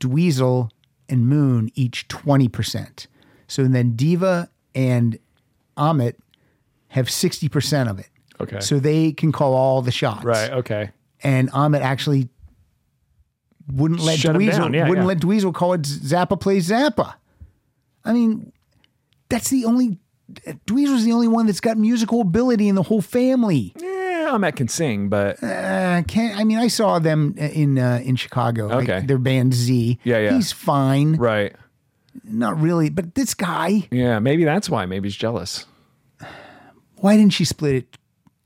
[SPEAKER 1] Dweezil and Moon each 20%. So then Diva and Ahmet have 60% of it.
[SPEAKER 2] Okay.
[SPEAKER 1] So they can call all the shots
[SPEAKER 2] right. Okay.
[SPEAKER 1] and Ahmet actually wouldn't let
[SPEAKER 2] Shut him
[SPEAKER 1] Dweezil
[SPEAKER 2] down. Yeah,
[SPEAKER 1] wouldn't
[SPEAKER 2] yeah.
[SPEAKER 1] let Dweezil call it Zappa plays Zappa. I mean, that's the only Dweezil's the only one that's got musical ability in the whole family.
[SPEAKER 2] Yeah, Eh, Ahmet can sing, but
[SPEAKER 1] Uh, can I mean I saw them in uh, in Chicago. like,
[SPEAKER 2] Okay.
[SPEAKER 1] their band Z.
[SPEAKER 2] Yeah, yeah.
[SPEAKER 1] He's fine,
[SPEAKER 2] right.
[SPEAKER 1] not really, but this guy.
[SPEAKER 2] Yeah, maybe that's why. Maybe he's jealous.
[SPEAKER 1] Why didn't she split it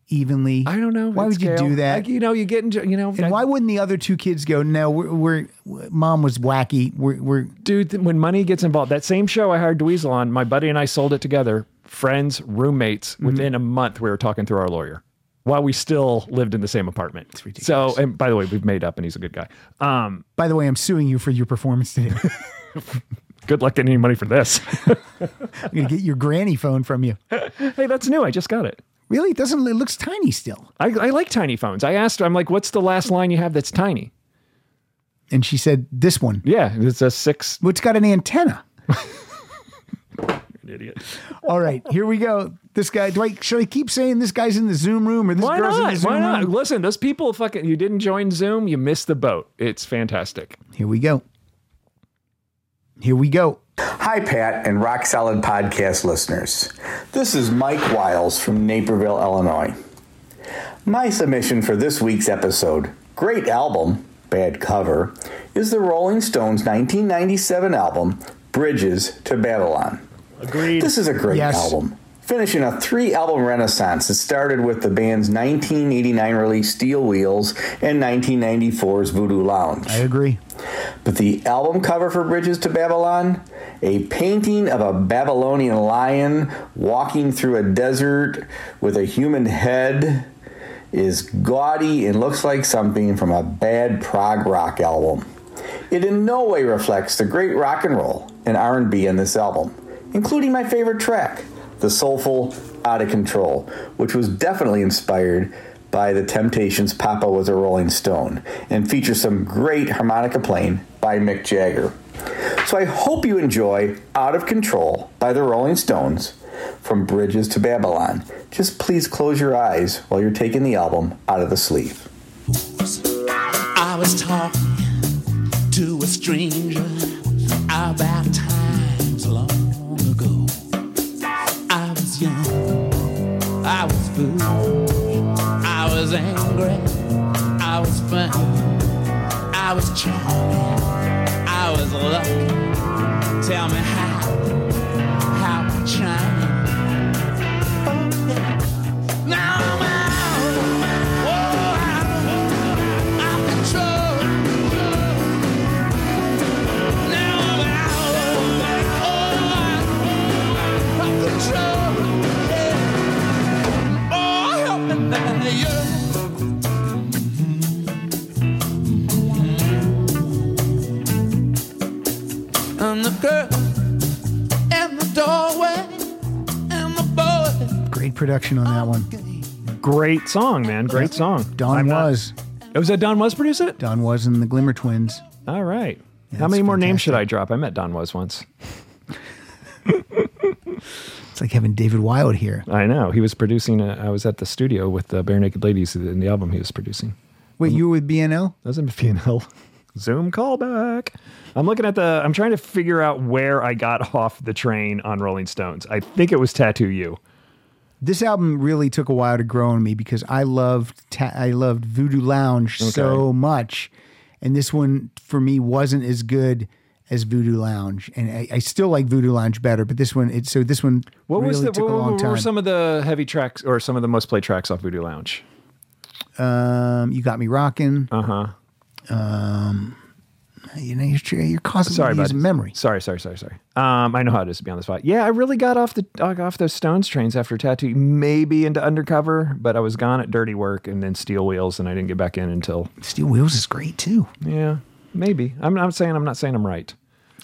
[SPEAKER 1] evenly? I
[SPEAKER 2] don't know.
[SPEAKER 1] Why
[SPEAKER 2] It's
[SPEAKER 1] would you
[SPEAKER 2] Gail.
[SPEAKER 1] do that?
[SPEAKER 2] Like, you know, you get into you know.
[SPEAKER 1] and why wouldn't the other two kids go? No, we're, we're mom was wacky. We're, we're
[SPEAKER 2] dude, th- when money gets involved, that same show I hired Dweezil on, my buddy and I sold it together, friends, roommates.
[SPEAKER 1] Mm-hmm.
[SPEAKER 2] Within a month, we were talking through our lawyer while we still lived in the same apartment. It's ridiculous. So, and by the way, we've made up, and he's a good guy. Um,
[SPEAKER 1] By the way, I'm suing you for your performance
[SPEAKER 2] (laughs)
[SPEAKER 1] today.
[SPEAKER 2] good luck getting any money for this. (laughs)
[SPEAKER 1] I'm gonna get your granny phone from you.
[SPEAKER 2] hey, that's new. I just got it.
[SPEAKER 1] Really? It doesn't. It looks tiny still.
[SPEAKER 2] I, I like tiny phones. I asked her, I'm like, what's the last line you have that's tiny?
[SPEAKER 1] And she said, "This one."
[SPEAKER 2] Yeah, it's a six.
[SPEAKER 1] Well, it's got an antenna.
[SPEAKER 2] An idiot.
[SPEAKER 1] All right, here we go. This guy, do I should I keep saying this guy's in the Zoom room or this
[SPEAKER 2] Why
[SPEAKER 1] girl's in
[SPEAKER 2] not?
[SPEAKER 1] the Zoom
[SPEAKER 2] Why not?
[SPEAKER 1] room?
[SPEAKER 2] Listen, those people fucking you didn't join Zoom, you missed the boat. It's fantastic.
[SPEAKER 1] Here we go. Here we go.
[SPEAKER 21] Hi, Pat and Rock Solid Podcast listeners. This is Mike Wiles from Naperville, Illinois. My submission for this week's episode, Great Album, Bad Cover, is the Rolling Stones 1997 album, Bridges to Babylon. Agreed. This is a great
[SPEAKER 22] Yes.
[SPEAKER 21] album. Finishing a three album renaissance that started with the band's 1989 release Steel Wheels and 1994's Voodoo Lounge. I
[SPEAKER 1] agree.
[SPEAKER 21] But the album cover for Bridges to Babylon, a painting of a Babylonian lion walking through a desert with a human head, is gaudy and looks like something from a bad prog rock album. It in no way reflects the great rock and roll and R&B in this album, including my favorite track, the soulful Out of Control, which was definitely inspired by The Temptations' Papa Was a Rolling Stone and features some great harmonica playing by Mick Jagger. So I hope you enjoy Out of Control by the Rolling Stones from Bridges to Babylon. Just please close your eyes while you're taking the album out of the sleeve.
[SPEAKER 23] I was talking to a stranger about times long ago. I was young, I was foolish, I was angry, I was funny, I was charming, I was lucky. Tell me how, how I'm shining. Oh, yeah. Now I'm out, oh, out of control. Now I'm out, oh, out of control. Yeah. Oh, help me, man, yeah. And the girl in the doorway and the boy
[SPEAKER 1] Great production on that one.
[SPEAKER 2] Great song, man. Great song.
[SPEAKER 1] Don was.
[SPEAKER 2] It was that Don was produce it?
[SPEAKER 1] Don was and the Glimmer Twins.
[SPEAKER 2] All right.
[SPEAKER 1] Yeah,
[SPEAKER 2] How
[SPEAKER 1] it's
[SPEAKER 2] many more names should I drop? I met Don was once.
[SPEAKER 1] It's like having David Wilde here.
[SPEAKER 2] I know. He was producing a, I was at the studio with the Bare Naked Ladies in the album he was producing. Um,
[SPEAKER 1] Wait, you were with BNL?
[SPEAKER 2] I was in BNL. (laughs) Zoom callback. I'm looking at the I'm trying to figure out where I got (laughs) off the train on Rolling Stones. I think it was Tattoo You.
[SPEAKER 1] This album really took a while to grow on me because I loved ta- I loved Voodoo Lounge so much, and this one for me wasn't as good as Voodoo Lounge, and I, I still like Voodoo Lounge better. But this one, it so this one
[SPEAKER 2] What
[SPEAKER 1] really
[SPEAKER 2] was the
[SPEAKER 1] took
[SPEAKER 2] what,
[SPEAKER 1] a
[SPEAKER 2] what-
[SPEAKER 1] long
[SPEAKER 2] what
[SPEAKER 1] time.
[SPEAKER 2] were some of the heavy tracks or some of the most played tracks off Voodoo Lounge?
[SPEAKER 1] um, you got me rocking.
[SPEAKER 2] Uh huh.
[SPEAKER 1] Um, you know you're, you're causing
[SPEAKER 2] Sorry,
[SPEAKER 1] me to use
[SPEAKER 2] bud.
[SPEAKER 1] memory.
[SPEAKER 2] Sorry, sorry, sorry, sorry. Um, I know how it is to be on the spot. Yeah, I really got off the off those Stones trains after Tattoo, maybe into Undercover, but I was gone at Dirty Work and then Steel Wheels, and I didn't get back in until
[SPEAKER 1] Steel Wheels is great too.
[SPEAKER 2] Yeah, maybe. I'm not saying I'm not saying I'm right.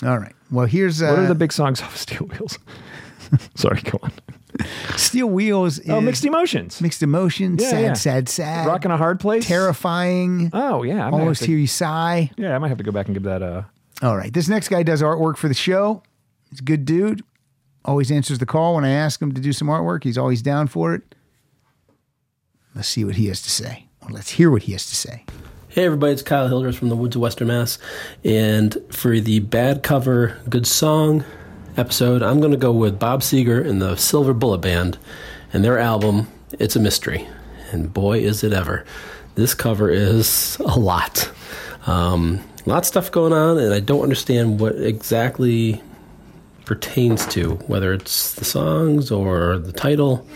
[SPEAKER 1] All right. Well, here's uh,
[SPEAKER 2] what are the big songs off (laughs) Steel Wheels? sorry, go on.
[SPEAKER 1] Steel Wheels.
[SPEAKER 2] Oh,
[SPEAKER 1] is-
[SPEAKER 2] Mixed Emotions.
[SPEAKER 1] Mixed emotions.
[SPEAKER 2] Yeah,
[SPEAKER 1] sad,
[SPEAKER 2] yeah.
[SPEAKER 1] sad, sad.
[SPEAKER 2] Rockin' a hard place.
[SPEAKER 1] Terrifying.
[SPEAKER 2] Oh yeah, I might
[SPEAKER 1] Almost
[SPEAKER 2] have to-
[SPEAKER 1] hear you sigh.
[SPEAKER 2] Yeah, I might have to go back and give that a.
[SPEAKER 1] All right. This next guy does artwork for the show. He's a good dude. Always answers the call when I ask him to do some artwork. He's always down for it. Let's see what he has to say. Or let's hear what he has to say.
[SPEAKER 24] Hey everybody, it's Kyle Hilders from the Woods of Western Mass. And for the bad cover, good song episode, I'm going to go with Bob Seger and the Silver Bullet Band and their album, It's a Mystery. And boy, is it ever. This cover is a lot. Um, a lot of stuff going on, and I don't understand what exactly pertains to, whether it's the songs or the title.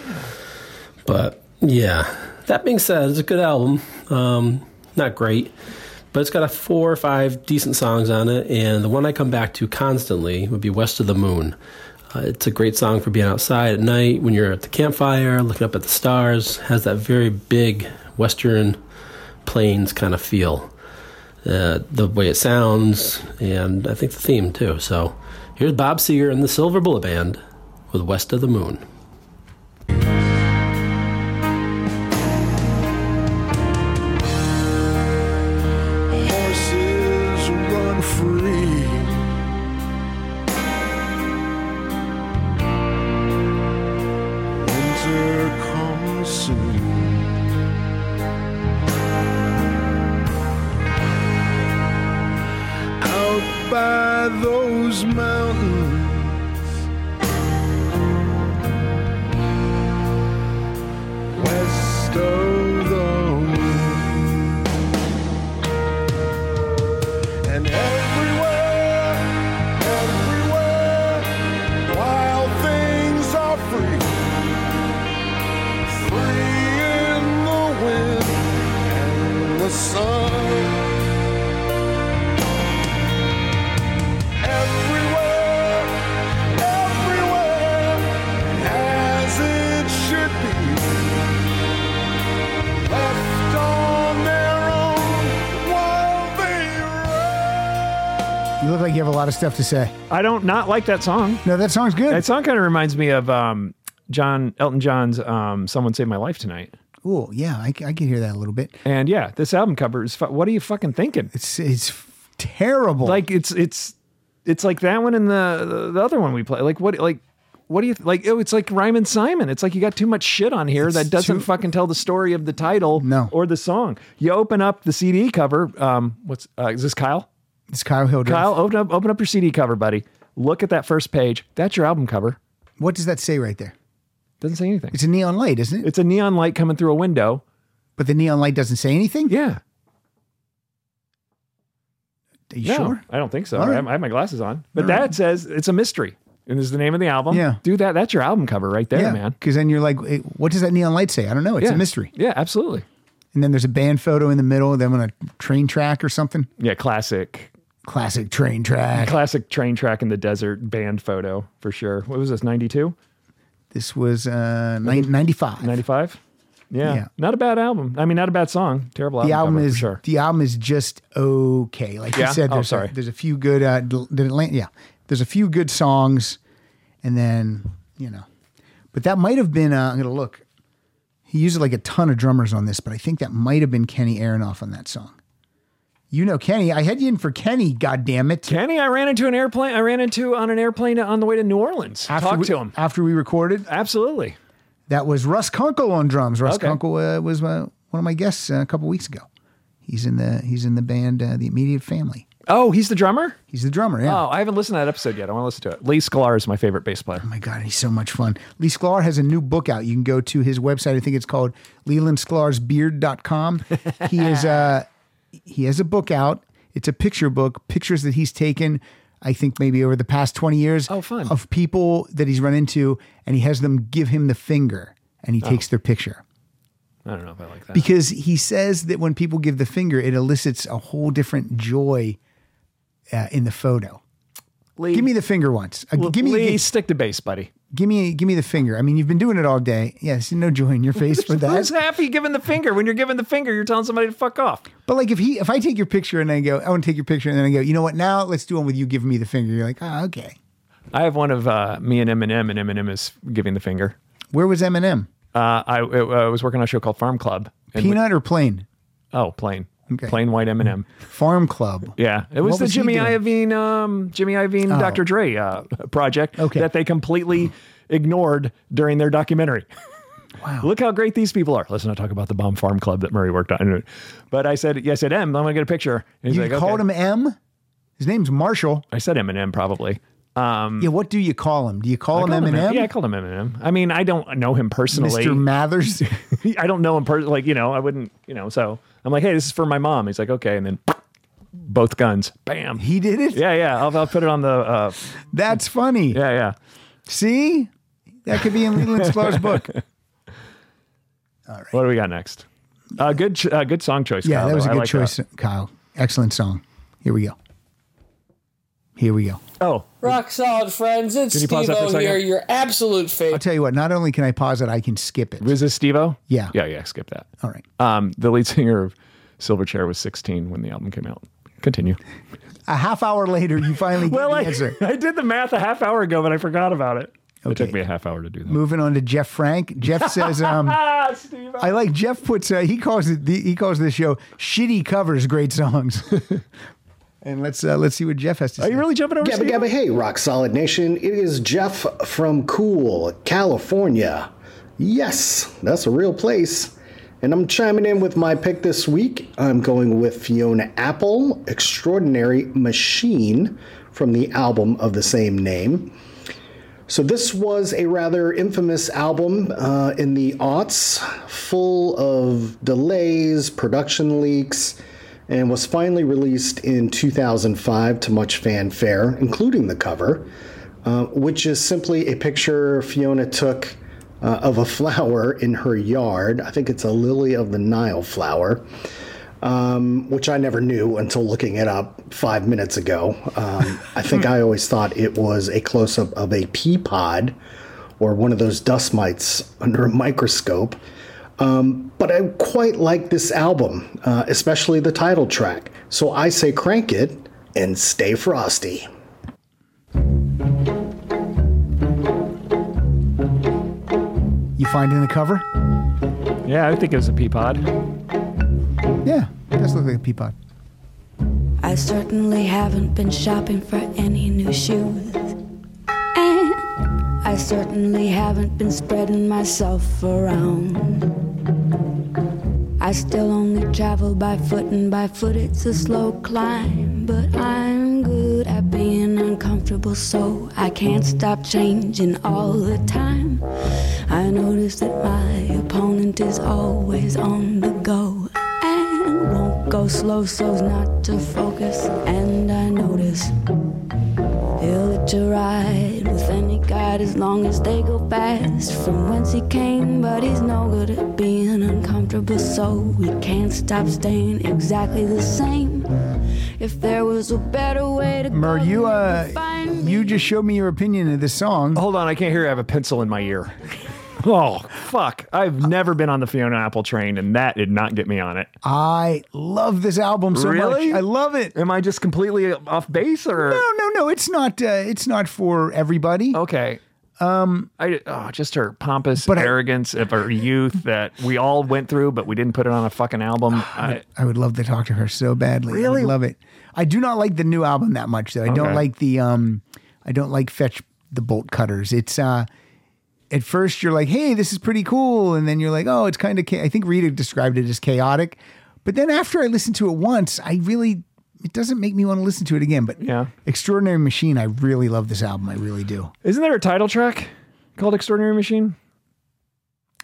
[SPEAKER 24] But yeah, that being said, it's a good album. Um, not great, but it's got a four or five decent songs on it. And the one I come back to constantly would be West of the Moon. Uh, it's a great song for being outside at night when you're at the campfire, looking up at the stars. Has that very big Western plains kind of feel. Uh, the way it sounds, and I think the theme too. So here's Bob Seger and the Silver Bullet Band with West of the Moon.
[SPEAKER 7] horses run free. by those mountains. West of the moon. And everywhere, everywhere, wild things are free. Free in the wind and the sun. Everywhere, everywhere, as it should be. Left on their own while they
[SPEAKER 1] You look like you have a lot of stuff to say.
[SPEAKER 2] I don't not like that song.
[SPEAKER 1] No, that song's good.
[SPEAKER 2] That song kind of reminds me of um, John Elton John's um, "Someone Saved My Life Tonight."
[SPEAKER 1] Ooh, yeah, I, c- I can hear that a little bit.
[SPEAKER 2] And yeah, this album cover is. Fu- what are you fucking thinking?
[SPEAKER 1] It's it's terrible.
[SPEAKER 2] Like it's it's it's like that one and the the, the other one we play. Like what like what do you like? Oh, it's like Ryman Simon. It's like you got too much shit on here that doesn't
[SPEAKER 1] too-
[SPEAKER 2] fucking tell the story of the title no. or the song. You open up the CD cover. Um, what's uh, is this Kyle?
[SPEAKER 1] It's Kyle Hildreth.
[SPEAKER 2] Kyle, open up open up your CD cover, buddy. Look at that first page. That's your album cover.
[SPEAKER 1] What does that say right there?
[SPEAKER 2] Doesn't say anything.
[SPEAKER 1] It's a neon light, isn't it?
[SPEAKER 2] It's a neon light coming through a window.
[SPEAKER 1] But the neon light doesn't say anything?
[SPEAKER 2] Yeah.
[SPEAKER 1] Are you
[SPEAKER 2] No,
[SPEAKER 1] sure?
[SPEAKER 2] I don't think so.
[SPEAKER 1] All right.
[SPEAKER 2] I, have, I have my glasses on. But
[SPEAKER 1] All
[SPEAKER 2] that
[SPEAKER 1] right.
[SPEAKER 2] says it's a mystery. And is the name of the album.
[SPEAKER 1] Yeah.
[SPEAKER 2] Um, Do that. That's your album cover right there,
[SPEAKER 1] yeah,
[SPEAKER 2] man.
[SPEAKER 1] Because then you're like, "Hey, what does that neon light say? I don't know. It's
[SPEAKER 2] Yeah.
[SPEAKER 1] a mystery.
[SPEAKER 2] Yeah, absolutely.
[SPEAKER 1] And then there's a band photo in the middle, then on a train track or something.
[SPEAKER 2] Yeah, classic.
[SPEAKER 1] Classic train track.
[SPEAKER 2] Classic train track in the desert band photo for sure. What was this, 92?
[SPEAKER 1] This was uh, nine- 95.
[SPEAKER 2] 95? Yeah.
[SPEAKER 1] Yeah.
[SPEAKER 2] Not a bad album. I mean, not a bad song. Terrible album.
[SPEAKER 1] the album
[SPEAKER 2] cover,
[SPEAKER 1] is
[SPEAKER 2] for sure.
[SPEAKER 1] the album is just okay. Like
[SPEAKER 2] Yeah?
[SPEAKER 1] you said,
[SPEAKER 2] Oh,
[SPEAKER 1] there's
[SPEAKER 2] sorry.
[SPEAKER 1] A, there's a few good uh, the Atlanta, yeah, there's a few good songs, and then you know, but that might have been uh, I'm gonna look. He used like a ton of drummers on this, but I think that might have been Kenny Aronoff on that song. You know Kenny, I had you in for Kenny. God damn it!
[SPEAKER 2] Kenny, I ran into an airplane. I ran into on an airplane on the way to New Orleans.
[SPEAKER 1] After
[SPEAKER 2] Talk
[SPEAKER 1] we,
[SPEAKER 2] to him.
[SPEAKER 1] after we recorded.
[SPEAKER 2] Absolutely.
[SPEAKER 1] That was Russ Kunkel on drums. Russ
[SPEAKER 2] Okay.
[SPEAKER 1] Kunkel uh, was uh, one of my guests uh, a couple weeks ago. He's in the he's in the band uh, the immediate family.
[SPEAKER 2] Oh, he's the drummer?
[SPEAKER 1] He's the drummer. Yeah.
[SPEAKER 2] Oh, I haven't listened to that episode yet. I want to listen to it. Lee Sklar is my favorite bass player.
[SPEAKER 1] Oh my God, he's so much fun. Lee Sklar has a new book out. You can go to his website. I think it's called lelandsklar'sbeard.com. He is uh he has a book out. It's a picture book, pictures that he's taken, I think maybe over the past 20 years oh, fun. of people that he's run into and he has them give him the finger and he
[SPEAKER 2] Oh.
[SPEAKER 1] takes their picture.
[SPEAKER 2] I don't know if I like that.
[SPEAKER 1] Because he says that when people give the finger, it elicits a whole different joy uh, in the photo.
[SPEAKER 2] Lee,
[SPEAKER 1] Give me the finger once. Uh,
[SPEAKER 2] L-
[SPEAKER 1] give me
[SPEAKER 2] Lee, stick to bass, buddy.
[SPEAKER 1] Give me, give me the finger. I mean, you've been doing it all day. Yes, no joy
[SPEAKER 2] (laughs)
[SPEAKER 1] in your face for that.
[SPEAKER 2] Who's happy giving the finger? When you're giving the finger, you're telling somebody to fuck off.
[SPEAKER 1] But like, if he, if I take your picture and I go, I want to take your picture, and then I go, you know what? Now let's do one with you giving me the finger. You're like, ah, okay.
[SPEAKER 2] I have one of uh, me and Eminem, and Eminem is giving the finger.
[SPEAKER 1] Where was Eminem?
[SPEAKER 2] Uh, I, I was working on a show called Farm Club. and we-
[SPEAKER 1] Peanut or plain?
[SPEAKER 2] oh, plain,
[SPEAKER 1] Okay.
[SPEAKER 2] plain
[SPEAKER 1] (laughs)
[SPEAKER 2] white Eminem.
[SPEAKER 1] Farm Club.
[SPEAKER 2] Yeah, it was
[SPEAKER 1] What
[SPEAKER 2] the
[SPEAKER 1] was he
[SPEAKER 2] Jimmy
[SPEAKER 1] doing?
[SPEAKER 2] Iovine, um, Jimmy Iovine,
[SPEAKER 1] Oh.
[SPEAKER 2] Dr. Dre uh, project that they completely ignored during
[SPEAKER 1] (laughs)
[SPEAKER 2] their documentary. Wow. Look how great these people are. Let's not talk about the bomb farm club that Murray worked on. But I said, yes, I said, M, I'm going to get a picture. And he's
[SPEAKER 1] you
[SPEAKER 2] like,
[SPEAKER 1] called
[SPEAKER 2] okay.
[SPEAKER 1] him M. His name's Marshall.
[SPEAKER 2] I said Eminem probably. Um,
[SPEAKER 1] Yeah. What do you call him? Do you call him
[SPEAKER 2] I called
[SPEAKER 1] Eminem?
[SPEAKER 2] Yeah, I called him Eminem. I mean, I don't know him personally.
[SPEAKER 1] Mr. Mathers.
[SPEAKER 2] (laughs) I don't know him personally. Like, you know, I wouldn't, you know, so I'm like, hey, this is for my mom. He's like, okay. And then (laughs) both guns, bam.
[SPEAKER 1] He did it?
[SPEAKER 2] Yeah, yeah. I'll, I'll put it on the. Uh,
[SPEAKER 1] That's funny.
[SPEAKER 2] Yeah, yeah.
[SPEAKER 1] See, that could be in
[SPEAKER 2] (laughs)
[SPEAKER 1] Leland Sklar's book.
[SPEAKER 2] What do we got next? Uh, good, ch- uh, good song choice.
[SPEAKER 1] Yeah,
[SPEAKER 2] Kyle,
[SPEAKER 1] that was a
[SPEAKER 2] though. I
[SPEAKER 1] good
[SPEAKER 2] like
[SPEAKER 1] choice, Kyle. Excellent song. Here we go. Here we go.
[SPEAKER 2] Oh,
[SPEAKER 25] Rock solid, friends. It's
[SPEAKER 1] Can you pause
[SPEAKER 25] Steve
[SPEAKER 1] that for a
[SPEAKER 25] O
[SPEAKER 1] second?
[SPEAKER 25] here, your absolute favorite.
[SPEAKER 1] I'll tell you what. Not only can I pause it, I can skip it.
[SPEAKER 2] Was this Stevo?
[SPEAKER 1] Yeah.
[SPEAKER 2] Yeah, yeah. Skip that.
[SPEAKER 1] All right.
[SPEAKER 2] Um, the lead singer of Silverchair was 16 when the album came out. Continue.
[SPEAKER 1] A half hour later, you finally get the answer.
[SPEAKER 2] (laughs) I did the math a half hour ago, but I forgot about it. It took me a half hour to do that.
[SPEAKER 1] Moving on to Jeff Frank.
[SPEAKER 2] (laughs)
[SPEAKER 1] Jeff says, um, "I like Jeff puts. Uh, he calls it. The, he calls this show shitty covers great songs." (laughs) and let's uh, let's see what Jeff has to say. Are you
[SPEAKER 2] really jumping
[SPEAKER 26] Gabba Gabba Hey, Rock Solid Nation. It is Jeff from Cool, California. Yes, that's a real place. And I'm chiming in with my pick this week. I'm going with Fiona Apple, Extraordinary Machine, from the album of the same name. So, this was a rather infamous album uh, in the aughts, full of delays, production leaks, and was finally released in 2005 to much fanfare, including the cover, uh, which is simply a picture Fiona took uh, of a flower in her yard. I think it's a lily of the Nile flower, um, which I never knew until looking it up five minutes ago. Um, I think I always thought it was a close up of a pea pod or one of those dust mites under a microscope. Um, but I quite like this album, uh, especially the title track. So I say crank it and stay frosty.
[SPEAKER 1] You find in the cover?
[SPEAKER 2] Yeah, I think it was a pea pod.
[SPEAKER 1] Yeah, it does look like a pea pod.
[SPEAKER 3] I certainly haven't been shopping for any new shoes. And I certainly haven't been spreading myself around. I still only travel by foot, and by foot it's a slow climb. But I'm good at being uncomfortable, so I can't stop changing all the time. I notice that my opponent is always on the go and won't go slow so's not to focus. And I notice he'll let you ride with any guide as long as they go fast from whence he came. But he's no good at being uncomfortable, so we can't stop staying exactly the same. If there was a better way to
[SPEAKER 1] Mer, you uh, you just showed me your opinion of this song.
[SPEAKER 2] Hold on, I can't hear. I have a pencil in my ear. (laughs) Oh fuck! I've never been on the Fiona Apple train, and that did not get me on it.
[SPEAKER 1] I love this album so
[SPEAKER 2] Really?
[SPEAKER 1] much. I love it.
[SPEAKER 2] Am I just completely off base, or
[SPEAKER 1] No, no, no. It's not. Uh, it's not for everybody.
[SPEAKER 2] Okay. Um, I oh, just her pompous arrogance of her youth that we all went through, but we didn't put it on a
[SPEAKER 1] (sighs)
[SPEAKER 2] fucking album. I,
[SPEAKER 1] I would love to talk to her so badly. Really, I would love it. I do not like the new album that much, though. I
[SPEAKER 2] Okay.
[SPEAKER 1] don't like the um, I don't like fetch the bolt cutters. It's uh, at first you're like, hey, this is pretty cool, and then you're like, oh, it's kind of. Cha-. I think Rita described it as chaotic, but then after I listened to it once, I really it doesn't make me want to listen to it again. But
[SPEAKER 2] yeah,
[SPEAKER 1] extraordinary machine. I really love this album. I really do.
[SPEAKER 2] isn't there a title track called "Extraordinary Machine"?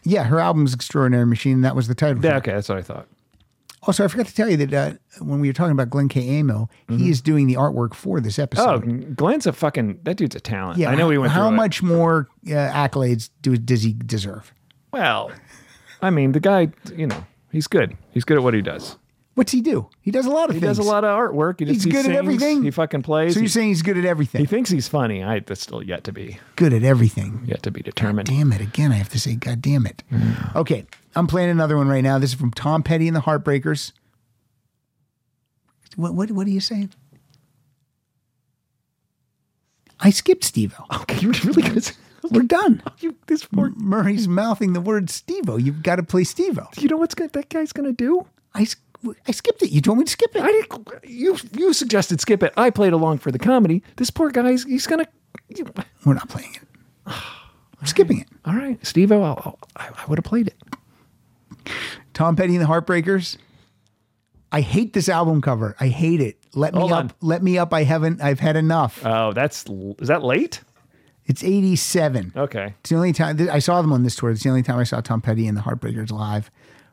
[SPEAKER 1] Yeah, her album's Extraordinary Machine. That was the title.
[SPEAKER 2] Yeah, okay, that's what I thought.
[SPEAKER 1] Also, I forgot to tell you that uh, when we were talking about Glenn K. Amo, he is doing the artwork for this
[SPEAKER 2] Mm-hmm. Oh,
[SPEAKER 1] episode.
[SPEAKER 2] Glenn's a fucking that dude's a talent. I know
[SPEAKER 1] how-
[SPEAKER 2] we went
[SPEAKER 1] How
[SPEAKER 2] through it.
[SPEAKER 1] much more uh, accolades do, does he deserve?
[SPEAKER 2] Well, I mean, the guy, you know, he's good. He's good at what he does.
[SPEAKER 1] What's he do? He does a lot of
[SPEAKER 2] He
[SPEAKER 1] things.
[SPEAKER 2] does a lot of artwork. He just,
[SPEAKER 1] He's
[SPEAKER 2] he
[SPEAKER 1] good
[SPEAKER 2] sings,
[SPEAKER 1] at everything.
[SPEAKER 2] He fucking plays.
[SPEAKER 1] So you're
[SPEAKER 2] He-
[SPEAKER 1] saying he's good at everything?
[SPEAKER 2] He thinks he's funny. I that's still yet to be
[SPEAKER 1] Good at everything.
[SPEAKER 2] yet to be determined.
[SPEAKER 1] Damn it. Again, I have to say, God damn it.
[SPEAKER 2] Mm.
[SPEAKER 1] Okay, I'm playing another one right now. This is from Tom Petty and the Heartbreakers. What, what, what are you saying? I skipped Steve O.
[SPEAKER 2] Okay, you're really good.
[SPEAKER 1] (laughs) We're done.
[SPEAKER 2] (laughs) You, this
[SPEAKER 1] Murray's mouthing the word Steve O. You've got to play Steve O.
[SPEAKER 2] You know what's good, that guy's going to do?
[SPEAKER 1] I, s- I skipped it. You told me to skip it.
[SPEAKER 2] I didn't, you you suggested skip it. I played along for the comedy. This poor guy's he's gonna.
[SPEAKER 1] We're not playing it. I'm skipping it.
[SPEAKER 2] All right, Steve O. I, I would have played it.
[SPEAKER 1] Tom Petty and the Heartbreakers. I hate this album cover. I hate it. Let me
[SPEAKER 2] Hold
[SPEAKER 1] up.
[SPEAKER 2] on.
[SPEAKER 1] Let me up. I haven't. I've had enough.
[SPEAKER 2] Oh, that's l- is that late?
[SPEAKER 1] It's 87.
[SPEAKER 2] Okay.
[SPEAKER 1] It's the only time th- I saw them on this tour. It's the only time I saw Tom Petty and the Heartbreakers live.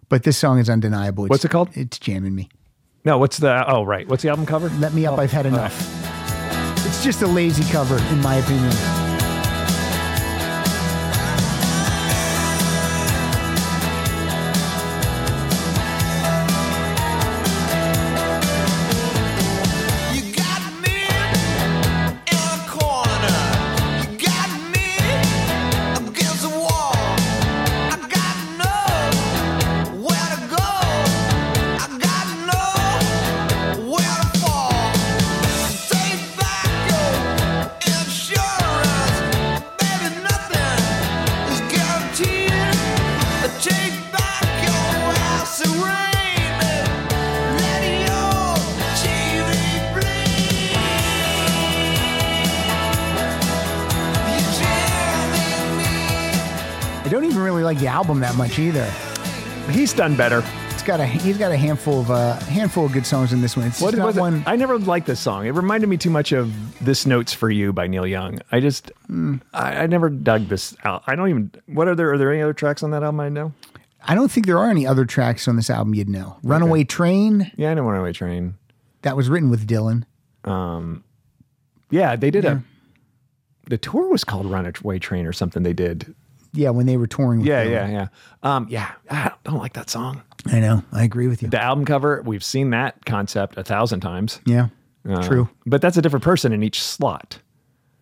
[SPEAKER 1] But this song is undeniable. It's,
[SPEAKER 2] What's it called?
[SPEAKER 1] It's jamming me.
[SPEAKER 2] No, what's the? Oh, right. What's the album cover?
[SPEAKER 1] Let me up. I've had enough. It's just a lazy cover, in my opinion.
[SPEAKER 5] Take back your house and rain, let your TV bleed.
[SPEAKER 1] I don't even really like the album that much either.
[SPEAKER 2] He's done better.
[SPEAKER 1] It's got a he's got a handful of uh, handful of good songs in this one. It's
[SPEAKER 2] What
[SPEAKER 1] just not
[SPEAKER 2] was it?
[SPEAKER 1] one.
[SPEAKER 2] I never liked this song. It reminded me too much of "This Note's for You" by Neil Young. I just,
[SPEAKER 1] Hmm.
[SPEAKER 2] I, I never dug this out. I don't even. What are there? Are there any other tracks on that album I know?
[SPEAKER 1] I don't think there are any other tracks on this album you'd know. Runaway Train.
[SPEAKER 2] Yeah, I know Runaway Train.
[SPEAKER 1] That was written with Dylan.
[SPEAKER 2] Um, yeah, they did a. The tour was called Runaway Train or something. They did.
[SPEAKER 1] Mm, Yeah, when they were touring with
[SPEAKER 2] Yeah,
[SPEAKER 1] Dylan.
[SPEAKER 2] yeah, yeah. Um, yeah, I don't- don't like that song.
[SPEAKER 1] I know. I agree with you.
[SPEAKER 2] The album cover, we've seen that concept a thousand times.
[SPEAKER 1] Yeah.
[SPEAKER 2] Uh,
[SPEAKER 1] True.
[SPEAKER 2] But that's a different person in each slot.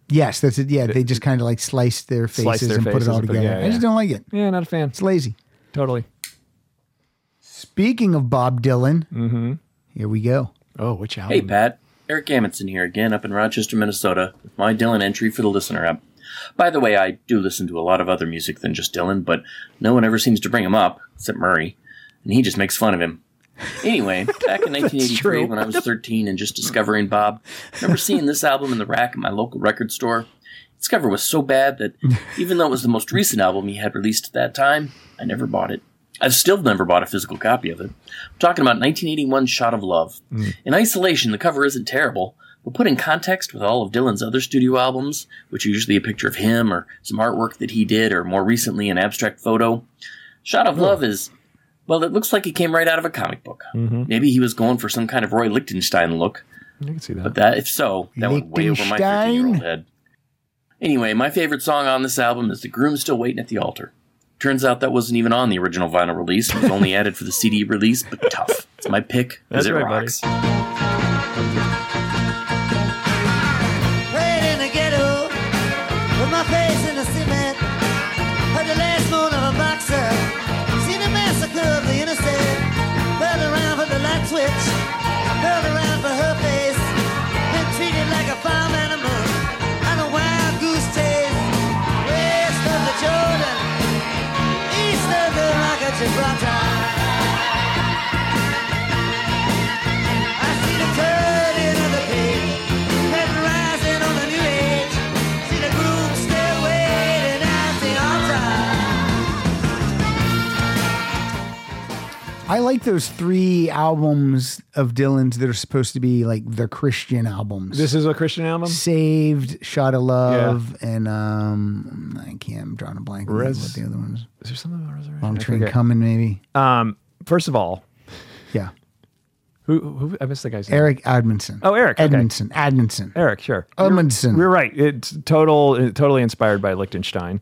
[SPEAKER 1] Yes, that's it. Yeah, they just kind of like sliced their faces
[SPEAKER 2] Slice their
[SPEAKER 1] and put
[SPEAKER 2] faces
[SPEAKER 1] it all
[SPEAKER 2] and put-
[SPEAKER 1] together.
[SPEAKER 2] yeah,
[SPEAKER 1] I just
[SPEAKER 2] yeah.
[SPEAKER 1] don't like it.
[SPEAKER 2] Yeah, not a fan. It's
[SPEAKER 1] lazy.
[SPEAKER 2] Totally.
[SPEAKER 1] Speaking of Bob Dylan, here we go.
[SPEAKER 2] Mm-hmm. Oh, which
[SPEAKER 27] Hey, Pat. Eric Amundsen here again up in Rochester, Minnesota, with my Dylan entry for the listener app. By the way, I do listen to a lot of other music than just Dylan, but no one ever seems to bring him up, except Murray, and he just makes fun of him. Anyway, back in 1983,
[SPEAKER 10] true.
[SPEAKER 27] when I was 13 and just discovering Bob, I remember seeing this album in the rack at my local record store. Its cover was so bad that even though it was the most recent album he had released at that time, I never bought it. I've still never bought a physical copy of it. I'm talking about 1981 Shot of Love. In isolation, the cover isn't terrible, but put in context with all of Dylan's other studio albums, which are usually a picture of him or some artwork that he did, or more recently, an abstract photo, Shot of Love is, well, it looks like it came right out of a comic book.
[SPEAKER 2] Mm-hmm.
[SPEAKER 27] Maybe he was going for some kind of Roy Lichtenstein look,
[SPEAKER 2] I can see that.
[SPEAKER 27] but that, if so, that went way over my 13 year old head. Anyway, my favorite song on this album is The Groom Still Waiting at the Altar. Turns out that wasn't even on the original vinyl release, it was only (laughs) added for the CD release, but tough. It's my pick,
[SPEAKER 2] That's
[SPEAKER 27] as it
[SPEAKER 2] right, buddy.
[SPEAKER 27] rocks.
[SPEAKER 10] Prayed in the ghetto with my face in the cement. Heard the last moan of a boxer. Seen the massacre of the innocent. Fell around for the light switch. Fell around for her face. Been treated like a farm animal on a wild goose chase. West of the Jordan, east of the Rock of Gibraltar. I see the curtain of the pig.
[SPEAKER 1] I like those three albums of Dylan's that are supposed to be like the Christian albums.
[SPEAKER 2] This is a Christian album?
[SPEAKER 1] Saved, Shot of Love, and um, I can't. I'm drawing a blank. on
[SPEAKER 2] Res-
[SPEAKER 1] what the other ones?
[SPEAKER 2] Is there something about Resurrection?
[SPEAKER 1] Long
[SPEAKER 2] I
[SPEAKER 1] Train
[SPEAKER 2] forget.
[SPEAKER 1] Coming, maybe.
[SPEAKER 2] Um, first of all,
[SPEAKER 1] Yeah.
[SPEAKER 2] Who, who I missed the guy's name.
[SPEAKER 1] Eric Edmondson.
[SPEAKER 2] Oh, Eric. Okay.
[SPEAKER 1] Edmondson. Edmondson.
[SPEAKER 2] Eric, sure.
[SPEAKER 1] Edmondson.
[SPEAKER 2] You're right. It's total, totally inspired by Lichtenstein,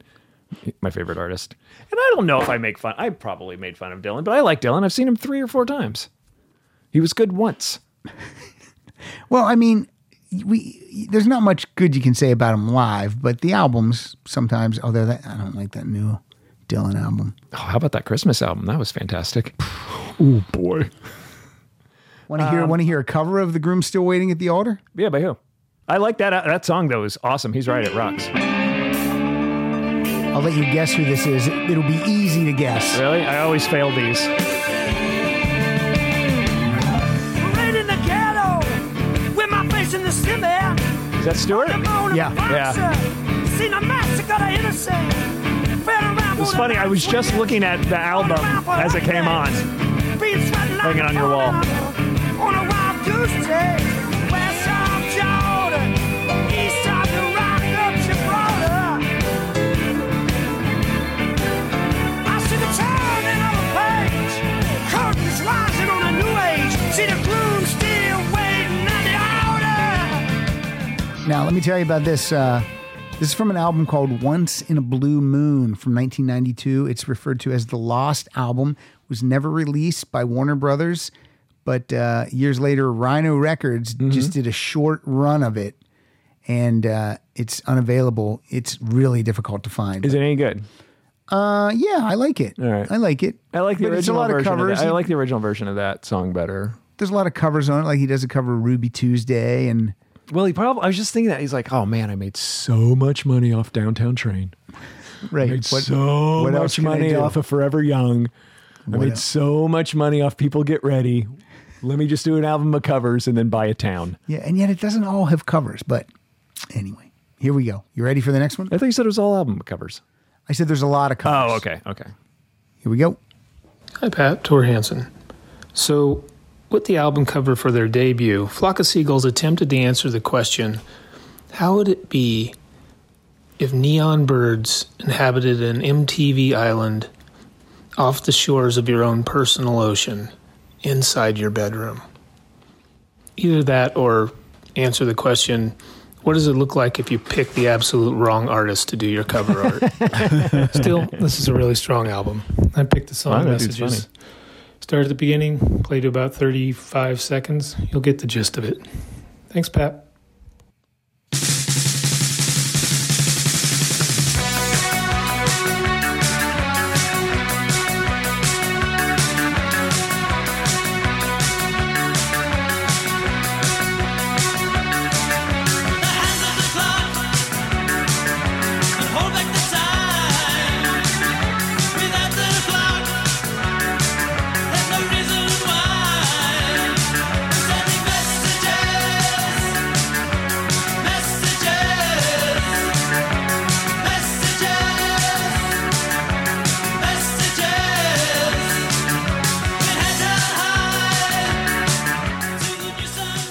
[SPEAKER 2] my favorite artist. And I don't know if I make fun. I probably made fun of Dylan, but I like Dylan. I've seen him three or four times. He was good once.
[SPEAKER 1] Well, I mean, we there's not much good you can say about him live, but the albums sometimes. Although that I don't like that new Dylan album.
[SPEAKER 2] Oh, how about that Christmas album? That was fantastic. Oh boy.
[SPEAKER 1] Want to hear?
[SPEAKER 2] Um,
[SPEAKER 1] Want to hear a cover of "The Groom Still Waiting at the Altar"?
[SPEAKER 2] Yeah, by who? I like that. uh, that song though is awesome. He's right. It rocks.
[SPEAKER 1] I'll let you guess who this is. It'll be easy to guess.
[SPEAKER 2] Really? I always fail these.
[SPEAKER 5] Right in the ghetto, with my face in the cement.
[SPEAKER 2] Is that Stewart?
[SPEAKER 5] Yeah.
[SPEAKER 2] Yeah.
[SPEAKER 5] Seen a massacre of innocent. Fed around
[SPEAKER 2] It was funny. I was just looking at the album as it came on,
[SPEAKER 5] being sweating like
[SPEAKER 2] hanging on your wall.
[SPEAKER 5] on a wild goose chase. West of Jordan, east of the Rock of Gibraltar. I see the turning of a page. Curtains rising on a new age. See the gloom still waiting at the altar.
[SPEAKER 1] Now, let me tell you about this. Uh, this is from an album called Once in a Blue Moon from 1992. It's referred to as the Lost Album. It was never released by Warner Brothers, but uh, years later, Rhino Records
[SPEAKER 2] Mm-hmm.
[SPEAKER 1] just did a short run of it, and uh, it's unavailable. It's really difficult to find. Is
[SPEAKER 2] it any good?
[SPEAKER 1] Uh, yeah, I like it. All right. I like it.
[SPEAKER 2] I like the
[SPEAKER 1] But
[SPEAKER 2] original
[SPEAKER 1] it's a lot of
[SPEAKER 2] version
[SPEAKER 1] covers.
[SPEAKER 2] Of that. I like the original version of that song better.
[SPEAKER 1] There's a lot of covers on it. Like he does a cover of Ruby Tuesday and.
[SPEAKER 2] Well, he probably. I was just thinking that he's like, oh man, I made so much money off Downtown Train.
[SPEAKER 1] Right.
[SPEAKER 2] I made
[SPEAKER 1] What-
[SPEAKER 2] so
[SPEAKER 1] what else
[SPEAKER 2] much
[SPEAKER 1] can I
[SPEAKER 2] money
[SPEAKER 1] do?
[SPEAKER 2] off of Forever Young. I
[SPEAKER 1] What
[SPEAKER 2] made
[SPEAKER 1] else?
[SPEAKER 2] so much money off People Get Ready. Let me just do an album of covers and then buy a town.
[SPEAKER 1] Yeah, and yet it doesn't all have covers. But anyway, here we go. You ready for the next one? I
[SPEAKER 2] thought you said it was all album covers.
[SPEAKER 1] Oh, I said there's a lot of covers.
[SPEAKER 2] Oh, okay, okay.
[SPEAKER 1] Here we go.
[SPEAKER 11] Hi, Pat. Tor Hansen. So, with the album cover for their debut, Flock of Seagulls attempted to answer the question how would it be if neon birds inhabited an MTV island off the shores of your own personal ocean inside your bedroom? Either that or answer the question what does it look like if you pick the absolute wrong artist to do your cover
[SPEAKER 1] (laughs)
[SPEAKER 11] art? Still, this is a really strong album. I picked the song
[SPEAKER 2] Wow, that dude's
[SPEAKER 11] messages. Start at the beginning, play to about 35 seconds. You'll get the gist of it. Thanks, Pat.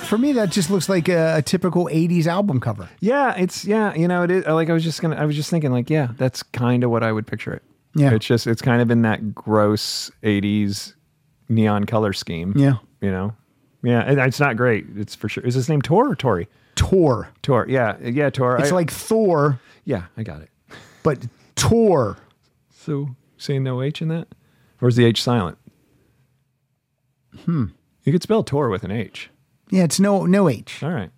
[SPEAKER 1] For me, that just looks like a, a typical 80s album cover.
[SPEAKER 2] Yeah, it's yeah, you know, it is like I was just gonna I was just thinking like, yeah, that's kind of what I would picture it.
[SPEAKER 1] Yeah.
[SPEAKER 2] It's just it's kind of in that gross 80s neon color scheme.
[SPEAKER 1] Yeah.
[SPEAKER 2] You know. Yeah, and it's not great. It's for sure. Is his name Tor or Tori?
[SPEAKER 1] Tor.
[SPEAKER 2] Tor. Yeah. Yeah, Tor.
[SPEAKER 1] It's
[SPEAKER 2] I-
[SPEAKER 1] like Thor,
[SPEAKER 2] Yeah, I got it.
[SPEAKER 1] but Tor.
[SPEAKER 2] So saying no H in that? Or is the H silent?
[SPEAKER 1] Hmm.
[SPEAKER 2] You could spell Tor with an H.
[SPEAKER 1] Yeah, it's no no H.
[SPEAKER 2] All right.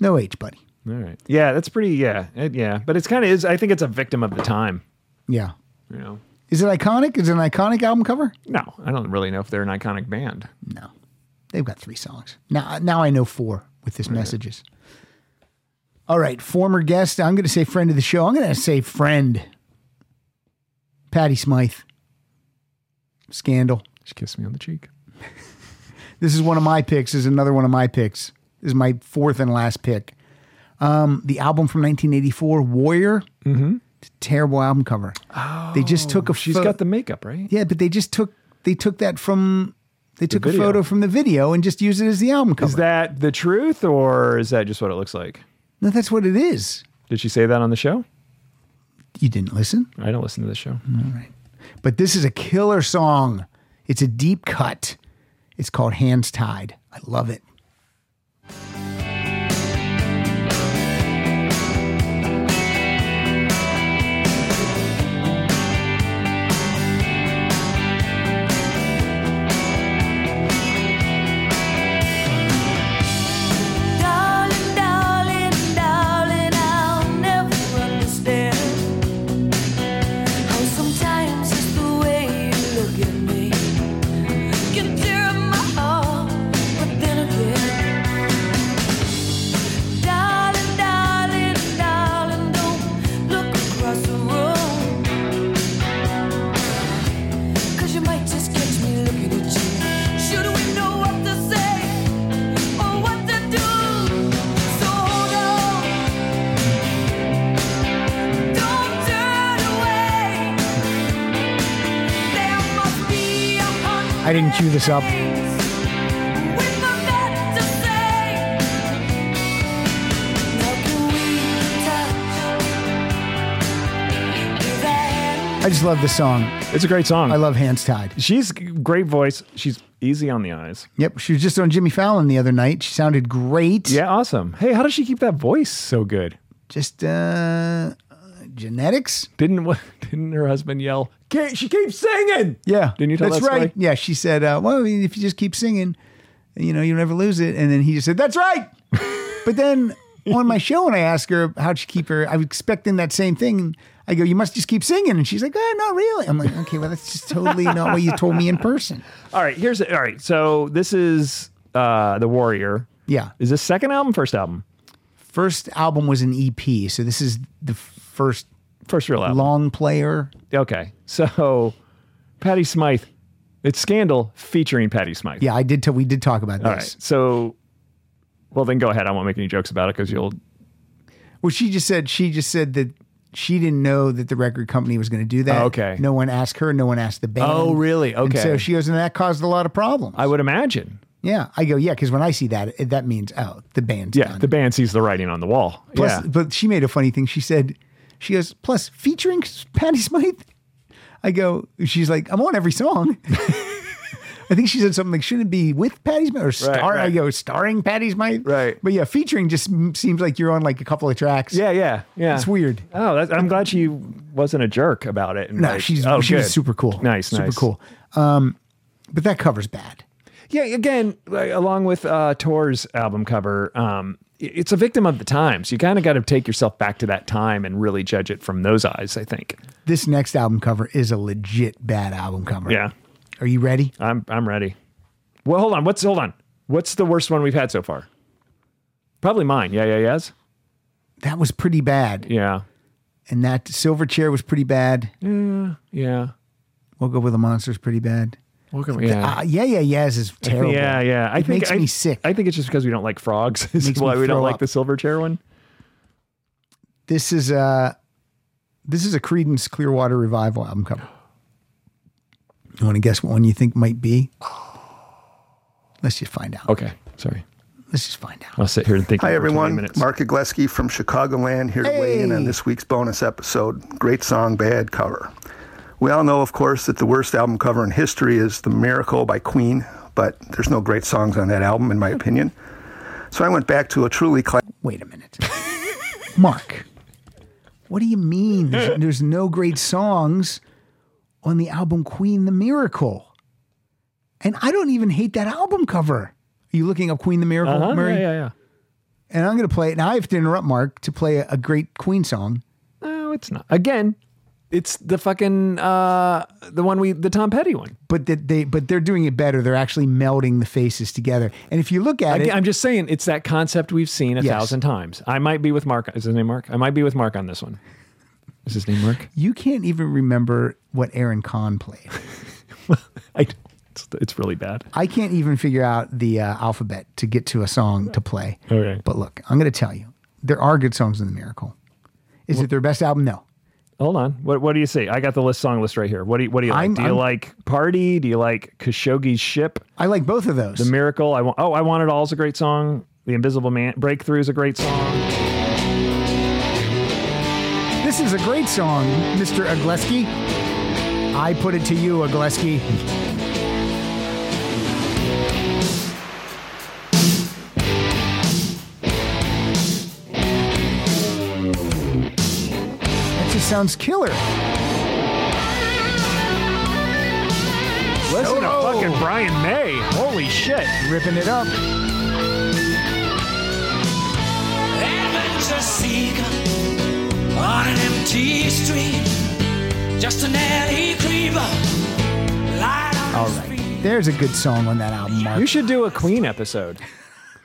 [SPEAKER 1] No H, buddy.
[SPEAKER 2] All right. Yeah, that's pretty yeah. It- yeah. But it's kind of is I think it's a victim of the time,
[SPEAKER 1] Yeah.
[SPEAKER 2] you know.
[SPEAKER 1] Is it iconic? Is it an iconic album cover?
[SPEAKER 2] No, I don't really know if they're an iconic band.
[SPEAKER 1] No. They've got three songs. Now now I know four with this messages. All right, former guest. I'm gonna say friend of the show. I'm gonna say friend. Patty Smythe. Scandal.
[SPEAKER 2] She kissed me on the cheek.
[SPEAKER 1] (laughs) This is one of my picks. This is another one of my picks. This is my fourth and last pick. Um, the album from 1984, Warrior. Mm-hmm. terrible album cover. they just took a.
[SPEAKER 2] Oh, She's
[SPEAKER 1] pho-
[SPEAKER 2] got the makeup, right?
[SPEAKER 1] Yeah, but they just took they took that from they took a
[SPEAKER 2] video.
[SPEAKER 1] photo from the video and just used it as the album cover.
[SPEAKER 2] Is that the truth or is that just what it looks like?
[SPEAKER 1] no, that's what it is.
[SPEAKER 2] Did she say that on the show?
[SPEAKER 1] You didn't listen?
[SPEAKER 2] I don't listen to the show.
[SPEAKER 1] All right. But this is a killer song. It's a deep cut. It's called Hands Tied. I love it.
[SPEAKER 5] Darling, darling, darling, I'll never understand how sometimes just the way you look at me can tear up my heart. But then again, darling, darling, darling, don't look across the room, 'cause you might just catch me looking at you. Should we know what to say? Oh, what to do? So hold on. Don't turn away. There must be a hundred
[SPEAKER 1] I didn't cue this up.
[SPEAKER 5] with the vet to say. Now can we touch? Is that
[SPEAKER 1] I just love this song.
[SPEAKER 2] It's a great song.
[SPEAKER 1] I love Hands Tied.
[SPEAKER 2] She's great voice. She's easy on the eyes. (laughs)
[SPEAKER 1] Yep, she was just on Jimmy Fallon the other night. She sounded great.
[SPEAKER 2] Yeah, awesome. Hey, how does she keep that voice so good?
[SPEAKER 1] Just uh genetics?
[SPEAKER 2] Didn't what didn't her husband yell, "Ke- she keeps singing. Yeah. Didn't you tell
[SPEAKER 1] that's
[SPEAKER 2] that story?
[SPEAKER 1] right. Yeah, she said, uh, "Well, if you just keep singing, you know, you'll never lose it." And then he just said, "That's
[SPEAKER 2] (laughs)
[SPEAKER 1] right." but then on my show, when I asked her how'd she keep her, I was expecting that same thing. I go, "You must just keep singing," and she's like, "Ah, not really." I'm like, "Okay, well, that's just totally not what you told me in
[SPEAKER 2] (laughs)
[SPEAKER 1] person."
[SPEAKER 2] All right, here's all right. So this is uh The Warrior.
[SPEAKER 1] Yeah.
[SPEAKER 2] Is this second album, first album?
[SPEAKER 1] First album was an EP, so this is the first
[SPEAKER 2] first real album.
[SPEAKER 1] long player.
[SPEAKER 2] Okay. So Patty Smythe. It's Scandal featuring Patty Smythe.
[SPEAKER 1] Yeah, I did. T- we did talk about this.
[SPEAKER 2] All right. So well then go ahead. I won't make any jokes about it because you'll
[SPEAKER 1] Well, she just said she just said that she didn't know that the record company was going to do that.
[SPEAKER 2] Oh, okay.
[SPEAKER 1] No one asked her. No one asked the band.
[SPEAKER 2] Oh, really?
[SPEAKER 1] And
[SPEAKER 2] Okay.
[SPEAKER 1] so she goes, and that caused a lot of problems.
[SPEAKER 2] I would imagine.
[SPEAKER 1] Yeah. I go, yeah, because when I see that, it, that means, oh, the band's
[SPEAKER 2] Yeah,
[SPEAKER 1] done.
[SPEAKER 2] the band sees the writing on the wall.
[SPEAKER 1] Plus,
[SPEAKER 2] yeah.
[SPEAKER 1] But she made a funny thing. She said, she goes, plus featuring Patty Smythe. I go, she's like, I'm on every song. (laughs) I think she said something like, shouldn't it be with Patty Smythe or star? I
[SPEAKER 2] right.
[SPEAKER 1] go, starring Patty Smythe?
[SPEAKER 2] Right.
[SPEAKER 1] But yeah, featuring just m- seems like you're on like a couple of tracks.
[SPEAKER 2] Yeah, yeah, yeah.
[SPEAKER 1] It's weird.
[SPEAKER 2] Oh, that's, I'm glad she wasn't a jerk about it. and
[SPEAKER 1] No,
[SPEAKER 2] like,
[SPEAKER 1] she's
[SPEAKER 2] oh,
[SPEAKER 1] she was
[SPEAKER 2] good.
[SPEAKER 1] super cool.
[SPEAKER 2] Nice,
[SPEAKER 1] super
[SPEAKER 2] nice.
[SPEAKER 1] cool. Um, but that cover's bad.
[SPEAKER 2] Yeah, again, like, along with uh, Tor's album cover, um, i- it's a victim of the times. you kind of got to take yourself back to that time and really judge it from those eyes. I think.
[SPEAKER 1] This next album cover is a legit bad album cover.
[SPEAKER 2] Yeah.
[SPEAKER 1] Are you ready?
[SPEAKER 2] I'm I'm ready. Well, hold on. What's hold on? What's the worst one we've had so far? Probably mine. Yeah, yeah, yes.
[SPEAKER 1] That was pretty bad.
[SPEAKER 2] Yeah.
[SPEAKER 1] And that silver chair was pretty bad.
[SPEAKER 2] Yeah. Yeah.
[SPEAKER 1] Woke up with a monster's pretty bad.
[SPEAKER 2] Woke up-
[SPEAKER 1] Uh,
[SPEAKER 2] yeah.
[SPEAKER 1] yeah, yeah, yes is terrible.
[SPEAKER 2] Yeah, yeah. I
[SPEAKER 1] it
[SPEAKER 2] think
[SPEAKER 1] makes
[SPEAKER 2] I,
[SPEAKER 1] me sick.
[SPEAKER 2] I think it's just because we don't like frogs. (laughs) Is
[SPEAKER 1] Makes me
[SPEAKER 2] why we don't
[SPEAKER 1] throw
[SPEAKER 2] like
[SPEAKER 1] up.
[SPEAKER 2] the silver chair one.
[SPEAKER 1] This is uh this is a Credence Clearwater Revival album cover. You want to guess what one you think might be? Let's just find out.
[SPEAKER 2] Okay. Sorry.
[SPEAKER 1] Let's just find out.
[SPEAKER 2] I'll sit here and think.
[SPEAKER 28] Hi,
[SPEAKER 2] for 20
[SPEAKER 28] everyone.
[SPEAKER 2] minutes.
[SPEAKER 28] Mark Igleski from Chicagoland here to weigh in on this week's bonus episode Great Song, Bad Cover. We all know, of course, that the worst album cover in history is The Miracle by Queen, but there's no great songs on that album, in my opinion. So I went back to a truly classic.
[SPEAKER 1] Wait a minute. Mark, what do you mean
[SPEAKER 2] (laughs)
[SPEAKER 1] there's, there's no great songs on the album Queen the Miracle? And I don't even hate that album cover. Are you looking up Queen the Miracle,
[SPEAKER 2] Uh-huh,
[SPEAKER 1] Murray?
[SPEAKER 2] Yeah, yeah, yeah.
[SPEAKER 1] And I'm going to play it. Now I have to interrupt Mark to play a, a great Queen song.
[SPEAKER 2] No, it's not. Again, it's the fucking uh the one we the Tom Petty one.
[SPEAKER 1] But that they but they're doing it better. They're actually melding the faces together. And if you look at
[SPEAKER 2] Again,
[SPEAKER 1] it,
[SPEAKER 2] I'm just saying it's that concept we've seen a
[SPEAKER 1] Yes.
[SPEAKER 2] thousand times. I might be with Mark. Is his name Mark? I might be with Mark on this one. Is his name Mark?
[SPEAKER 1] you can't even remember what Aaron Kahn
[SPEAKER 2] (laughs)
[SPEAKER 1] played.
[SPEAKER 2] I it's, it's really bad.
[SPEAKER 1] I can't even figure out the uh, alphabet to get to a song to play.
[SPEAKER 2] Okay.
[SPEAKER 1] But look, I'm going to tell you, there are good songs in the Miracle. Is it their best album? No.
[SPEAKER 2] Hold on. What what do you see? I got the list song list right here. What do you what do you like?
[SPEAKER 1] I'm-
[SPEAKER 2] do you
[SPEAKER 1] I'm-
[SPEAKER 2] like Party? Do you like Khashoggi's Ship?
[SPEAKER 1] I like both of those.
[SPEAKER 2] The Miracle. I want. Oh, I want it all is a great song. The Invisible Man. Breakthrough is a great song.
[SPEAKER 1] This is a great song, Mr. Agleski. I put it to you, Agleski. That just sounds killer.
[SPEAKER 2] Listen to fucking Brian May. Holy shit.
[SPEAKER 1] Ripping it up.
[SPEAKER 5] Adventure seeker on an empty street. Just an alley creeper. Light on
[SPEAKER 1] All right. There's a good song on that album, Mark.
[SPEAKER 2] You should do a Queen episode.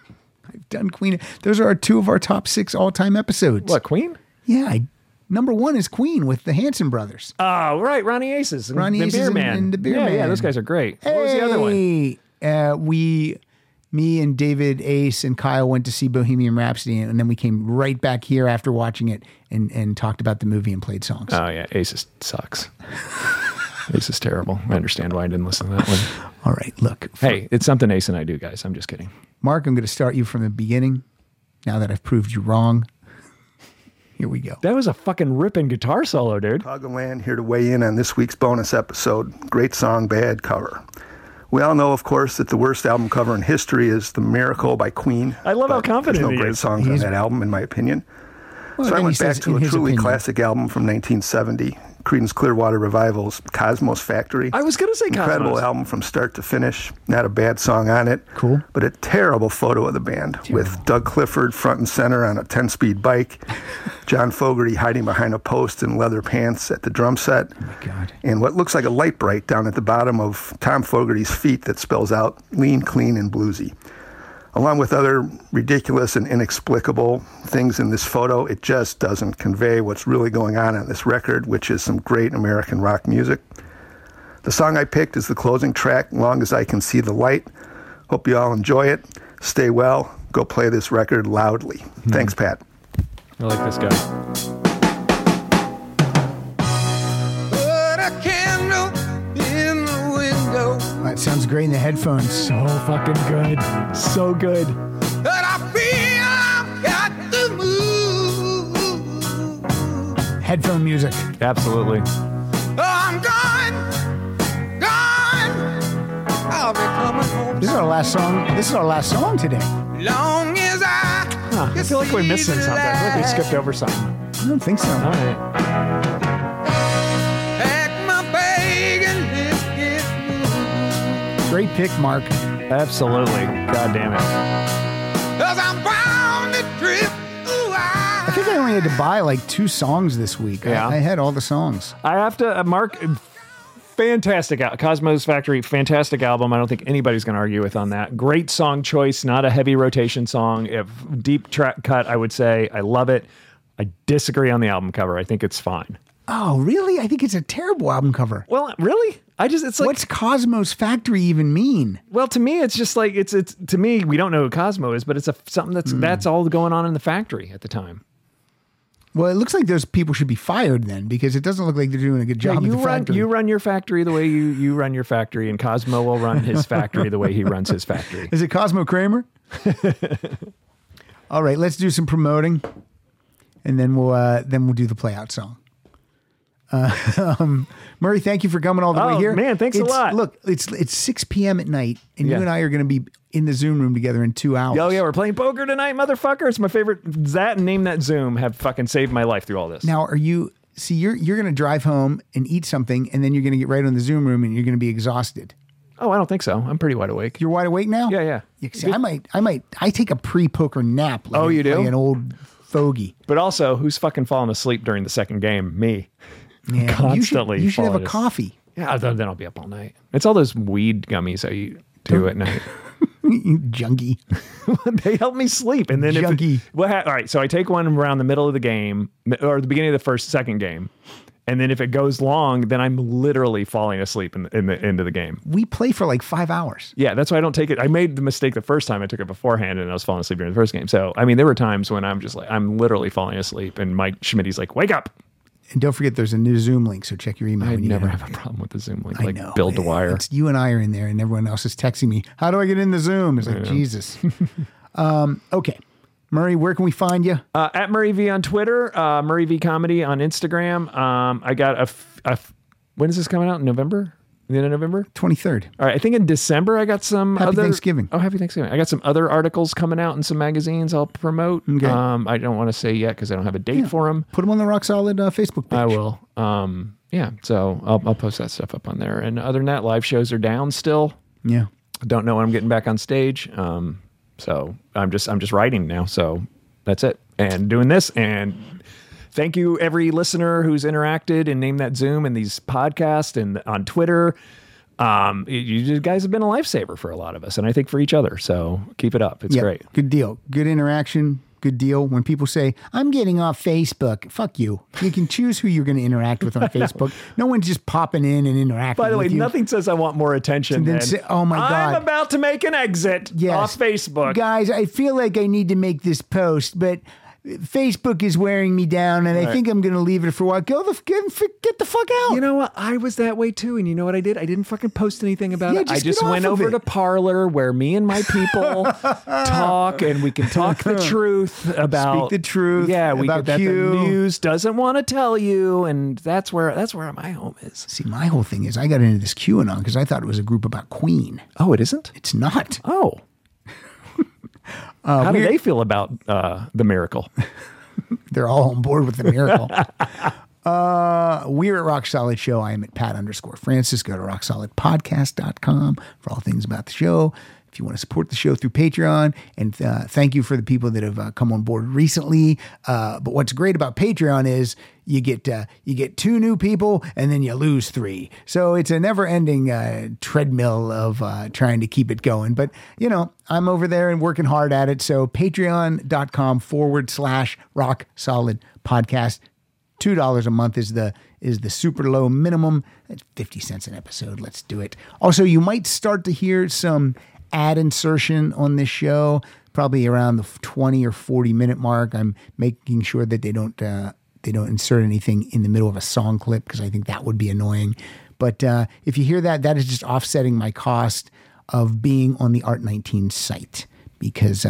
[SPEAKER 1] (laughs) I've done Queen. Those are our two of our top six all time episodes.
[SPEAKER 2] What, Queen?
[SPEAKER 1] Yeah. I, number one is Queen with the Hanson Brothers.
[SPEAKER 2] Oh, right, Ronnie Aces, and
[SPEAKER 1] Ronnie
[SPEAKER 2] the
[SPEAKER 1] Aces
[SPEAKER 2] Beer
[SPEAKER 1] and-
[SPEAKER 2] Man,
[SPEAKER 1] and the Beer
[SPEAKER 2] yeah, yeah,
[SPEAKER 1] Man.
[SPEAKER 2] those guys are great. What was the other one?
[SPEAKER 1] Hey, Uh, we, me and David Ace and Kyle went to see Bohemian Rhapsody, and then we came right back here after watching it and, and talked about the movie and played songs.
[SPEAKER 2] Oh yeah, Aces sucks. (laughs) Aces is terrible. I understand why I didn't listen to that one.
[SPEAKER 1] All right, look.
[SPEAKER 2] Hey, it's something Ace and I do, guys. I'm just kidding.
[SPEAKER 1] Mark, I'm going to start you from the beginning. Now that I've proved you wrong, (laughs) here we go.
[SPEAKER 2] That was a fucking ripping guitar solo, dude.
[SPEAKER 28] Chicagoland here to weigh in on this week's bonus episode Great Song, Bad Cover. We all know, of course, that the worst album cover in history is The Miracle by Queen.
[SPEAKER 2] I love how confident
[SPEAKER 28] There's no
[SPEAKER 2] he
[SPEAKER 28] great
[SPEAKER 2] is.
[SPEAKER 28] songs
[SPEAKER 2] He's-
[SPEAKER 28] on that album, in my opinion.
[SPEAKER 1] Well,
[SPEAKER 28] so I
[SPEAKER 1] then
[SPEAKER 28] went
[SPEAKER 1] he
[SPEAKER 28] back
[SPEAKER 1] says
[SPEAKER 28] to a
[SPEAKER 1] in his
[SPEAKER 28] truly
[SPEAKER 1] opinion.
[SPEAKER 28] classic album from 1970, Creedence Clearwater Revival's Cosmos Factory.
[SPEAKER 2] I was gonna say
[SPEAKER 28] incredible
[SPEAKER 2] Cosmos.
[SPEAKER 28] album from start to finish. Not a bad song on it. Cool, but a terrible photo of the band with Doug Clifford front and center on a
[SPEAKER 2] (laughs)
[SPEAKER 28] 10-speed bike, John Fogerty hiding behind a post in leather pants at the drum set,
[SPEAKER 2] Oh
[SPEAKER 28] and what looks like a light bright down at the bottom of Tom Fogerty's feet that spells out lean, clean, and bluesy. Along with other ridiculous and inexplicable things in this photo, it just doesn't convey what's really going on on this record, which is some great American rock music. The song I picked is the closing track, Long as I Can See the Light. Hope you all enjoy it. Stay well. Go play this record loudly. Thanks, Pat.
[SPEAKER 2] I like this guy.
[SPEAKER 1] It sounds great in the headphones. So fucking good. So good.
[SPEAKER 5] But I feel I've got to move.
[SPEAKER 1] Headphone music.
[SPEAKER 2] Absolutely.
[SPEAKER 5] Oh, I'm gone, gone. I'll be coming home
[SPEAKER 1] This is our last song. This is our last song today.
[SPEAKER 5] long as I.
[SPEAKER 2] Huh, I feel like we're missing something. I feel like we skipped over something.
[SPEAKER 1] I don't think so. All
[SPEAKER 2] right.
[SPEAKER 1] Great pick, Mark.
[SPEAKER 2] Absolutely. God damn it.
[SPEAKER 5] Cause I'm bound to drift.
[SPEAKER 1] I think I only had to buy like two songs this week. I-
[SPEAKER 2] Yeah.
[SPEAKER 1] I, had all the songs.
[SPEAKER 2] I have to uh, mark. Fantastic out Cosmos Factory, fantastic album. I don't think anybody's going to argue with on that. Great song choice, not a heavy rotation song. If deep track cut, I would say I love it. I disagree on the album cover. I think it's fine.
[SPEAKER 1] Oh, really? I think it's a terrible album cover.
[SPEAKER 2] Well, really? I just it's like
[SPEAKER 1] What's Cosmos Factory even mean?
[SPEAKER 2] Well, to me, it's just like it's it's to me. We don't know who Cosmo is, but it's a something that's that's all going on in the factory at the time.
[SPEAKER 1] Well, it looks like those people should be fired then because it doesn't look like they're doing a good job
[SPEAKER 2] Yeah,
[SPEAKER 1] at
[SPEAKER 2] you
[SPEAKER 1] the
[SPEAKER 2] run
[SPEAKER 1] factory.
[SPEAKER 2] you run your factory the way you you run your factory, and Cosmo will run his factory the way he runs his (laughs) factory.
[SPEAKER 1] Is it Cosmo Kramer? All right, let's do some promoting, and then we'll uh, then we'll do the playout song. Uh, (laughs) um, Murray, thank you for coming all the
[SPEAKER 2] Oh,
[SPEAKER 1] way here.
[SPEAKER 2] man, thanks a
[SPEAKER 1] It's-
[SPEAKER 2] lot.
[SPEAKER 1] Look, it's it's six p.m. at night, and
[SPEAKER 2] Yeah.
[SPEAKER 1] you and I are going to be in the Zoom room together in two hours.
[SPEAKER 2] Oh yeah, we're playing poker tonight, motherfucker. It's my favorite. That and name that Zoom have fucking saved my life through all this.
[SPEAKER 1] Now, are you? See, you're you're going to drive home and eat something, and then you're going to get right on the Zoom room, and you're going to be exhausted.
[SPEAKER 2] Oh, I don't think so. I'm pretty wide awake.
[SPEAKER 1] You're wide awake now.
[SPEAKER 2] Yeah, yeah.
[SPEAKER 1] You see, I might, I might, I take a pre-poker nap. like-
[SPEAKER 2] Oh, you do?
[SPEAKER 1] like an old fogey.
[SPEAKER 2] But also, who's fucking falling asleep during the second game? Me.
[SPEAKER 1] Yeah,
[SPEAKER 2] Constantly.
[SPEAKER 1] You should, you should have
[SPEAKER 2] falling
[SPEAKER 1] a
[SPEAKER 2] asleep.
[SPEAKER 1] coffee.
[SPEAKER 2] Yeah, Uh, then then I'll be up all night. It's all those weed gummies I eat too at night.
[SPEAKER 1] (laughs) you junkie.
[SPEAKER 2] (laughs) they help me sleep, and then
[SPEAKER 1] Junkie.
[SPEAKER 2] If, what ha- all right, so I take one around the middle of the game m- or the beginning of the first second game, and then if it goes long, then I'm literally falling asleep in the, in the end of the game.
[SPEAKER 1] We play for like five hours.
[SPEAKER 2] Yeah, that's why I don't take it. I made the mistake the first time I took it beforehand, and I was falling asleep during the first game. So I mean, there were times when I'm just like I'm literally falling asleep, and Mike Schmidt's like, "Wake up!"
[SPEAKER 1] And don't forget, there's a new Zoom link, so check your email.
[SPEAKER 2] I
[SPEAKER 1] when you
[SPEAKER 2] never
[SPEAKER 1] get it.
[SPEAKER 2] have a problem with the Zoom link.
[SPEAKER 1] I
[SPEAKER 2] Like
[SPEAKER 1] know.
[SPEAKER 2] Bill Dwyer.
[SPEAKER 1] It's you and I are in there, and everyone else is texting me. How do I get in the Zoom? It's like
[SPEAKER 2] Yeah.
[SPEAKER 1] Jesus. (laughs) um, okay, Murray, where can we find you?
[SPEAKER 2] Uh, at Murray V on Twitter, uh, Murray V Comedy on Instagram. Um, I got a, f- a f- when is this coming out? November? The end of November?
[SPEAKER 1] 23rd.
[SPEAKER 2] All right. I think in December I got some
[SPEAKER 1] Happy
[SPEAKER 2] other
[SPEAKER 1] Thanksgiving.
[SPEAKER 2] Oh, happy Thanksgiving! I got some other articles coming out in some magazines I'll promote. Um, I don't want to say yet because I don't have a date for 'em. for them.
[SPEAKER 1] Put them on the Rock Solid uh, Facebook page.
[SPEAKER 2] I will. Um, yeah. So I'll, I'll post that stuff up on there. And other than that, live shows are down still.
[SPEAKER 1] Yeah.
[SPEAKER 2] I don't know when I'm getting back on stage. Um, so I'm just I'm just writing now. So that's it. And doing this. And thank you every listener who's interacted and named that Zoom and these podcasts and on Twitter. Um, you- you guys have been a lifesaver for a lot of us, and I think for each other. So keep it up. It's
[SPEAKER 1] Yeah,
[SPEAKER 2] great.
[SPEAKER 1] Good deal. Good interaction. Good deal. When people say, I'm getting off Facebook, fuck you. You can choose who you're going to interact with on
[SPEAKER 2] (laughs) I know.
[SPEAKER 1] Facebook. No one's just popping in and interacting
[SPEAKER 2] By the way,
[SPEAKER 1] with you.
[SPEAKER 2] nothing says I want more attention.
[SPEAKER 1] And then
[SPEAKER 2] than,
[SPEAKER 1] say, "Oh my
[SPEAKER 2] I'm
[SPEAKER 1] God."
[SPEAKER 2] about to make an exit off Facebook.
[SPEAKER 1] Guys, I feel like I need to make this post, but Facebook is wearing me down and I
[SPEAKER 2] Right.
[SPEAKER 1] think I'm going to leave it for a while. Go the f- get, f- get the fuck out.
[SPEAKER 2] You know what? I was that way too, and you know what I did? I didn't fucking post anything about
[SPEAKER 1] Yeah,
[SPEAKER 2] it. I
[SPEAKER 1] just
[SPEAKER 2] just
[SPEAKER 1] get
[SPEAKER 2] went
[SPEAKER 1] off of
[SPEAKER 2] over
[SPEAKER 1] it.
[SPEAKER 2] to Parlor where me and my people
[SPEAKER 1] (laughs)
[SPEAKER 2] talk, and we can talk the truth about
[SPEAKER 1] Speak the truth
[SPEAKER 2] Yeah, we
[SPEAKER 1] about
[SPEAKER 2] that the
[SPEAKER 1] Q.
[SPEAKER 2] news doesn't want to tell you, and that's where that's where my home is.
[SPEAKER 1] See, my whole thing is I got into this QAnon because I thought it was a group about Queen.
[SPEAKER 2] Oh, it isn't?
[SPEAKER 1] It's not.
[SPEAKER 2] Oh.
[SPEAKER 1] uh,
[SPEAKER 2] How do
[SPEAKER 1] we're-
[SPEAKER 2] they feel about uh, the miracle?
[SPEAKER 1] They're all on board with the
[SPEAKER 2] (laughs)
[SPEAKER 1] miracle. uh, we're at Rock Solid Show. I am at Pat underscore Francis. Go to rocksolidpodcast.com for all things about the show. If you want to support the show through Patreon, and uh, thank you for the people that have uh, come on board recently. Uh, but what's great about Patreon is you get uh, you get two new people, and then you lose three. So it's a never ending uh, treadmill of uh, trying to keep it going. But you know, I'm over there and working hard at it. So patreon.com forward slash rock solid podcast. Two dollars a month is the is the super low minimum. That's fifty cents an episode. Let's do it. Also, you might start to hear some ad insertion on this show, probably around the twenty or forty minute mark. I'm making sure that they don't uh, they don't insert anything in the middle of a song clip because I think that would be annoying. But uh, if you hear that, that is just offsetting my cost of being on the Art 19 site because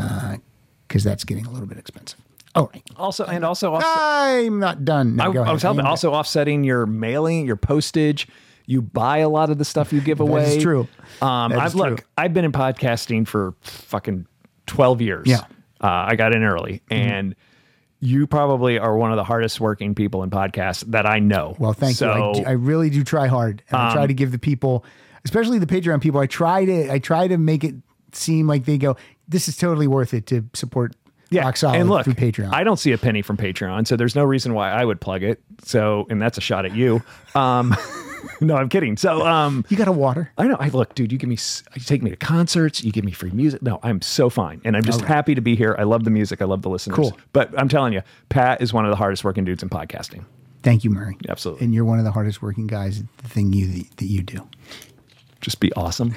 [SPEAKER 1] because that's getting a little bit expensive. All right.
[SPEAKER 2] Also, and also,
[SPEAKER 1] I'm not done. No,
[SPEAKER 2] I,
[SPEAKER 1] go
[SPEAKER 2] I
[SPEAKER 1] ahead.
[SPEAKER 2] was helping.
[SPEAKER 1] Name
[SPEAKER 2] Also, offsetting your mailing, your postage. You buy a lot of the stuff you give away.
[SPEAKER 1] is true.
[SPEAKER 2] Um,
[SPEAKER 1] That
[SPEAKER 2] I've
[SPEAKER 1] is
[SPEAKER 2] look. I've been in podcasting for fucking twelve years.
[SPEAKER 1] Yeah. Mm-hmm.
[SPEAKER 2] uh, I got in early, and you probably are one of the hardest working people in podcasts that I know.
[SPEAKER 1] Well, thank
[SPEAKER 2] so,
[SPEAKER 1] you. I, do- I really do try hard, and I try
[SPEAKER 2] Um,
[SPEAKER 1] to give the people, especially the Patreon people, I try to I try to make it seem like they go, "This is totally worth it to support yeah, Rock Solid
[SPEAKER 2] and look,
[SPEAKER 1] through Patreon."
[SPEAKER 2] I don't see a penny from Patreon, so there's no reason why I would plug it. So, and that's a shot
[SPEAKER 1] (laughs)
[SPEAKER 2] at you. Um, (laughs) no, I'm kidding. So, um,
[SPEAKER 1] you got a water?
[SPEAKER 2] I know. I look, dude. You give me, s- you take me to concerts. You give me free music. No, I'm so fine, and I'm just
[SPEAKER 1] Okay.
[SPEAKER 2] happy to be here. I love the music. I love the listeners.
[SPEAKER 1] Cool.
[SPEAKER 2] But I'm telling you, Pat is one of the hardest working dudes in podcasting.
[SPEAKER 1] Thank you, Murray.
[SPEAKER 2] Absolutely.
[SPEAKER 1] And you're one of the hardest working guys at the thing you that you do. (laughs)
[SPEAKER 2] Just be awesome.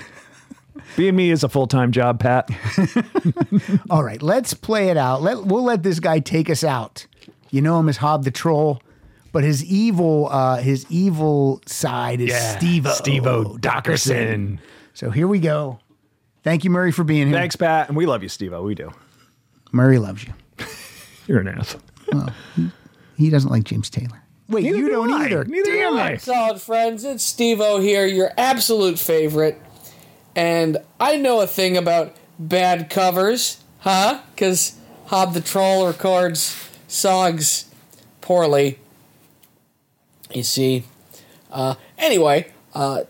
[SPEAKER 2] Being me is a full time job, Pat.
[SPEAKER 1] All right, let's play it out. Let we'll let this guy take us out. You know him as Hob the Troll, but his evil uh, his evil side is
[SPEAKER 2] Yeah,
[SPEAKER 1] Steve
[SPEAKER 2] Steve-O Dockerson.
[SPEAKER 1] So here we go. Thank you, Murray, for being here.
[SPEAKER 2] Thanks, Pat, and we love you, Steve. We do.
[SPEAKER 1] Murray loves you.
[SPEAKER 2] (laughs) You're an ass.
[SPEAKER 1] Well, he, he doesn't like James Taylor. Wait, you don't either.
[SPEAKER 2] Neither
[SPEAKER 1] Damn
[SPEAKER 2] do I.
[SPEAKER 1] it.
[SPEAKER 25] Solid friends, it's Steve O here, your absolute favorite. And I know a thing about bad covers, huh? Because Hob the Troll records songs poorly. You see. Uh, anyway, uh,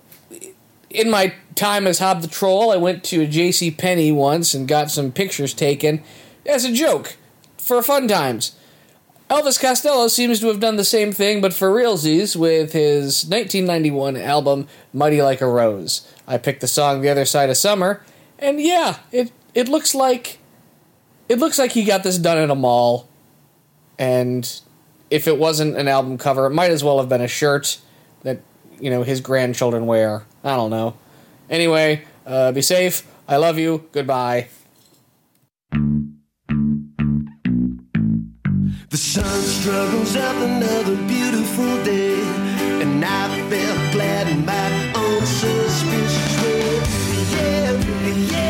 [SPEAKER 25] in my time as Hob the Troll, I went to a J.C. Penney once and got some pictures taken as a joke for fun times. Elvis Costello seems to have done the same thing, but for realsies, with his 1991 album "Mighty Like a Rose." I picked the song "The Other Side of Summer," and yeah, it it looks like it looks like he got this done at a mall. And if it wasn't an album cover, it might as well have been a shirt that you know his grandchildren wear. I don't know. Anyway, uh, be safe. I love you. Goodbye.
[SPEAKER 12] The sun struggles up another beautiful day, and I felt glad in my own suspicious way. Yeah, yeah.